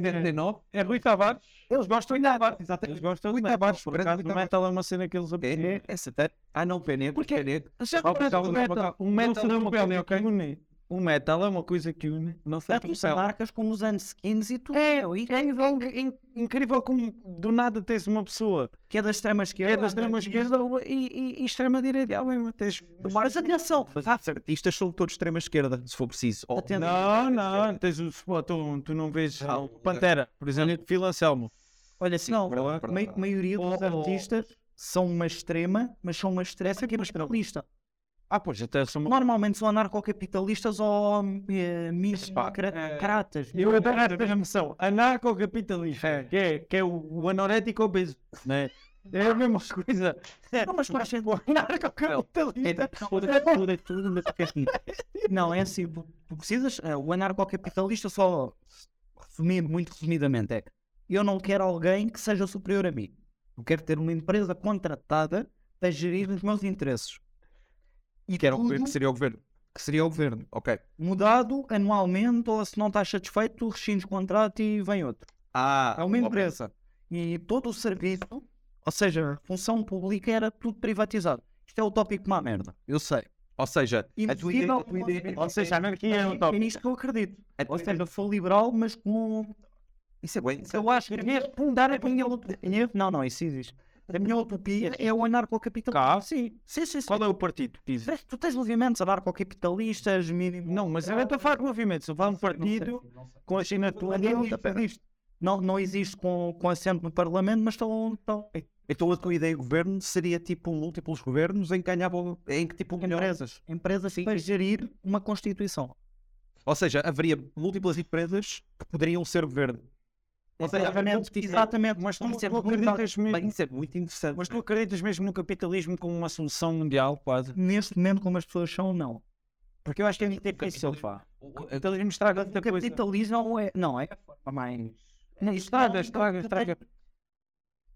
[SPEAKER 4] É Rui Tavares?
[SPEAKER 1] Eles gostam de Tavares. Exatamente. Eles gostam de Tavares. Por
[SPEAKER 2] Grande
[SPEAKER 1] acaso,
[SPEAKER 2] Rui
[SPEAKER 1] o metal é uma cena que eles apreciam.
[SPEAKER 2] é satã- Ah, não, Penedo.
[SPEAKER 1] Porque-
[SPEAKER 2] Penedo.
[SPEAKER 1] Já
[SPEAKER 4] Ao metal,
[SPEAKER 1] o
[SPEAKER 4] ao
[SPEAKER 1] metal,
[SPEAKER 4] metal.
[SPEAKER 1] o metal
[SPEAKER 4] Não
[SPEAKER 1] é
[SPEAKER 4] se
[SPEAKER 1] uma coisa
[SPEAKER 4] repelem,
[SPEAKER 1] que
[SPEAKER 4] ok?
[SPEAKER 1] une. O metal é uma coisa que une. Não sei como
[SPEAKER 3] Tanto
[SPEAKER 1] é.
[SPEAKER 3] marcas como os anos 15 e tudo.
[SPEAKER 1] É, é in- incrível como do nada tens uma pessoa
[SPEAKER 3] Que é da extrema
[SPEAKER 1] que é
[SPEAKER 3] esquerda.
[SPEAKER 1] da extrema-esquerda e, e, e extrema-direita. Ah, bem, mas Tens
[SPEAKER 3] Mas atenção,
[SPEAKER 2] Artistas são todos um de extrema esquerda, se for preciso. Oh, Ou-
[SPEAKER 3] Atento.
[SPEAKER 1] Não, não, tens o pô, tu, tu não vês
[SPEAKER 2] Não,
[SPEAKER 1] Pantera, por exemplo, Vila Selmo.
[SPEAKER 3] olha assim,
[SPEAKER 2] Não,
[SPEAKER 3] não,
[SPEAKER 2] verdade,
[SPEAKER 3] a
[SPEAKER 2] verdade,
[SPEAKER 3] ma-
[SPEAKER 2] verdade.
[SPEAKER 3] maioria dos
[SPEAKER 1] Oh, oh.
[SPEAKER 3] artistas são uma extrema, mas são uma estressa que é uma capitalista.
[SPEAKER 1] Ah, pois, até são uma...
[SPEAKER 3] Normalmente são anarcocapitalistas ou eh,
[SPEAKER 1] eh,
[SPEAKER 3] microcratas.
[SPEAKER 1] Eu até acho que noção, anarcocapitalista, que é, que é o, o anorético obeso, né? é a mesma coisa.
[SPEAKER 3] Não, mas faz sentido.
[SPEAKER 1] O anarcocapitalista.
[SPEAKER 3] Tudo é tudo, mas é assim. Não, é assim, tu tu precisas, eh, o anarcocapitalista só resumindo, muito resumidamente, é eu não quero alguém que seja superior a mim. Eu quero ter uma empresa contratada para gerir os meus interesses. E
[SPEAKER 2] Que era o
[SPEAKER 3] tudo
[SPEAKER 1] Uhum.
[SPEAKER 2] governo, que seria é o governo. Que seria o governo, ok.
[SPEAKER 3] mudado anualmente, é ou se não estás satisfeito, tu rescindes o contrato e vem outro.
[SPEAKER 2] Ah,
[SPEAKER 3] É uma
[SPEAKER 2] ok.
[SPEAKER 3] empresa. E todo o serviço, ou seja, a função pública era tudo privatizado. Isto é o tópico de uma merda. Eu sei.
[SPEAKER 2] Ou seja, a tua ideia, a tua ideia-
[SPEAKER 1] Ou seja, a anarquia é um
[SPEAKER 3] É
[SPEAKER 1] tópico.
[SPEAKER 3] nisto que eu acredito.
[SPEAKER 2] a tua
[SPEAKER 3] Ou
[SPEAKER 2] ideia-
[SPEAKER 3] seja, sou liberal, mas com. um,
[SPEAKER 2] Isso é bem.
[SPEAKER 3] Eu acho que mesmo fundar
[SPEAKER 2] É
[SPEAKER 3] a minha utopia. Não, não, isso existe. A minha utopia é o anarcocapitalismo.
[SPEAKER 1] Cá, sim.
[SPEAKER 3] Sim, sim, sim.
[SPEAKER 1] Qual é o partido? Diz.
[SPEAKER 3] Tu- Tu tens movimentos anarcocapitalistas, mínimo.
[SPEAKER 1] Não, mas eu não estou a falar de movimento, estou a falar de um partido com a assinatura
[SPEAKER 3] Não, não, é Não, não existe com, com assento no Parlamento, mas estão. estão
[SPEAKER 2] Então a tua ideia de governo seria tipo múltiplos governos em que ganhavam. em que tipo melhor.
[SPEAKER 3] empresas. Empresas para gerir uma Constituição.
[SPEAKER 2] Ou seja, haveria múltiplas empresas que poderiam ser governo. Ou seja,
[SPEAKER 3] Exatamente, exatamente. Mas
[SPEAKER 1] Mas tu acreditas
[SPEAKER 2] Bem,
[SPEAKER 1] mesmo-
[SPEAKER 2] isso é muito interessante.
[SPEAKER 1] mas tu acreditas mesmo no capitalismo como uma solução mundial, quase?
[SPEAKER 3] Neste momento, como as pessoas são, não.
[SPEAKER 1] Porque eu acho que é muito difícil, pá. O capitalismo é estraga
[SPEAKER 3] O
[SPEAKER 1] tanta é coisa.
[SPEAKER 3] capitalismo não é. Não, é a forma mais.
[SPEAKER 1] Não, Estraga, estraga, estraga.
[SPEAKER 3] é?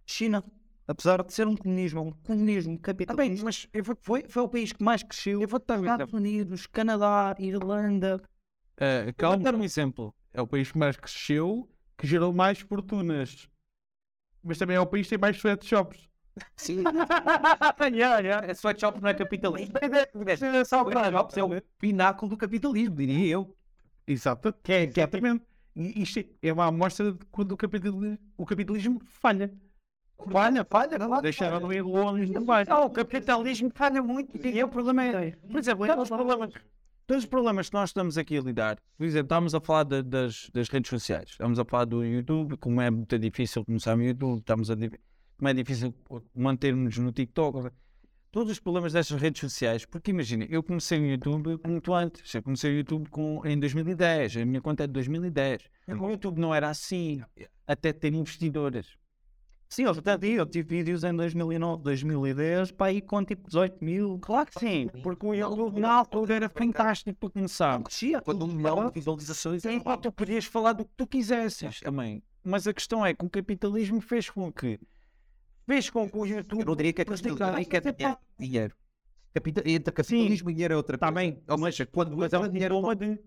[SPEAKER 3] China, apesar de ser um comunismo, é um comunismo
[SPEAKER 1] Tá bem,
[SPEAKER 3] capitalista.
[SPEAKER 1] mas eu vou
[SPEAKER 3] Foi, foi o país que mais cresceu.
[SPEAKER 1] eu vou dar um
[SPEAKER 3] Estados
[SPEAKER 1] exemplo.
[SPEAKER 3] Unidos, Canadá, Irlanda.
[SPEAKER 4] Ah,
[SPEAKER 1] Vou
[SPEAKER 4] calma.
[SPEAKER 1] dar um exemplo.
[SPEAKER 4] É o país que mais cresceu, que gerou mais fortunas. Mas também é o país que tem mais sweatshops.
[SPEAKER 2] Sim,
[SPEAKER 1] yeah, yeah.
[SPEAKER 2] a sweatshop não é capitalismo.
[SPEAKER 1] É só para
[SPEAKER 2] Sweatshops é o pináculo do capitalismo, diria eu.
[SPEAKER 4] Exato. Que é, que é tremendo. E isto é- é uma amostra de quando o capitalismo, o capitalismo falha.
[SPEAKER 1] Falha, falha, claro.
[SPEAKER 4] Deixaram
[SPEAKER 1] falha.
[SPEAKER 4] de ir longe demais.
[SPEAKER 1] Ah, o capitalismo falha muito. E é o problema é. Por exemplo, todos os problemas, todos os problemas que nós estamos aqui a lidar, por exemplo, estamos a falar da- das, das redes sociais, estamos a falar do YouTube, como é muito difícil começar no YouTube, estamos a, di- como é difícil manter-nos no TikTok. Todos os problemas destas redes sociais, porque imagina, eu comecei no YouTube muito antes, eu comecei no YouTube com, em 2010, a minha conta é de 2010.
[SPEAKER 3] Hum.
[SPEAKER 1] O YouTube não era assim, até ter investidores.
[SPEAKER 3] Sim, eu até digo, eu tive vídeos em 2009, 2010, para aí com tipo 18 mil. Claro que sim.
[SPEAKER 1] Porque o YouTube na altura era fantástico para começar.
[SPEAKER 3] Crescia.
[SPEAKER 2] Quando um milhão de visualizações.
[SPEAKER 1] Sim, pá, tu podias falar do é que tu quisesses também. Mas a questão é que o capitalismo fez com que. Fez com que o
[SPEAKER 2] Eu não
[SPEAKER 1] YouTube.
[SPEAKER 2] diria que é
[SPEAKER 1] Mas
[SPEAKER 2] capitalismo,
[SPEAKER 1] tem
[SPEAKER 2] eu
[SPEAKER 1] que-
[SPEAKER 2] diria que é dinheiro. dinheiro. Capita- entre capitalismo e dinheiro é outra
[SPEAKER 1] Tá
[SPEAKER 2] coisa.
[SPEAKER 1] bem,
[SPEAKER 2] Ou seja, quando
[SPEAKER 1] Mas é
[SPEAKER 2] entra
[SPEAKER 1] um
[SPEAKER 2] dinheiro
[SPEAKER 1] diploma de.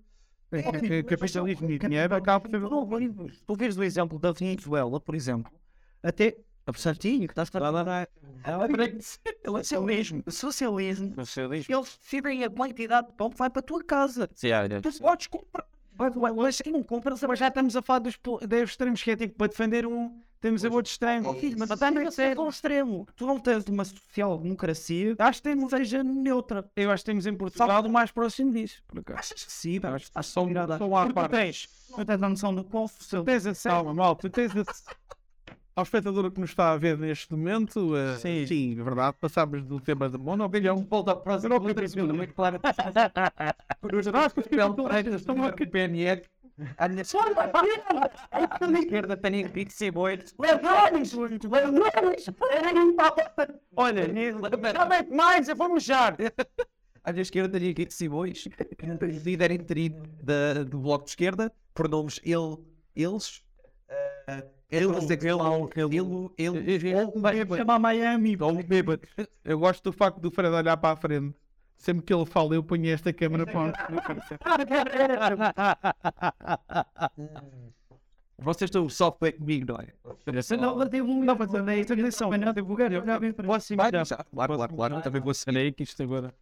[SPEAKER 1] É, capitalismo e dinheiro acaba por ser.
[SPEAKER 3] Se tu vires o exemplo da Venezuela, por exemplo, até. Certinho, que estás a falar. é Socialismo. Socialismo. Eles decidem a quantidade de pão que vai para a tua casa. Tu podes comprar.
[SPEAKER 1] Mas não compras, mas já estamos a falar dos pol- dos extremos, que é tipo para defender um, temos a outro extremo.
[SPEAKER 3] Filho, Mas está no ao extremo. Tu não tens uma social-democracia
[SPEAKER 1] Acho que temos,
[SPEAKER 3] que seja neutra.
[SPEAKER 1] eu acho que temos em Portugal o mais próximo disso. por acaso.
[SPEAKER 3] Achas que sim? pá? Acho que
[SPEAKER 1] Só um-
[SPEAKER 3] irada.
[SPEAKER 1] só um à
[SPEAKER 3] Porque
[SPEAKER 1] parte.
[SPEAKER 3] tu tens. Tu tens a noção do qual social.
[SPEAKER 1] Tens a ser.
[SPEAKER 4] Calma, malta, tens esse... Ao espectador que nos está a ver neste momento, eh,
[SPEAKER 1] Sim.
[SPEAKER 4] sim, é verdade, passámos do tema de monobilhão. Volta à próxima. Muito claro. Estão a PNR. A minha esquerda tem que ser boi.
[SPEAKER 1] Olha, realmente mais, eu vou mejar.
[SPEAKER 2] À minha esquerda tinha Guido Simões, é um líder interino da- do Bloco de Esquerda, pronomes ele, eles, eh, eles, sexual, ele, ele,
[SPEAKER 3] Chamar Miami.
[SPEAKER 4] Ou um bêbado. Eu gosto do facto do Fred olhar para a frente. Sempre que ele fala, eu ponho esta câmera para
[SPEAKER 2] Vocês estão só comigo, não é?
[SPEAKER 3] Não, mas eu não vou fazer isso. Atenção, não divulgar. Eu já vi para
[SPEAKER 1] Posso
[SPEAKER 2] Vai,
[SPEAKER 1] mijar?
[SPEAKER 2] já. Claro, claro, claro. Eu também vou ser.
[SPEAKER 1] Olha aí que isto agora.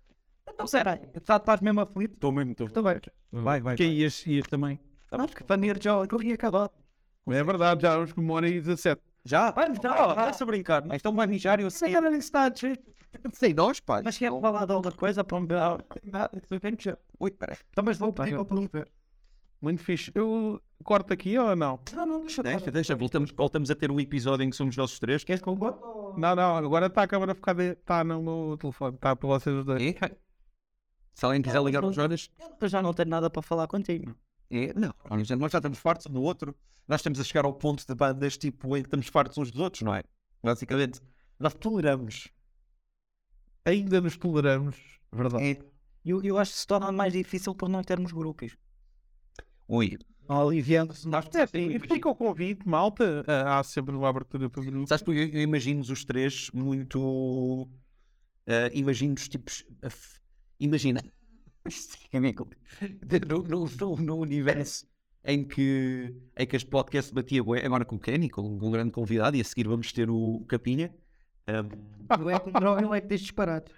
[SPEAKER 3] Então, será? Estás mesmo aflito?
[SPEAKER 1] Estou mesmo, estou.
[SPEAKER 3] Também.
[SPEAKER 2] Vai, vai.
[SPEAKER 1] Então, Que é ias, ias também.
[SPEAKER 3] Não, que paneiro já corria acabado.
[SPEAKER 4] É verdade, já vamos com uma hora e 17.
[SPEAKER 2] Já?
[SPEAKER 3] Vamos,
[SPEAKER 1] Estás a brincar, não é?
[SPEAKER 2] Ah, Então vai mijar e eu sei. Sei nós, pá.
[SPEAKER 3] Mas é quer falar de outra coisa para um Ah, me dar. Então,
[SPEAKER 2] Ui, peraí.
[SPEAKER 3] mas vou pedir para perguntar.
[SPEAKER 4] Muito fixe. Eu corto aqui ou não?
[SPEAKER 3] Não, não, deixa
[SPEAKER 2] Deixa, deixa. Voltamos, voltamos a ter um episódio em que somos nós os três.
[SPEAKER 3] Queres que eu gosto?
[SPEAKER 4] Não, não, agora está a câmera a ficar. de- Está no meu telefone, está para vocês os dois.
[SPEAKER 2] É. Se alguém quiser ligar nos horas,
[SPEAKER 3] Eu já não tenho nada para falar contigo.
[SPEAKER 2] é. Não, nós já nós já estamos fartos um do outro. Nós estamos a chegar ao ponto de bandas tipo em que estamos fartos uns dos outros, não é? Basicamente, nós toleramos.
[SPEAKER 4] Ainda nos toleramos. Verdade.
[SPEAKER 2] É.
[SPEAKER 3] Eu, eu acho que se torna mais difícil por não termos grupos.
[SPEAKER 2] Ui.
[SPEAKER 3] Aliviando-se nós.
[SPEAKER 4] É, E fica o convite, malta. Ah, Há sempre uma abertura para grupo.
[SPEAKER 2] Sabes que eu, eu imagino-nos os três muito. ah, imagino-nos tipos. a f- imagina. Isto é meio- no, no, no, no universo em que, em que este podcast batia bué, agora com o Kenny, com um grande convidado, e a seguir vamos ter o, o Capinha. Ah,
[SPEAKER 3] Eu é que não é que tens disparado.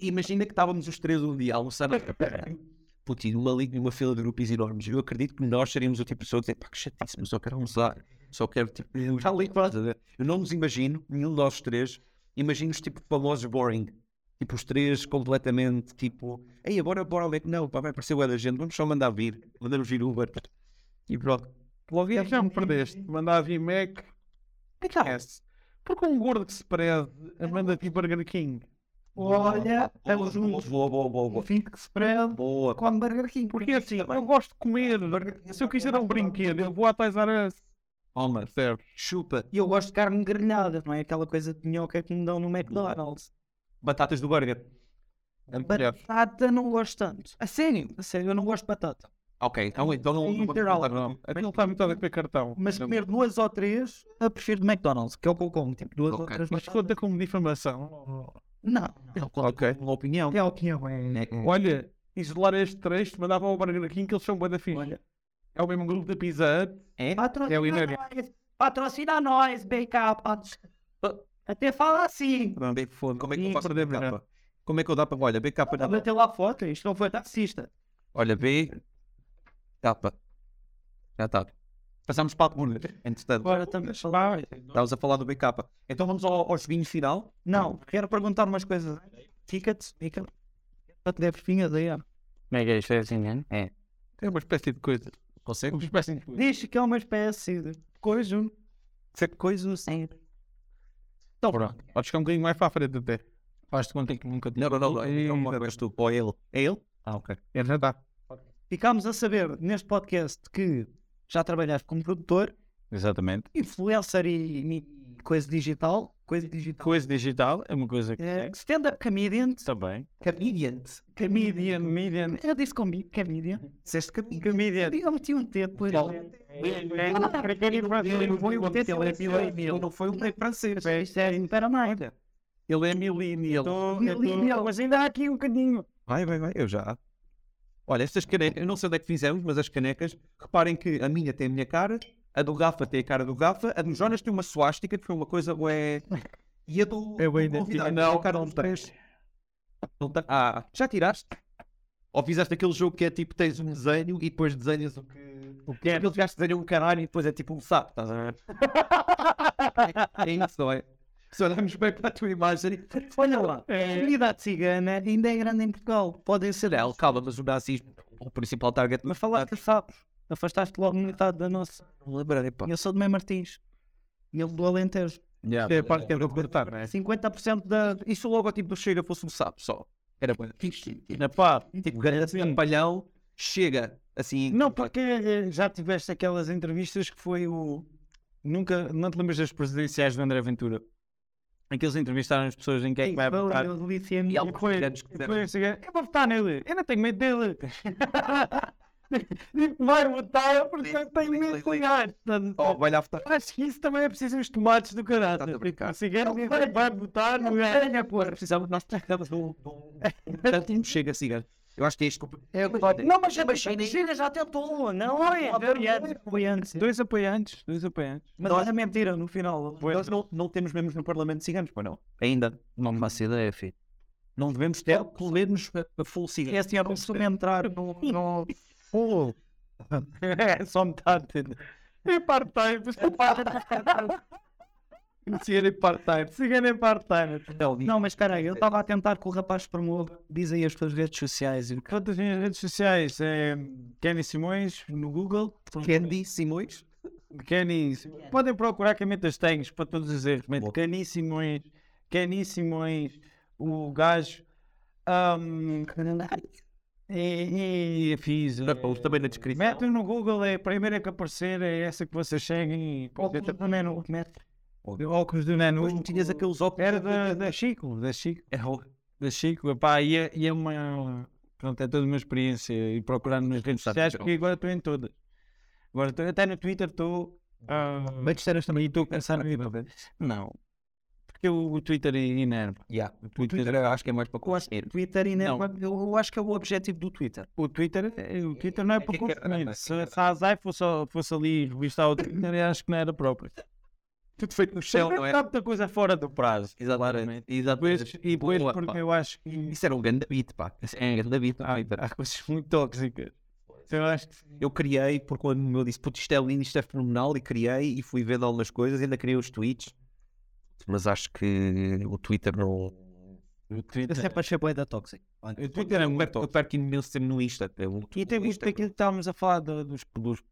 [SPEAKER 2] imagina que estávamos os três um dia a almoçar na Putin, uma liga e uma fila de grupos enormes. Eu acredito que nós seríamos o tipo de pessoa que dizer, pá, que chatice, mas só quero almoçar, só quero tipo. eu Já li quase. tá." Eu não nos imagino, nenhum de nós três, imagino-os tipo famosos boring. Tipo, os três completamente tipo, ei, bora, bora, ali." não, pá, vai aparecer o da gente, vamos só mandar vir, mandamos vir Uber e pronto.
[SPEAKER 4] Logo é já me perdeste. Mandar vir Mac. Esquece. Porque um gordo que se preze manda vir Burger King.
[SPEAKER 3] Olha,
[SPEAKER 2] Boa,
[SPEAKER 3] estamos
[SPEAKER 2] boa,
[SPEAKER 3] juntos.
[SPEAKER 2] boa, boa, boa,
[SPEAKER 3] O
[SPEAKER 2] boa.
[SPEAKER 3] fim que se prende.
[SPEAKER 2] Boa,
[SPEAKER 3] Come Burger King.
[SPEAKER 4] Porque assim,
[SPEAKER 3] é
[SPEAKER 4] eu gosto de comer. Se eu quiser um brinquedo, eu vou à Tais Arança.
[SPEAKER 2] Toma,
[SPEAKER 4] Percebes?
[SPEAKER 2] chupa,
[SPEAKER 3] E eu gosto de carne grelhada, não é aquela coisa de minhoca que me dão no McDonald's.
[SPEAKER 2] batatas do burger.
[SPEAKER 4] Percebes?
[SPEAKER 3] Batata não gosto tanto. A sério, a sério, eu não gosto de batata.
[SPEAKER 2] Ok, então, então não. não-
[SPEAKER 3] Integral.
[SPEAKER 2] não- não-
[SPEAKER 4] Aquilo está muito a ver com cartão.
[SPEAKER 3] Mas comer duas ou três, eu prefiro de McDonald's, que é o que eu como. Tipo, duas ou
[SPEAKER 2] Ok.
[SPEAKER 3] três
[SPEAKER 4] Mas
[SPEAKER 3] batatas.
[SPEAKER 4] conta como difamação.
[SPEAKER 3] Não,
[SPEAKER 2] Ok. Hum. Uma opinião.
[SPEAKER 3] é o que eu
[SPEAKER 4] né?
[SPEAKER 3] é.
[SPEAKER 2] Hum.
[SPEAKER 4] Olha, isolar este trecho, mandava ao Burger King que eles são boa da fixe.
[SPEAKER 3] Olha.
[SPEAKER 4] É o mesmo grupo da Pizza Hut. É o
[SPEAKER 3] Patrocina
[SPEAKER 4] Inês.
[SPEAKER 3] nós, patrocina nós, backup. Até fala assim.
[SPEAKER 4] Tá
[SPEAKER 2] Bem, foda-se. Como é que eu
[SPEAKER 4] Ih,
[SPEAKER 2] faço
[SPEAKER 4] perdeu-me
[SPEAKER 2] BK? Como é que eu dá para. Olha, BK
[SPEAKER 3] Para
[SPEAKER 2] dá
[SPEAKER 3] bater lá foto, isto não foi taxista.
[SPEAKER 2] tá. Olha, B. Capa. Já está. Passámos para a segunda. Entretanto,
[SPEAKER 3] Agora estamos a falar.
[SPEAKER 2] estávamos a falar do BK. Então vamos ao, ao joguinho final.
[SPEAKER 3] Não, quero perguntar umas coisas. Tickets, ticket. Para te dar fofinhas aí, ó.
[SPEAKER 1] Como é que é isto? É assim, né?
[SPEAKER 2] É.
[SPEAKER 4] É uma espécie de coisa.
[SPEAKER 2] Consegue?
[SPEAKER 4] Uma espécie de coisa.
[SPEAKER 3] Diz que é uma espécie de coisa.
[SPEAKER 2] Ser coisa sem.
[SPEAKER 4] Então, pronto. Podes ficar um bocadinho mais para a frente até.
[SPEAKER 1] Faz-te conta que nunca te
[SPEAKER 2] Não, não, não. não. É uma
[SPEAKER 4] Exato.
[SPEAKER 2] coisa tu. Ou é ele. É ele? Ah, ok.
[SPEAKER 4] É, já está.
[SPEAKER 3] Ficámos a saber neste podcast que já trabalhaste como produtor,
[SPEAKER 1] Exatamente.
[SPEAKER 3] influencer e, e coisa digital. Coisa digital.
[SPEAKER 1] Coisa digital é uma coisa que
[SPEAKER 3] É,
[SPEAKER 1] é.
[SPEAKER 3] Stand-up comedian.
[SPEAKER 1] Também.
[SPEAKER 2] Comedian.
[SPEAKER 3] Comedian.
[SPEAKER 1] Median.
[SPEAKER 3] Eu disse comi comedian.
[SPEAKER 2] Disseste comedian.
[SPEAKER 1] Comedian.
[SPEAKER 3] Eu meti um T depois.
[SPEAKER 1] Ele
[SPEAKER 3] foi um T, ele é milenial. Não foi um T francês. Isto é imperamento.
[SPEAKER 1] é millennial.
[SPEAKER 3] Millennial.
[SPEAKER 1] Mas ainda há aqui um bocadinho.
[SPEAKER 2] Vai, vai, vai. Eu já. Olha, estas canecas, eu não sei onde é que fizemos, mas as canecas, reparem que a minha tem a minha cara, a do Gafa tem a cara do Gafa, a do Jonas tem uma suástica, que foi uma coisa ué. E a do.
[SPEAKER 4] Eu
[SPEAKER 2] do
[SPEAKER 4] ainda
[SPEAKER 2] convidado
[SPEAKER 4] tive-
[SPEAKER 2] tem a
[SPEAKER 4] não,
[SPEAKER 2] cara
[SPEAKER 4] não
[SPEAKER 2] dos
[SPEAKER 4] tenho.
[SPEAKER 2] três. Não tem- Ah, já tiraste? Ou fizeste aquele jogo que é tipo, tens um desenho e depois desenhas o que. O que é? Aqueles gajos desenham um caralho e depois é tipo um sapo, estás a ver? é isso, não é? Se olharmos bem para a tua imagem,
[SPEAKER 3] Olha lá, a comunidade cigana ainda é grande em Portugal. Podem ser
[SPEAKER 2] Não,
[SPEAKER 3] elas.
[SPEAKER 2] calma, mas o nazismo, é o principal target.
[SPEAKER 3] Mas falar que sabes. Afastaste logo metade da nossa.
[SPEAKER 2] não lembrarei, pá.
[SPEAKER 3] Eu sou de Mem Martins. E ele do Alentejo.
[SPEAKER 2] Yeah,
[SPEAKER 4] É a parte que é para cortar, não é?
[SPEAKER 3] 50% da.
[SPEAKER 2] E se o logotipo do Chega fosse um sapo só? Era bom.
[SPEAKER 3] Na pá.
[SPEAKER 2] Tipo, garantia um palhão, chega assim.
[SPEAKER 1] Não, porque eh, já tiveste aquelas entrevistas que foi o. Nunca. Não te lembras das presidenciais do André Ventura? Em que eles entrevistaram as pessoas em quem é que vai votar.
[SPEAKER 3] Eu disse a
[SPEAKER 2] E
[SPEAKER 3] minha.
[SPEAKER 2] alguns grandes que
[SPEAKER 1] Foi
[SPEAKER 2] fizeram.
[SPEAKER 1] assim, Eu vou votar nele, eu não tenho medo dele. Digo que vai votar porque eu tenho medo de ligar.
[SPEAKER 2] Oh, vai lá votar.
[SPEAKER 1] Acho que isso também é preciso os tomates do caralho.
[SPEAKER 2] Estás a brincar.
[SPEAKER 1] O cigano vai, vai votar no ganha, porra.
[SPEAKER 2] Precisamos, nós precisamos de um. de um-
[SPEAKER 1] É.
[SPEAKER 2] Portanto, um chega, siga. Eu acho que é isto.
[SPEAKER 3] É,
[SPEAKER 1] Não, mas já
[SPEAKER 3] Chega, já tentou. Não, é. Apoiantes.
[SPEAKER 1] Dois apoiantes, dois apoiantes.
[SPEAKER 3] Mas olha, me mentiram no final.
[SPEAKER 2] Nós não, não temos membros no Parlamento Ciganos, pois não? Ainda. Não faço ideia, filho. Não devemos ter, pelo menos, a- a full cigana.
[SPEAKER 3] É assim, eu não costumo entrar no. no...
[SPEAKER 1] É, só metade. E É part-time.
[SPEAKER 3] É
[SPEAKER 4] Cigano em part-time.
[SPEAKER 1] Cigano é part-time.
[SPEAKER 3] Não, mas caralho, eu estava a tentar que o rapaz promova. Diz aí as tuas redes sociais. e o c-
[SPEAKER 1] Todas as minhas redes sociais é Kenny Simões no Google.
[SPEAKER 2] Candy Simões.
[SPEAKER 1] Kenny. Podem procurar que eu meto as tags para todos os erros. Meto
[SPEAKER 2] Boa.
[SPEAKER 1] Kenny Simões, Kenny Simões, o gajo. ahm, e, e fiz.
[SPEAKER 2] Não, pô, também na descrição.
[SPEAKER 1] Metem no Google, é a primeira que aparecer, é essa que vocês cheguem. e-
[SPEAKER 3] Óculos do Neno, mete.
[SPEAKER 1] Óculos do Nano.
[SPEAKER 2] Depois não tinhas aqueles óculos.
[SPEAKER 1] Era da, da Chico, da Chico.
[SPEAKER 2] É o-
[SPEAKER 1] da Chico, epá, e é, e é uma. Pronto, é toda uma experiência e procurar nas redes
[SPEAKER 2] Sabe,
[SPEAKER 1] sociais,
[SPEAKER 2] então.
[SPEAKER 1] porque agora estou em todas. Agora estou, até no Twitter estou. ah,
[SPEAKER 4] Mas disseram também.
[SPEAKER 1] e estou a pensar no Não. Porque o, o Twitter é inerva.
[SPEAKER 2] Yeah. O Twitter eu acho que é mais para
[SPEAKER 3] Eu acho que
[SPEAKER 2] consumir.
[SPEAKER 3] o Twitter ainda.
[SPEAKER 1] Não.
[SPEAKER 3] Eu, eu acho que é o objetivo do Twitter.
[SPEAKER 1] O Twitter, eh, o Twitter não é para
[SPEAKER 2] que que é-
[SPEAKER 1] consumir.
[SPEAKER 2] é
[SPEAKER 1] Se,
[SPEAKER 2] que-
[SPEAKER 1] se a Azai fosse, fosse ali revistar o Twitter, eu acho que não era próprio.
[SPEAKER 2] Tudo feito no
[SPEAKER 1] Tem
[SPEAKER 2] céu, não é?
[SPEAKER 1] muita coisa fora do prazo.
[SPEAKER 2] Exatamente.
[SPEAKER 1] Depois,
[SPEAKER 2] Exatamente.
[SPEAKER 1] e depois,
[SPEAKER 2] Boa,
[SPEAKER 1] porque
[SPEAKER 2] pá.
[SPEAKER 1] eu acho que
[SPEAKER 2] Isso era um grande beat, pá. Isso É um grande beat.
[SPEAKER 1] há, há coisas muito tóxicas. Então, eu acho que
[SPEAKER 2] Eu criei, porque quando meu disse, puto, isto é lindo, isto é fenomenal, e criei e fui vendo algumas coisas, ainda criei os tweets. Mas acho que o Twitter não.
[SPEAKER 1] o
[SPEAKER 3] Eu
[SPEAKER 1] Twitter.
[SPEAKER 3] sempre achei boa da Toxic.
[SPEAKER 2] O Twitter é um gato. Eu perco imenso tempo no Insta. é
[SPEAKER 1] E tem muito daquilo que estávamos a falar do- dos, dos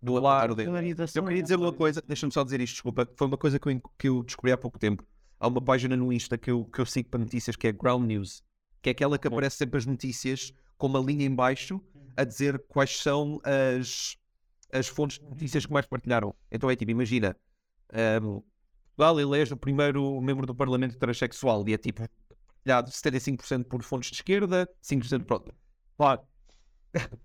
[SPEAKER 2] do alar.
[SPEAKER 3] Polarização
[SPEAKER 2] Eu queria
[SPEAKER 3] é
[SPEAKER 2] dizer uma
[SPEAKER 3] uma
[SPEAKER 2] coisa, deixa-me só dizer isto, desculpa. Foi uma coisa que eu, en- que eu descobri há pouco tempo. Há uma página no Insta que eu, que eu sigo para notícias que é Ground News, que é aquela que aparece sempre as notícias com uma linha em baixo a dizer quais são as, as fontes de notícias que mais partilharam. Então é tipo, imagina, um, Portugal elege o primeiro membro do Parlamento transexual e é tipo partilhado 75% por fontes de esquerda, 5% pronto. Claro.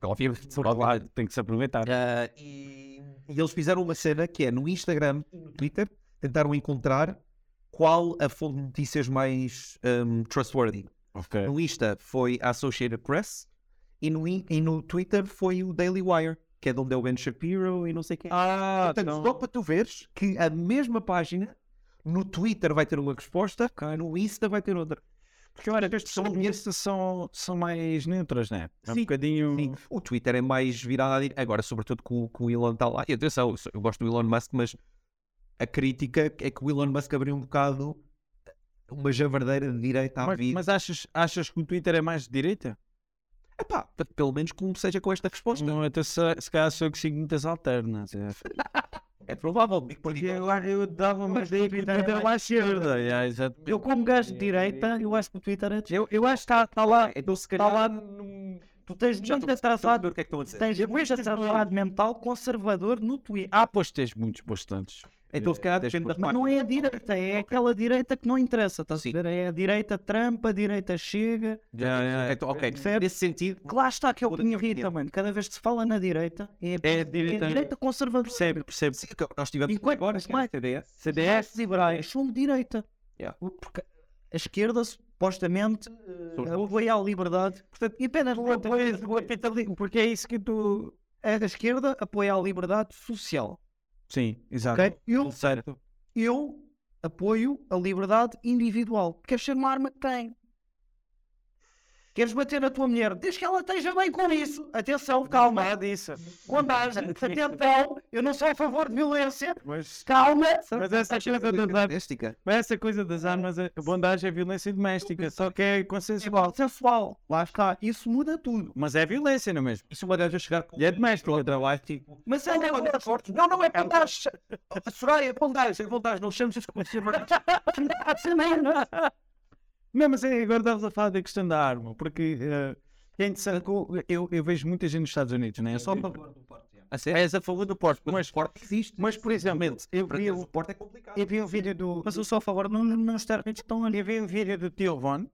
[SPEAKER 2] Obviamente, claro.
[SPEAKER 1] né? tem que se aproveitar.
[SPEAKER 2] Ah, e, e eles fizeram uma cena que é no Instagram e no Twitter tentaram encontrar qual a fonte de notícias mais ahm, trustworthy.
[SPEAKER 1] Ok.
[SPEAKER 2] No Insta foi a Associated Press e no, in- e no Twitter foi o Daily Wire, que é de onde é o Ben Shapiro e não sei quem.
[SPEAKER 1] Ah,
[SPEAKER 2] Portanto,
[SPEAKER 1] então-
[SPEAKER 2] só para tu veres que a mesma página no Twitter vai ter uma resposta, no Insta vai ter outra.
[SPEAKER 1] porque olha, as pessoas estas são, são mais neutras, né? É um bocadinho.
[SPEAKER 2] Sim, o Twitter é mais virado à direita. Agora, sobretudo que o, que o Elon está lá. E atenção, eu sou- eu gosto do Elon Musk, mas a crítica é que o Elon Musk abriu um bocado uma javardeira de direita à
[SPEAKER 1] Mas,
[SPEAKER 2] vida.
[SPEAKER 1] mas achas, achas que o Twitter é mais de direita?
[SPEAKER 2] Epá, p- pelo menos como seja com esta resposta.
[SPEAKER 1] Não, até se, se calhar sou eu que sigo muitas alternas. é.
[SPEAKER 2] É provável.
[SPEAKER 1] Porque eu, eu dava mais
[SPEAKER 3] que o
[SPEAKER 1] daí que o
[SPEAKER 3] Twitter é
[SPEAKER 1] Twitter
[SPEAKER 3] mais
[SPEAKER 1] lá esquerda. yeah, exato.
[SPEAKER 3] Eu, como gajo de direita, eu acho que o Twitter é. de-
[SPEAKER 1] Eu, eu acho que está tá lá.
[SPEAKER 2] Então, se
[SPEAKER 3] Está
[SPEAKER 2] calhar.
[SPEAKER 3] lá.
[SPEAKER 2] num-
[SPEAKER 3] Tu tens
[SPEAKER 2] Já
[SPEAKER 3] muito
[SPEAKER 2] estou estou a ver
[SPEAKER 3] atrasado.
[SPEAKER 2] o que é que estão a dizer.
[SPEAKER 3] Tens muito atrasado mental conservador no Twitter.
[SPEAKER 1] Ah, pois tens muitos bastantes.
[SPEAKER 2] Então, se calhar,
[SPEAKER 1] Tens
[SPEAKER 2] depende da
[SPEAKER 3] Mas
[SPEAKER 2] parte.
[SPEAKER 3] não é a direita, é aquela direita que não interessa, estás a
[SPEAKER 2] Sim.
[SPEAKER 3] ver? É a direita trampa, a direita chega.
[SPEAKER 2] Já- já- Então, ok, nesse sentido,
[SPEAKER 3] Que lá está que é o que me
[SPEAKER 2] Outra
[SPEAKER 3] irrita, mano. Cada vez que se fala na direita, é,
[SPEAKER 1] É a direita-
[SPEAKER 3] é a direita conservadora.
[SPEAKER 1] Percebe, percebe.
[SPEAKER 2] sim, que nós tivemos
[SPEAKER 3] E quanto
[SPEAKER 2] agora,
[SPEAKER 3] mais-
[SPEAKER 2] CDS.
[SPEAKER 3] CDS liberais são de direita.
[SPEAKER 2] Yeah.
[SPEAKER 3] Porque a esquerda, supostamente eh, apoia a liberdade. Portanto, e apenas
[SPEAKER 1] Porque é isso que tu.
[SPEAKER 3] a esquerda apoia a liberdade social.
[SPEAKER 1] Sim, exato.
[SPEAKER 3] ok? Eu,
[SPEAKER 1] Certo.
[SPEAKER 3] eu apoio a liberdade individual. Queres ser uma arma? Tem. Queres bater na tua mulher? Diz que ela esteja bem com isso. Atenção, calma.
[SPEAKER 1] Nada é disso. é
[SPEAKER 3] Quando haja, atenção, eu não sou a favor de violência.
[SPEAKER 1] Mas,
[SPEAKER 3] Calma.
[SPEAKER 1] mas essa é coisa das armas.
[SPEAKER 2] Doméstica.
[SPEAKER 1] Mas essa coisa das armas, a bondagem é violência doméstica, só que é consensual.
[SPEAKER 3] Igual, sensual. Lá está. Isso muda tudo.
[SPEAKER 1] Mas é violência, não é mesmo?
[SPEAKER 2] E se uma gaja chegar com.
[SPEAKER 1] E é doméstico ao trabalho, tipo.
[SPEAKER 3] Mas ela é uma forte. Não, não é vontade.
[SPEAKER 2] A Soraya, vontade, sem vontade, não chames isso como se
[SPEAKER 3] é
[SPEAKER 1] Não, mas é, agora estávamos a falar da questão da arma, porque eh, é interessante, que eu- eu, eu vejo muita gente nos Estados Unidos, não é? Só para
[SPEAKER 2] é. A sério?
[SPEAKER 1] És a favor do Porto, mas,
[SPEAKER 2] Forte existe.
[SPEAKER 1] mas por exemplo, eu
[SPEAKER 2] Para
[SPEAKER 1] vi,
[SPEAKER 2] teres o
[SPEAKER 1] o-
[SPEAKER 2] porte é complicado.
[SPEAKER 1] eu vi um vídeo do.
[SPEAKER 3] Mas eu sou a favor de não, não estar estão ali.
[SPEAKER 1] Eu vi um vídeo do Tio Von,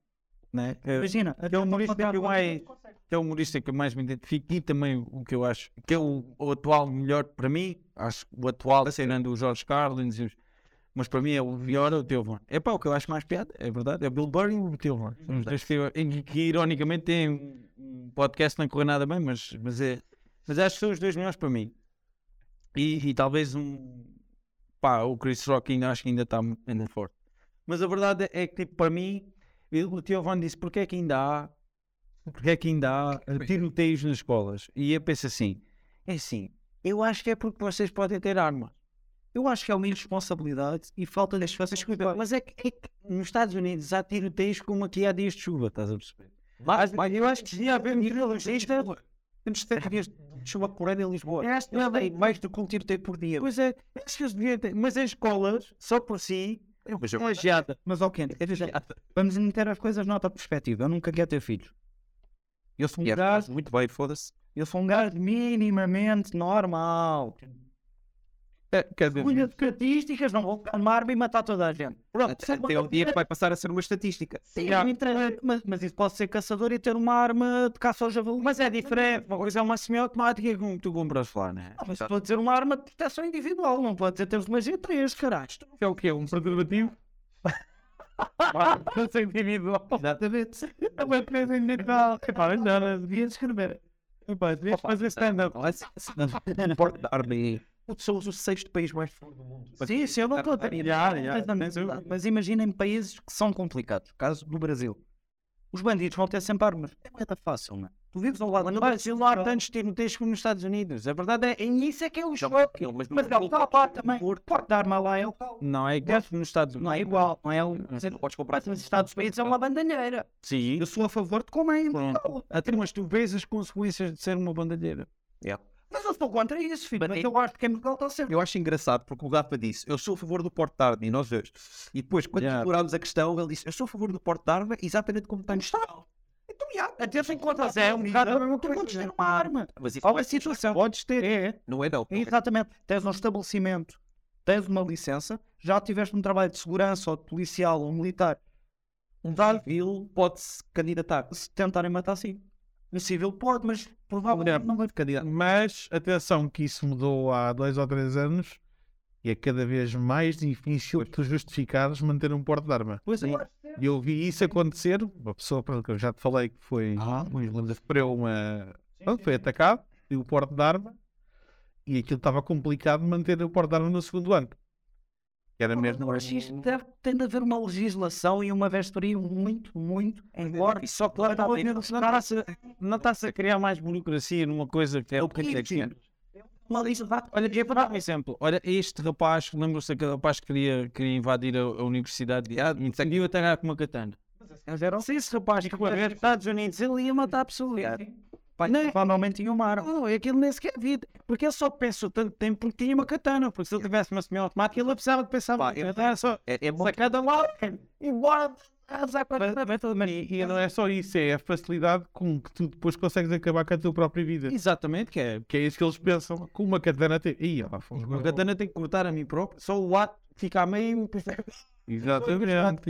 [SPEAKER 1] né? que-
[SPEAKER 3] Imagina.
[SPEAKER 1] que é o humorista que eu
[SPEAKER 3] Não
[SPEAKER 1] mais, que é o humorista que eu mais me identifico e também o que eu acho que é o, o atual melhor para mim, acho que o atual, tirando o Jorge Carlin, e os- mas para mim é o melhor é o Tio Von. É pá, o que eu acho mais piada, é verdade, é o Bill Burr e o Tio Von. São os dois que, em que ironicamente têm um- um podcast que não correu nada bem, mas, mas é, mas acho que são os dois melhores para mim. E, e talvez um pá, o Chris Rock ainda acho que ainda está muito ainda forte. Mas a verdade é que tipo, para mim, ele- o Tio Van disse porque é que ainda há porque é que ainda há eh, tiroteios nas escolas. E eu penso assim, é assim, eu acho que é porque vocês podem ter armas. Eu acho que é uma irresponsabilidade e falta de espaço. Desculpa, Mas é que, é que nos Estados Unidos há tiroteios como aqui há dias de chuva, estás a perceber? Mas, eu acho que devia haver um tirologista.
[SPEAKER 3] Tipo,
[SPEAKER 1] Temos de
[SPEAKER 3] é.
[SPEAKER 1] ter dias de chuva por ano em Lisboa.
[SPEAKER 2] mais do que um tiroteio por dia.
[SPEAKER 1] Pois é, acho que eles deviam ter. Mas as escolas, só por si,
[SPEAKER 2] Mas
[SPEAKER 1] é uma geada.
[SPEAKER 3] Mas, ok, vamos meter as coisas noutra perspectiva. Eu nunca quero ter filhos. Eu sou um gajo
[SPEAKER 2] é, muito bem, foda-se.
[SPEAKER 3] Eu sou um gajo minimamente normal.
[SPEAKER 1] É,
[SPEAKER 2] Quer
[SPEAKER 1] Uhum.
[SPEAKER 2] dizer,
[SPEAKER 3] Cunha de estatísticas, não vou pegar numa arma e matar toda a gente. Pronto, é
[SPEAKER 2] até até um dia que vai passar a ser uma estatística.
[SPEAKER 3] Sim, não interessa. mas, mas isso pode ser caçador e ter uma arma de caça ao javali.
[SPEAKER 1] Mas é diferente, uma coisa é uma semiautomática como tu compras lá, né?
[SPEAKER 3] Ah, mas pode ser uma arma de proteção individual, não pode ser termos uma G3, caralho.
[SPEAKER 4] É o quê? Um preservativo? Não sei individual.
[SPEAKER 3] Exatamente.
[SPEAKER 4] É uma coisa individual. Epá, mas não, não, devia escrever. Epá, devias fazer stand-up.
[SPEAKER 2] é assim, Porte da arma aí. Somos o sexto país mais forte do mundo.
[SPEAKER 3] Sim, sim, eu não estou a ter.
[SPEAKER 4] Já, já,
[SPEAKER 3] Mas,
[SPEAKER 4] sem dúvida.
[SPEAKER 3] mas, mas imaginem países que são complicados. Caso do Brasil. Os bandidos vão ter sempre armas. É muito fácil, não é? Tu vives ao lado
[SPEAKER 1] Mas
[SPEAKER 3] do
[SPEAKER 1] no Brasil não há tantos tiroteios como nos Estados Unidos. A verdade é, e isso é que é o choque.
[SPEAKER 2] Mas
[SPEAKER 3] Mas não, está lá também. O porte de arma lá é o
[SPEAKER 1] Não é igual nos Estados Unidos.
[SPEAKER 3] Não é igual, não é o. Quer dizer,
[SPEAKER 2] podes comprar.
[SPEAKER 3] Mas nos Estados Unidos é uma bandalheira.
[SPEAKER 1] Sim.
[SPEAKER 3] Eu sou a favor de é comer.
[SPEAKER 1] Pronto. Até mas tu vês as consequências de ser uma bandalheira.
[SPEAKER 3] Mas eu sou contra isso, filho. Mas eu acho que é legal está sempre.
[SPEAKER 2] Eu acho engraçado porque o Rafa disse: Eu sou a favor do porte de arma, e nós dois. E depois, quando
[SPEAKER 1] Yeah.
[SPEAKER 2] explorámos a questão, ele disse: Eu sou a favor do porte de arma, exatamente como está no Estado. Então, já.
[SPEAKER 3] Até sem contas é um bocado a mesma coisa. Tu podes ter uma arma.
[SPEAKER 2] Mas isso é,
[SPEAKER 3] Olha a situação. Podes ter. É,
[SPEAKER 2] não é, não.
[SPEAKER 3] é, exatamente. Tens um estabelecimento, tens uma licença, já tiveste um trabalho de segurança ou de policial ou militar. Um dado
[SPEAKER 2] Civil pode-se candidatar.
[SPEAKER 3] se tentarem matar sim. Um civil pode, mas provavelmente não vai ficar
[SPEAKER 4] Mas atenção que isso mudou há dois ou três anos e é cada vez mais difícil tu justificares manter um porte de arma.
[SPEAKER 3] Pois é.
[SPEAKER 4] E eu vi isso acontecer, uma pessoa pronto, que eu já te falei que foi
[SPEAKER 1] Ah.
[SPEAKER 4] um Irlanda sofreu uma. pronto, foi atacado, e o porte de arma, e aquilo estava complicado de manter o porte de arma no segundo ano. Era mesmo.
[SPEAKER 3] Agora, isto deve, tem de haver uma legislação e uma vestoria muito, muito embora. Só que lá
[SPEAKER 1] Tá Não está-se não está-se a criar mais burocracia numa coisa que é o que é que é.
[SPEAKER 3] uma legislação.
[SPEAKER 1] Olha, eu vou dar um exemplo. Olha, este rapaz, lembram-se daquele rapaz que queria, queria invadir a, a universidade e ah, decidiu atacar com uma katana. Se esse rapaz que foi nos Estados Unidos, ele ia matar pessoas.
[SPEAKER 3] é,
[SPEAKER 1] Não,
[SPEAKER 3] Provavelmente em uma arma.
[SPEAKER 1] né? Não, aquilo nem sequer vida. Porque ele só pensou tanto tempo porque tinha uma katana. Porque se ele tivesse uma semiautomática, ele precisava de pensar
[SPEAKER 2] Pá,
[SPEAKER 1] numa
[SPEAKER 2] eu-
[SPEAKER 1] katana só.
[SPEAKER 2] É, é muito.
[SPEAKER 1] Sacada lá, embora. arrasar com a ferramenta de
[SPEAKER 4] E,
[SPEAKER 1] Maria.
[SPEAKER 4] e não é só isso, é a facilidade com que tu depois consegues acabar com a tua própria vida.
[SPEAKER 1] Exatamente, que é.
[SPEAKER 4] Que é isso que eles pensam, com uma katana tem. Ih, ó, fogo.
[SPEAKER 1] Uma katana tem que cortar a mim próprio. Só o ato fica a meio. e depois-
[SPEAKER 4] Exatamente.
[SPEAKER 2] é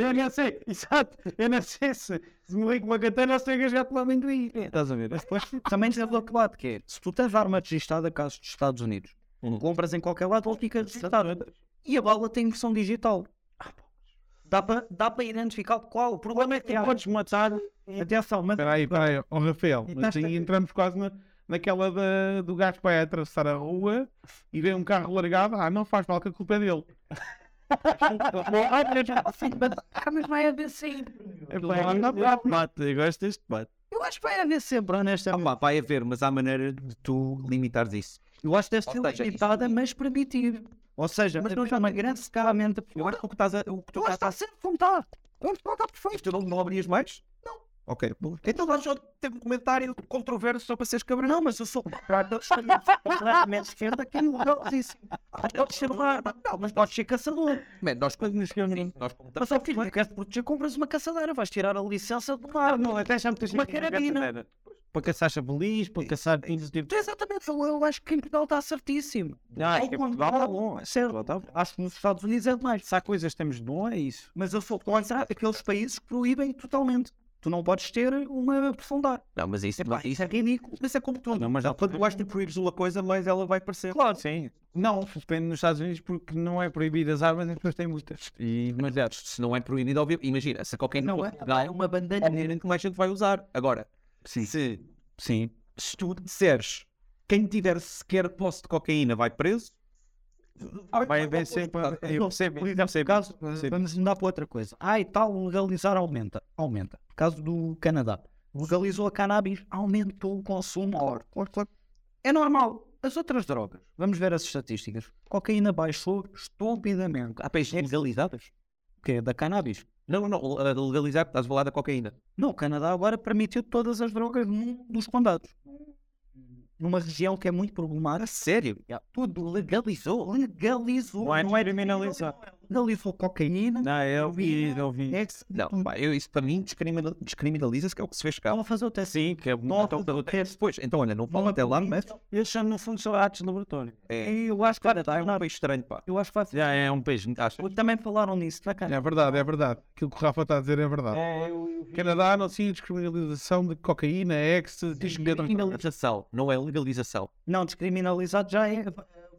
[SPEAKER 1] Eu não sei, exato. Eu não sei se, se morri com uma katana, se tenho gasgado pelo amendoim. Estás a ver?
[SPEAKER 3] Também tens do outro lado, que é, se tu tens arma registada, caso dos Estados Unidos, Ah, compras em qualquer lado, ele fica registrado. E a bala tem impressão digital. Dá para dá para identificar qual. O problema é que
[SPEAKER 1] Tu podes matar. Atenção, mas
[SPEAKER 4] Espera aí, espera aí. Ó, Rafael,
[SPEAKER 1] E
[SPEAKER 4] mas
[SPEAKER 1] estás-
[SPEAKER 4] aí entramos quase na, naquela da- do gajo que vai atravessar a rua e vê um carro largado. Ah, não faz mal que a culpa é dele.
[SPEAKER 3] Ah, mas vai haver sempre.
[SPEAKER 4] É pá, anda a
[SPEAKER 1] Mate, eu gosto deste debate.
[SPEAKER 3] Eu acho que vai haver sempre,
[SPEAKER 2] Ah,
[SPEAKER 3] honestamente.
[SPEAKER 2] pá, vai haver, mas há maneira de tu limitares isso.
[SPEAKER 3] Eu acho que deve
[SPEAKER 2] Ou
[SPEAKER 3] ser
[SPEAKER 2] seja, isso-
[SPEAKER 3] limitada, mas permitir. Ou seja, mas não é uma grande escalamento.
[SPEAKER 2] Eu acho que o que estás a. ah, O que tu
[SPEAKER 3] Eu acho que
[SPEAKER 2] estás
[SPEAKER 3] está sempre como está.
[SPEAKER 2] Vamos colocar perfeito. Tu não, não abrias mais? Não. Ok. bom. Então vais só ter um comentário controverso só para seres cabrão. Não, mas eu sou.
[SPEAKER 3] Claramente esquerda, é um quem não gosta disso? Ah, Pode ser barba. Não, mas pode ser caçador.
[SPEAKER 2] Man, nós quando nos reunimos, nós
[SPEAKER 3] Mas ao filho, é queres te proteger, compras uma caçadeira. Vais tirar a licença de mar. Não, até já me Uma carabina.
[SPEAKER 1] Para caçar chabelis, para caçar
[SPEAKER 4] é
[SPEAKER 1] todo tipo
[SPEAKER 3] Tu, Exatamente, eu- eu acho que em Portugal está certíssimo.
[SPEAKER 1] Ah,
[SPEAKER 3] Ao
[SPEAKER 1] em Portugal tá
[SPEAKER 3] contrário,
[SPEAKER 1] bom, é
[SPEAKER 3] certo.
[SPEAKER 1] Portugal tá
[SPEAKER 3] Acho que nos Estados Unidos é demais.
[SPEAKER 1] Se há coisas que temos de bom, é isso.
[SPEAKER 3] Mas eu sou contra aqueles países que proíbem totalmente. Tu não podes ter uma aprofundar.
[SPEAKER 2] Não, mas isso,
[SPEAKER 3] Epá, isso é ridículo.
[SPEAKER 2] mas é como tudo.
[SPEAKER 1] Não, mas já
[SPEAKER 2] Quando tu achas que proíbes uma coisa, mais ela vai parecer.
[SPEAKER 1] Claro, sim. Não, depende nos Estados Unidos porque não é proibido as armas e depois tem multas.
[SPEAKER 2] E, mas é, se não é proibido, obviamente. Imagina, se qualquer
[SPEAKER 3] Não é? É uma bandeira.
[SPEAKER 2] maneira que mais gente vai usar. Agora, se,
[SPEAKER 1] Sim.
[SPEAKER 2] se tu disseres quem tiver sequer posse de cocaína vai preso,
[SPEAKER 1] Vai bem sempre. Eu percebo.
[SPEAKER 3] Por exemplo,
[SPEAKER 1] percebo,
[SPEAKER 3] caso,
[SPEAKER 1] percebo.
[SPEAKER 3] vamos mudar para outra coisa. Ah, e tal, legalizar aumenta. Aumenta. Caso do Canadá. Legalizou a cannabis, aumentou o consumo. Ora, ora, ora. É normal. As outras drogas. Vamos ver as estatísticas. Cocaína baixou estupidamente.
[SPEAKER 1] Ah,
[SPEAKER 2] há países legalizadas.
[SPEAKER 3] Que é da cannabis.
[SPEAKER 2] Não, não, não, legalizar, estás a falar da cocaína.
[SPEAKER 3] Não, o Canadá agora permitiu todas as drogas num dos condados. Numa região que é muito problemática.
[SPEAKER 2] Sério?
[SPEAKER 3] Tudo legalizou. Legalizou.
[SPEAKER 1] Não é
[SPEAKER 3] criminalizar.
[SPEAKER 1] criminalizar.
[SPEAKER 3] Legalizou cocaína.
[SPEAKER 1] Não, é eu vi,
[SPEAKER 3] ouvi,
[SPEAKER 1] eu vi.
[SPEAKER 3] ex-
[SPEAKER 2] Não, pá, eu, isso para mim descrimina- descriminaliza-se, que é o que se fez cá.
[SPEAKER 3] Estão a fazer o teste.
[SPEAKER 1] Sim, que é bom.
[SPEAKER 3] Nota
[SPEAKER 1] Então,
[SPEAKER 3] do teste.
[SPEAKER 2] Pois, então olha, não fala
[SPEAKER 3] Não é
[SPEAKER 2] até lá, mas
[SPEAKER 1] Eles são, no fundo, são artes de laboratório.
[SPEAKER 2] é,
[SPEAKER 3] Eu acho que vai
[SPEAKER 2] cara, tá, é um país estranho, pá.
[SPEAKER 3] Eu acho que vai
[SPEAKER 1] Já é um país.
[SPEAKER 2] Achas?
[SPEAKER 3] Também falaram nisso, tá cara?
[SPEAKER 4] É verdade, é verdade. Aquilo que o Rafa está a dizer é verdade.
[SPEAKER 1] É, eu, eu vi.
[SPEAKER 4] Canadá anuncia a descriminalização de cocaína, ecstasy, descriminalização.
[SPEAKER 2] Criminalização, não é legalização.
[SPEAKER 3] Não, descriminalizado já é.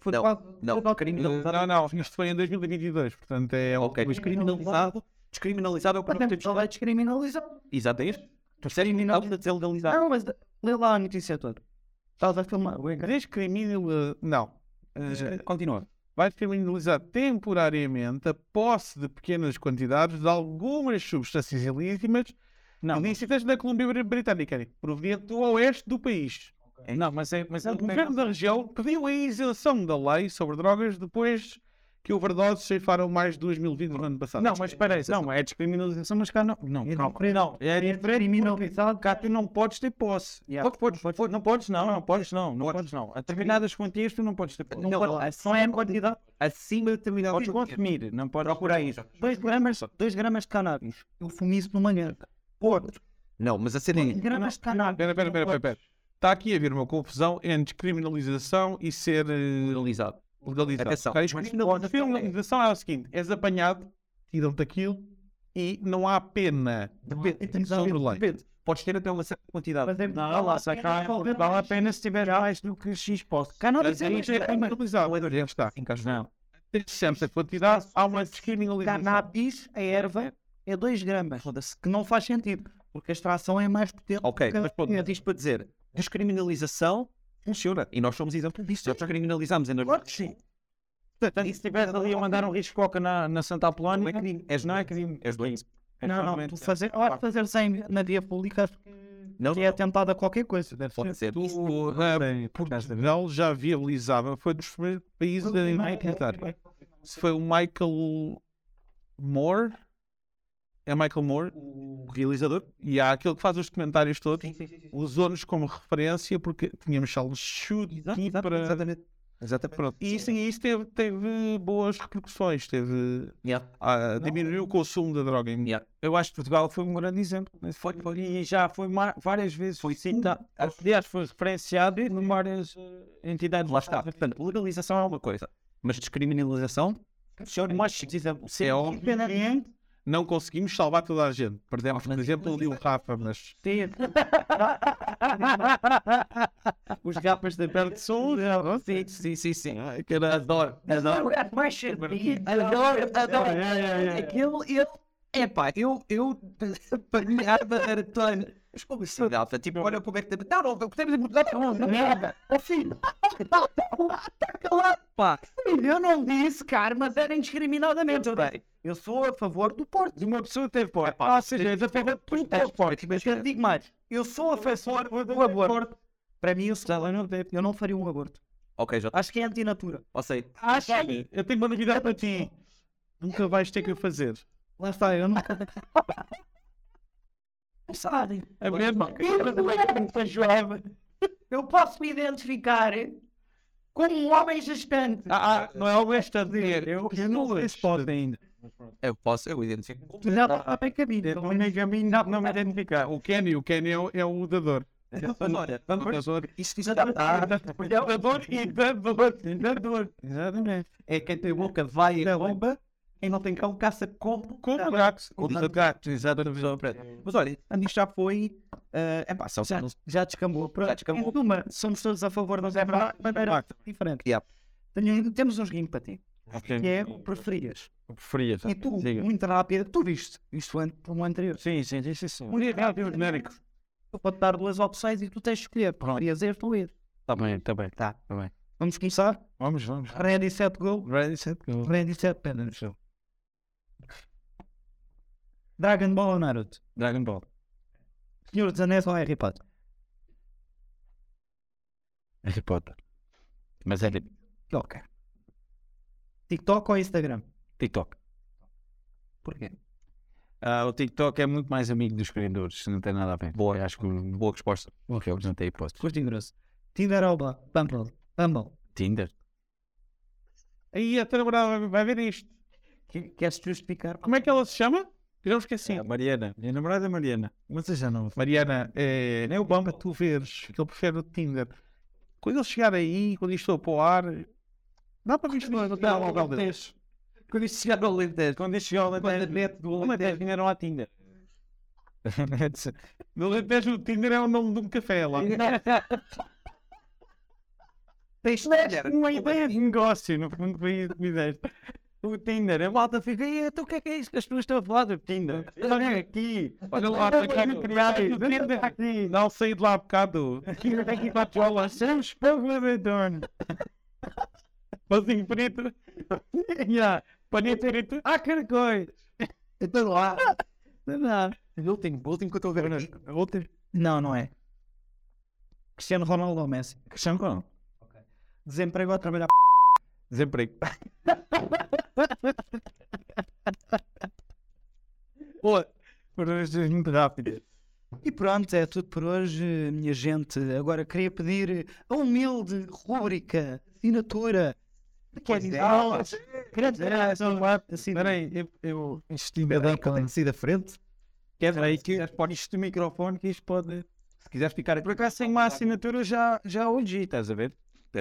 [SPEAKER 3] Foi
[SPEAKER 2] Não,
[SPEAKER 3] quase-
[SPEAKER 2] não,
[SPEAKER 3] foi-
[SPEAKER 4] Não,
[SPEAKER 2] criminalizado.
[SPEAKER 4] não, isto foi em 2022, portanto é
[SPEAKER 2] Ok,
[SPEAKER 4] mas-
[SPEAKER 2] descriminalizado. Descriminalizado é o que
[SPEAKER 3] Por
[SPEAKER 2] nós
[SPEAKER 3] exemplo,
[SPEAKER 2] temos.
[SPEAKER 3] só vai descriminalizar.
[SPEAKER 2] Exato, é este. Sério,
[SPEAKER 3] criminal-
[SPEAKER 2] estamos a dizer legalizado.
[SPEAKER 3] Não, mas de- lê lá a notícia toda. Estás a filmar.
[SPEAKER 4] Descriminal... Não. Eh,
[SPEAKER 2] eh, Continua.
[SPEAKER 4] vai criminalizar temporariamente a posse de pequenas quantidades de algumas substâncias ilícitas
[SPEAKER 1] Não,
[SPEAKER 4] ilícitas na Colômbia Br- Britânica, proveniente do oeste do país.
[SPEAKER 1] não, mas é. Mas é
[SPEAKER 4] O governo da região pediu a isenção da lei sobre drogas depois que overdoses ceifaram mais de 2 mil vidas no ano passado.
[SPEAKER 1] Não, mas espera aí. Não, é descriminalização, mas cá não. Não,
[SPEAKER 3] É
[SPEAKER 1] calma. Não, é descriminalizado. Cá tu não podes ter posse. Podes, podes, podes. Não podes, não, não podes, não. Não podes, não. A determinadas quantias tu não podes ter posse.
[SPEAKER 2] Não, não,
[SPEAKER 1] podes- não é a quantidade que
[SPEAKER 2] Acima de determinado.
[SPEAKER 1] podes consumir. Não podes.
[SPEAKER 2] Procura aí, já.
[SPEAKER 3] 2 gramas, dois gramas de cannabis. É Eu fumo isso numa grama. Porto.
[SPEAKER 2] Não, mas a cena é.
[SPEAKER 3] gramas de cannabis.
[SPEAKER 4] Espera, espera, espera, espera, espera. Está aqui a haver uma confusão entre criminalização e ser eh,
[SPEAKER 2] Legalizado.
[SPEAKER 4] legalizado.
[SPEAKER 2] Atenção.
[SPEAKER 4] ok? Isto-
[SPEAKER 2] Criminalização
[SPEAKER 4] A criminalização é o seguinte: és apanhado, tiram-te aquilo e não há pena.
[SPEAKER 2] Depende.
[SPEAKER 4] Sobre lei.
[SPEAKER 2] Depende. Podes ter até uma certa quantidade.
[SPEAKER 3] Mas é-
[SPEAKER 1] Não, lá sai cá. em Portugal apenas se tiver mais do que X posse. Cá não
[SPEAKER 3] Mas
[SPEAKER 1] diz
[SPEAKER 4] Isso é
[SPEAKER 3] isto
[SPEAKER 2] eh,
[SPEAKER 3] é
[SPEAKER 4] criminalizado. Está.
[SPEAKER 2] Encaixa.
[SPEAKER 1] Não.
[SPEAKER 4] Deixamos a quantidade, há uma descriminalização.
[SPEAKER 3] Cannabis, a erva, é 2 gramas. Foda-se, que não faz sentido. Porque a extração é mais potente.
[SPEAKER 2] Ok,
[SPEAKER 3] do que a-
[SPEAKER 2] mas pronto, mas isto para dizer, descriminalização funciona. E nós somos exemplo disso. Já descriminalizámos em
[SPEAKER 3] Claro que sim.
[SPEAKER 1] Portanto, e se estiveres ali a mandar um risco coca na, na Santa Apolónia,
[SPEAKER 2] Não é crime. És
[SPEAKER 1] não é
[SPEAKER 2] doente.
[SPEAKER 1] crime.
[SPEAKER 2] És doente.
[SPEAKER 1] É
[SPEAKER 3] Não, não,
[SPEAKER 1] totalmente-
[SPEAKER 3] tu fazer, olha, fazer sem na via pública acho
[SPEAKER 2] Não,
[SPEAKER 3] que é atentado a qualquer coisa. Deve
[SPEAKER 2] pode
[SPEAKER 3] ser.
[SPEAKER 2] ser. Isso-
[SPEAKER 4] Tu, na
[SPEAKER 1] Tem, por acaso,
[SPEAKER 4] Portugal já viabilizava, foi dos primeiros países
[SPEAKER 2] um
[SPEAKER 4] a implementar. Se foi o Michael Moore, é Michael Moore,
[SPEAKER 2] O realizador?
[SPEAKER 4] e há aquele que faz os comentários todos,
[SPEAKER 2] sim, sim.
[SPEAKER 4] usou-nos como referência porque tínhamos salas chute
[SPEAKER 2] Exato,
[SPEAKER 4] aqui
[SPEAKER 2] exato,
[SPEAKER 4] para.
[SPEAKER 2] Exatamente. Exatamente.
[SPEAKER 4] Pronto. E isso, e isso teve, teve boas repercussões, teve,
[SPEAKER 2] Yeah.
[SPEAKER 4] ah, diminuiu o consumo da droga em
[SPEAKER 2] Yeah.
[SPEAKER 1] Eu acho que Portugal foi um grande exemplo. nesse
[SPEAKER 2] Foi-
[SPEAKER 1] sentido. E já foi mar- várias vezes. Foi citado.
[SPEAKER 2] acho-
[SPEAKER 1] Aliás, foi referenciado em várias eh, entidades.
[SPEAKER 2] Lá está. Portanto, legalização é uma coisa, mas descriminalização funciona.
[SPEAKER 1] Mas, por exemplo,
[SPEAKER 4] É óbvio.
[SPEAKER 3] Independente.
[SPEAKER 4] não conseguimos salvar toda a gente. Perdemos, por exemplo, ali o Rafa, mas
[SPEAKER 1] tem-
[SPEAKER 2] é
[SPEAKER 3] Os gapas da perna são.
[SPEAKER 2] Sim, sim, sim, sim.
[SPEAKER 3] É
[SPEAKER 2] Adoro, É, adoro.
[SPEAKER 3] Adoro, adoro, adoro. Aquilo, ele
[SPEAKER 2] É pá, eu, eu palhava maratona. Mas como assim, Dalfa? Tipo, olha como é que. Não, não, podemos mudar para uma merda. Assim,
[SPEAKER 3] Está tá calado, pá. Eu não disse, cara, mas era indiscriminadamente. Eu, disse, eu sou a favor do Porto.
[SPEAKER 1] Uma pessoa teve pó.
[SPEAKER 2] pá,
[SPEAKER 1] Ou seja, eu favor do
[SPEAKER 3] Mas
[SPEAKER 1] transporte.
[SPEAKER 3] eu digo mais. Eu sou a favor do aborto. Para mim, eu, sou- eu não faria um aborto.
[SPEAKER 2] Ok, já
[SPEAKER 3] Acho que é antinatura.
[SPEAKER 2] ou sei.
[SPEAKER 3] Acho que
[SPEAKER 1] Eu tenho uma novidade para ti. Nunca vais ter que o fazer.
[SPEAKER 3] Lá está, eu não. Sabe?
[SPEAKER 1] É mesmo?
[SPEAKER 3] é Eu posso me identificar como um homem gestante.
[SPEAKER 1] Ah, ah, não é o resto a dizer. Eu, eu não respondo ainda.
[SPEAKER 2] Eu posso, eu identifico como.
[SPEAKER 3] Já está bem caminho.
[SPEAKER 1] Eu nem caminho, tá não, não me identificar.
[SPEAKER 4] Ah. O Kenny, o Kenny é o, é o dador.
[SPEAKER 2] Olha,
[SPEAKER 4] O dador.
[SPEAKER 2] isto já
[SPEAKER 4] um
[SPEAKER 2] está.
[SPEAKER 1] Dador e dador. e Dador. Exatamente.
[SPEAKER 2] É quem tem boca vai e bomba. Quem não tem cão caça como.
[SPEAKER 1] Com
[SPEAKER 3] Ah,
[SPEAKER 1] o gato.
[SPEAKER 2] Com o
[SPEAKER 1] gato. Exatamente.
[SPEAKER 2] Mas olha, Andy já foi. É pá, só
[SPEAKER 3] ah, Já,
[SPEAKER 2] não se
[SPEAKER 3] já descambou. Pronto.
[SPEAKER 2] Já descambou.
[SPEAKER 3] Em suma, somos todos a favor, mas é verdade. mas era diferente.
[SPEAKER 2] Yep.
[SPEAKER 3] Tenho- temos um joguinho para ti, que é o preferias.
[SPEAKER 1] Preferia.
[SPEAKER 3] E tu,
[SPEAKER 1] Diga.
[SPEAKER 3] muito rápido, tu viste isto an- no anterior.
[SPEAKER 1] Sim, sim, sim, sim. sim.
[SPEAKER 3] Muito Um rápido, genérico. Eu vou-te dar duas opções e tu tens de escolher. Preferias este ou este.
[SPEAKER 1] Está bem, está bem.
[SPEAKER 3] Tá. Vamos começar?
[SPEAKER 1] Vamos, vamos.
[SPEAKER 3] Ready, set, go.
[SPEAKER 1] Ready, set, go.
[SPEAKER 3] Ready, set, penalty. Dragon Ball ou Naruto?
[SPEAKER 1] Dragon Ball.
[SPEAKER 3] Senhor dos Anéis ou Harry Potter?
[SPEAKER 1] Harry Potter. Mas é de
[SPEAKER 3] Ok. TikTok ou Instagram?
[SPEAKER 1] TikTok.
[SPEAKER 3] Porquê?
[SPEAKER 1] Ah, o TikTok é muito mais amigo dos criadores, não tem nada a ver. Boa, acho que boa resposta. Bom, eu não tenho hipótese.
[SPEAKER 2] tipo,
[SPEAKER 3] Curto grosso. Tinder ou Bla- Bumble? Bumble.
[SPEAKER 1] Tinder. Aí a tua namorada vai ver isto.
[SPEAKER 3] Que- Queres justificar?
[SPEAKER 1] Como é que ela se chama? Eu não esqueci.
[SPEAKER 4] assim.
[SPEAKER 1] Mariana. Minha namorada é Mariana. Mas eu já não.
[SPEAKER 4] Mariana, é, nem o Bamba tu veres, que ele prefere o Tinder. Quando ele chegar aí, quando isto for para o ar, dá para misturar no telemóvel dele.
[SPEAKER 2] Quando isto chegar no Alentejo.
[SPEAKER 1] Quando isto chegou,
[SPEAKER 2] Quando a net do
[SPEAKER 1] Uma
[SPEAKER 2] Alentejo.
[SPEAKER 1] vez vieram à Tinder.
[SPEAKER 4] No Alentejo, o Tinder é o nome de um café lá.
[SPEAKER 3] Tens
[SPEAKER 1] uma ideia de negócio, no fundo, foi isso que me deste. O Tinder, a malta fica, "E, então o que é que é isso que as pessoas estão a falar do Tinder? Olha aqui,
[SPEAKER 4] Olha lá,
[SPEAKER 1] olha
[SPEAKER 4] está
[SPEAKER 1] aqui,
[SPEAKER 4] aqui.
[SPEAKER 1] criado, o Tinder aqui,
[SPEAKER 4] Não saí de lá há bocado.
[SPEAKER 1] aqui, aqui, quatro aulas, somos povo abandono. Pazinho preto, yeah. panito preto, ah, caracóis.
[SPEAKER 3] Então lá.
[SPEAKER 2] O último, o último que eu estou a ver. nas-
[SPEAKER 1] Outra,
[SPEAKER 3] Não, não é. Cristiano Ronaldo ou Messi?
[SPEAKER 1] Cristiano Ronaldo,
[SPEAKER 3] Desemprego ou trabalhar?
[SPEAKER 1] desemprego.
[SPEAKER 4] Boa.
[SPEAKER 1] Foram as duas muito rápidas.
[SPEAKER 3] E pronto, é tudo por hoje, minha gente. Agora queria pedir a humilde rúbrica, assinatura. "Ah, Candidatos. Grandes abraços.
[SPEAKER 1] Espera aí, eu, eu insisti em dar com a da frente. Quer aí que isto do microfone que isto pode.
[SPEAKER 2] Se quiseres ficar aqui.
[SPEAKER 1] Por acaso tenho uma assinatura já, já hoje, estás a ver?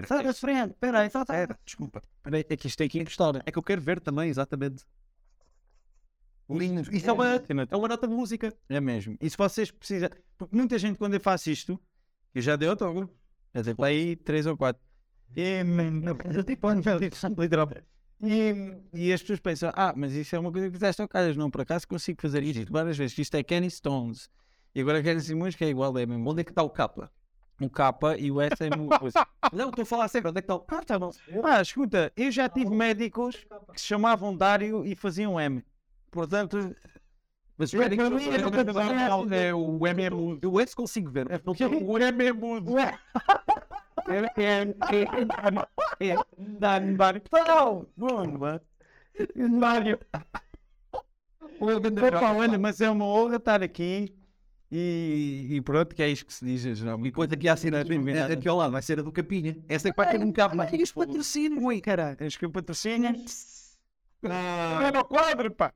[SPEAKER 3] Sai
[SPEAKER 2] é,
[SPEAKER 3] da frente, peraí, sai da
[SPEAKER 2] Espera, Desculpa.
[SPEAKER 1] Espera aí, é que isto tem que encostar.
[SPEAKER 2] É que eu quero ver também, exatamente. Lindos. Isso é uma, é
[SPEAKER 1] assinatura.
[SPEAKER 2] uma nota de música.
[SPEAKER 1] É mesmo. E se vocês precisam. Porque muita gente, quando eu faço isto, eu já então, dei autógrafo. Já dei para aí 3 ou 4. E, man, tipo, literalmente. E, e as pessoas pensam, ah, mas isso é uma coisa que fizeste ao calhas, não, por acaso consigo fazer isto várias vezes, que isto é Kenny Stones. E agora Kenny Simões que é igual, é mesmo.
[SPEAKER 2] Onde é que está o capa?
[SPEAKER 1] Um K e o S é uma coisa.
[SPEAKER 2] Não, estou a falar sério. Onde é que está o
[SPEAKER 1] Ah, tá bom. Ah, escuta, eu já tive médicos que se chamavam Dário e faziam M. Portanto,
[SPEAKER 2] Mas espera aí que eu não sei.
[SPEAKER 4] É o M é mudo.
[SPEAKER 2] Eu antes consigo ver. mas não tenho-
[SPEAKER 4] O M é mudo.
[SPEAKER 1] Dário, Dário. Não, Bruno, mano. Dário.
[SPEAKER 4] um
[SPEAKER 1] Opa, olha, mas é uma honra estar aqui. E, e pronto, que é isto que se diz
[SPEAKER 2] E
[SPEAKER 1] geralmente.
[SPEAKER 2] depois aqui a assinatura. é- Aqui ao lado vai ser a do Capinha. Essa é que vai ter um cabo mais.
[SPEAKER 3] Isto patrocínio, ui, caralho.
[SPEAKER 1] Acho que o patrocínio.
[SPEAKER 4] É no quadro, pá.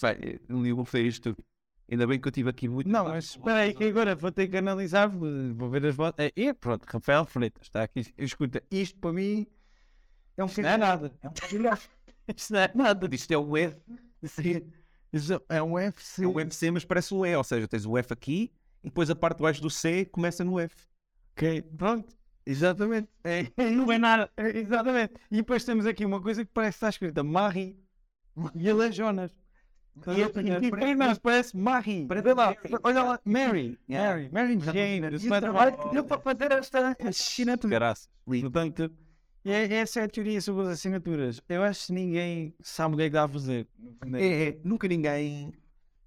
[SPEAKER 2] Vai, Lilo foi isto. Ainda bem que eu estive aqui muito.
[SPEAKER 1] Não, mas espera aí que agora vou ter que analisar, vou vou ver as votas. E pronto, Rafael Freitas está aqui. Escuta, isto para mim
[SPEAKER 3] É um
[SPEAKER 1] não é nada. Isto não é nada.
[SPEAKER 2] Isto é um F.
[SPEAKER 1] Isto é um UFC.
[SPEAKER 2] É um FC, mas parece um E. Ou seja, tens o F aqui e depois a parte de baixo do C começa no F.
[SPEAKER 1] Ok, pronto. Exatamente. É, não é nada. É, exatamente. E depois temos aqui uma coisa que parece que está escrita Marie e ele é Jonas.
[SPEAKER 3] E eu tenho aqui-
[SPEAKER 1] mas parece Marie.
[SPEAKER 3] Parece
[SPEAKER 1] Vê lá,
[SPEAKER 3] Mary.
[SPEAKER 1] Olha lá, Mary.
[SPEAKER 3] Yeah.
[SPEAKER 1] Mary, Mary Jane. é do Spider-Man.
[SPEAKER 3] trabalho que
[SPEAKER 1] Olha, para fazer esta
[SPEAKER 3] Hum.
[SPEAKER 1] assinatura.
[SPEAKER 4] Caraças.
[SPEAKER 1] Portanto, é- essa é a teoria sobre as assinaturas. Eu acho que ninguém sabe o que é que dá a fazer.
[SPEAKER 2] É, é, nunca ninguém.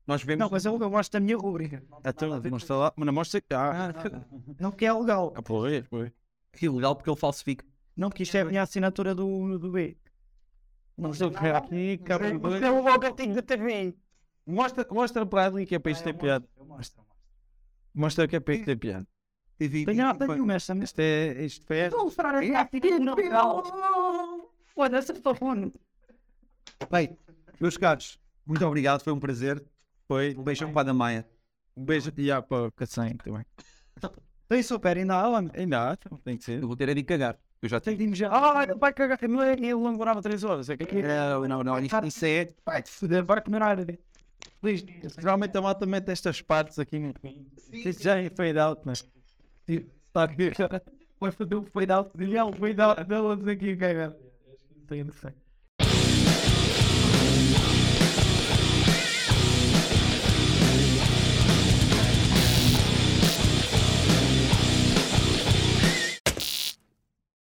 [SPEAKER 2] Nós vemos.
[SPEAKER 3] Não, mas é eu, eu gosto da minha rubrica.
[SPEAKER 1] Então, mostra lá, mas não mostra. Ah,
[SPEAKER 3] Não que é legal.
[SPEAKER 1] ah, pois, pois.
[SPEAKER 2] Que é ilegal porque ele falsifica.
[SPEAKER 3] Não que isto é a minha assinatura do, do B.
[SPEAKER 1] Não sei o que é aqui, cabrão.
[SPEAKER 3] é o logotipo da TV.
[SPEAKER 1] Mostra, mostra para ali que é para isto ter piada. Mostra que é para isto ter piada.
[SPEAKER 2] TV.
[SPEAKER 3] Tenho, tenho uma esta mesmo.
[SPEAKER 1] Isto é, isto é.
[SPEAKER 3] Foda-se, por favor.
[SPEAKER 2] Bem, meus caros, muito obrigado, foi um prazer. Foi. Um beijão para a Ana Maia.
[SPEAKER 1] Um beijo. E há para o Cacém também.
[SPEAKER 3] Tem super, ainda há homem.
[SPEAKER 1] Ainda há, então, tem que ser.
[SPEAKER 2] Eu vou ter a de cagar. Eu já tenho.
[SPEAKER 1] Tem que já. Ah, vai cagar. Não é? Ele não demorava 3 horas. É que aqui.
[SPEAKER 2] Não, não, não. Isto isso é.
[SPEAKER 1] Vai te foder, vai comer a área. Feliz dia. Geralmente a malta mete estas partes aqui no. Isto já é fade out, mas. Tá, Está aqui. Vai fazer um fade out. Dele é um fade out delas aqui, cara. Tem interessante.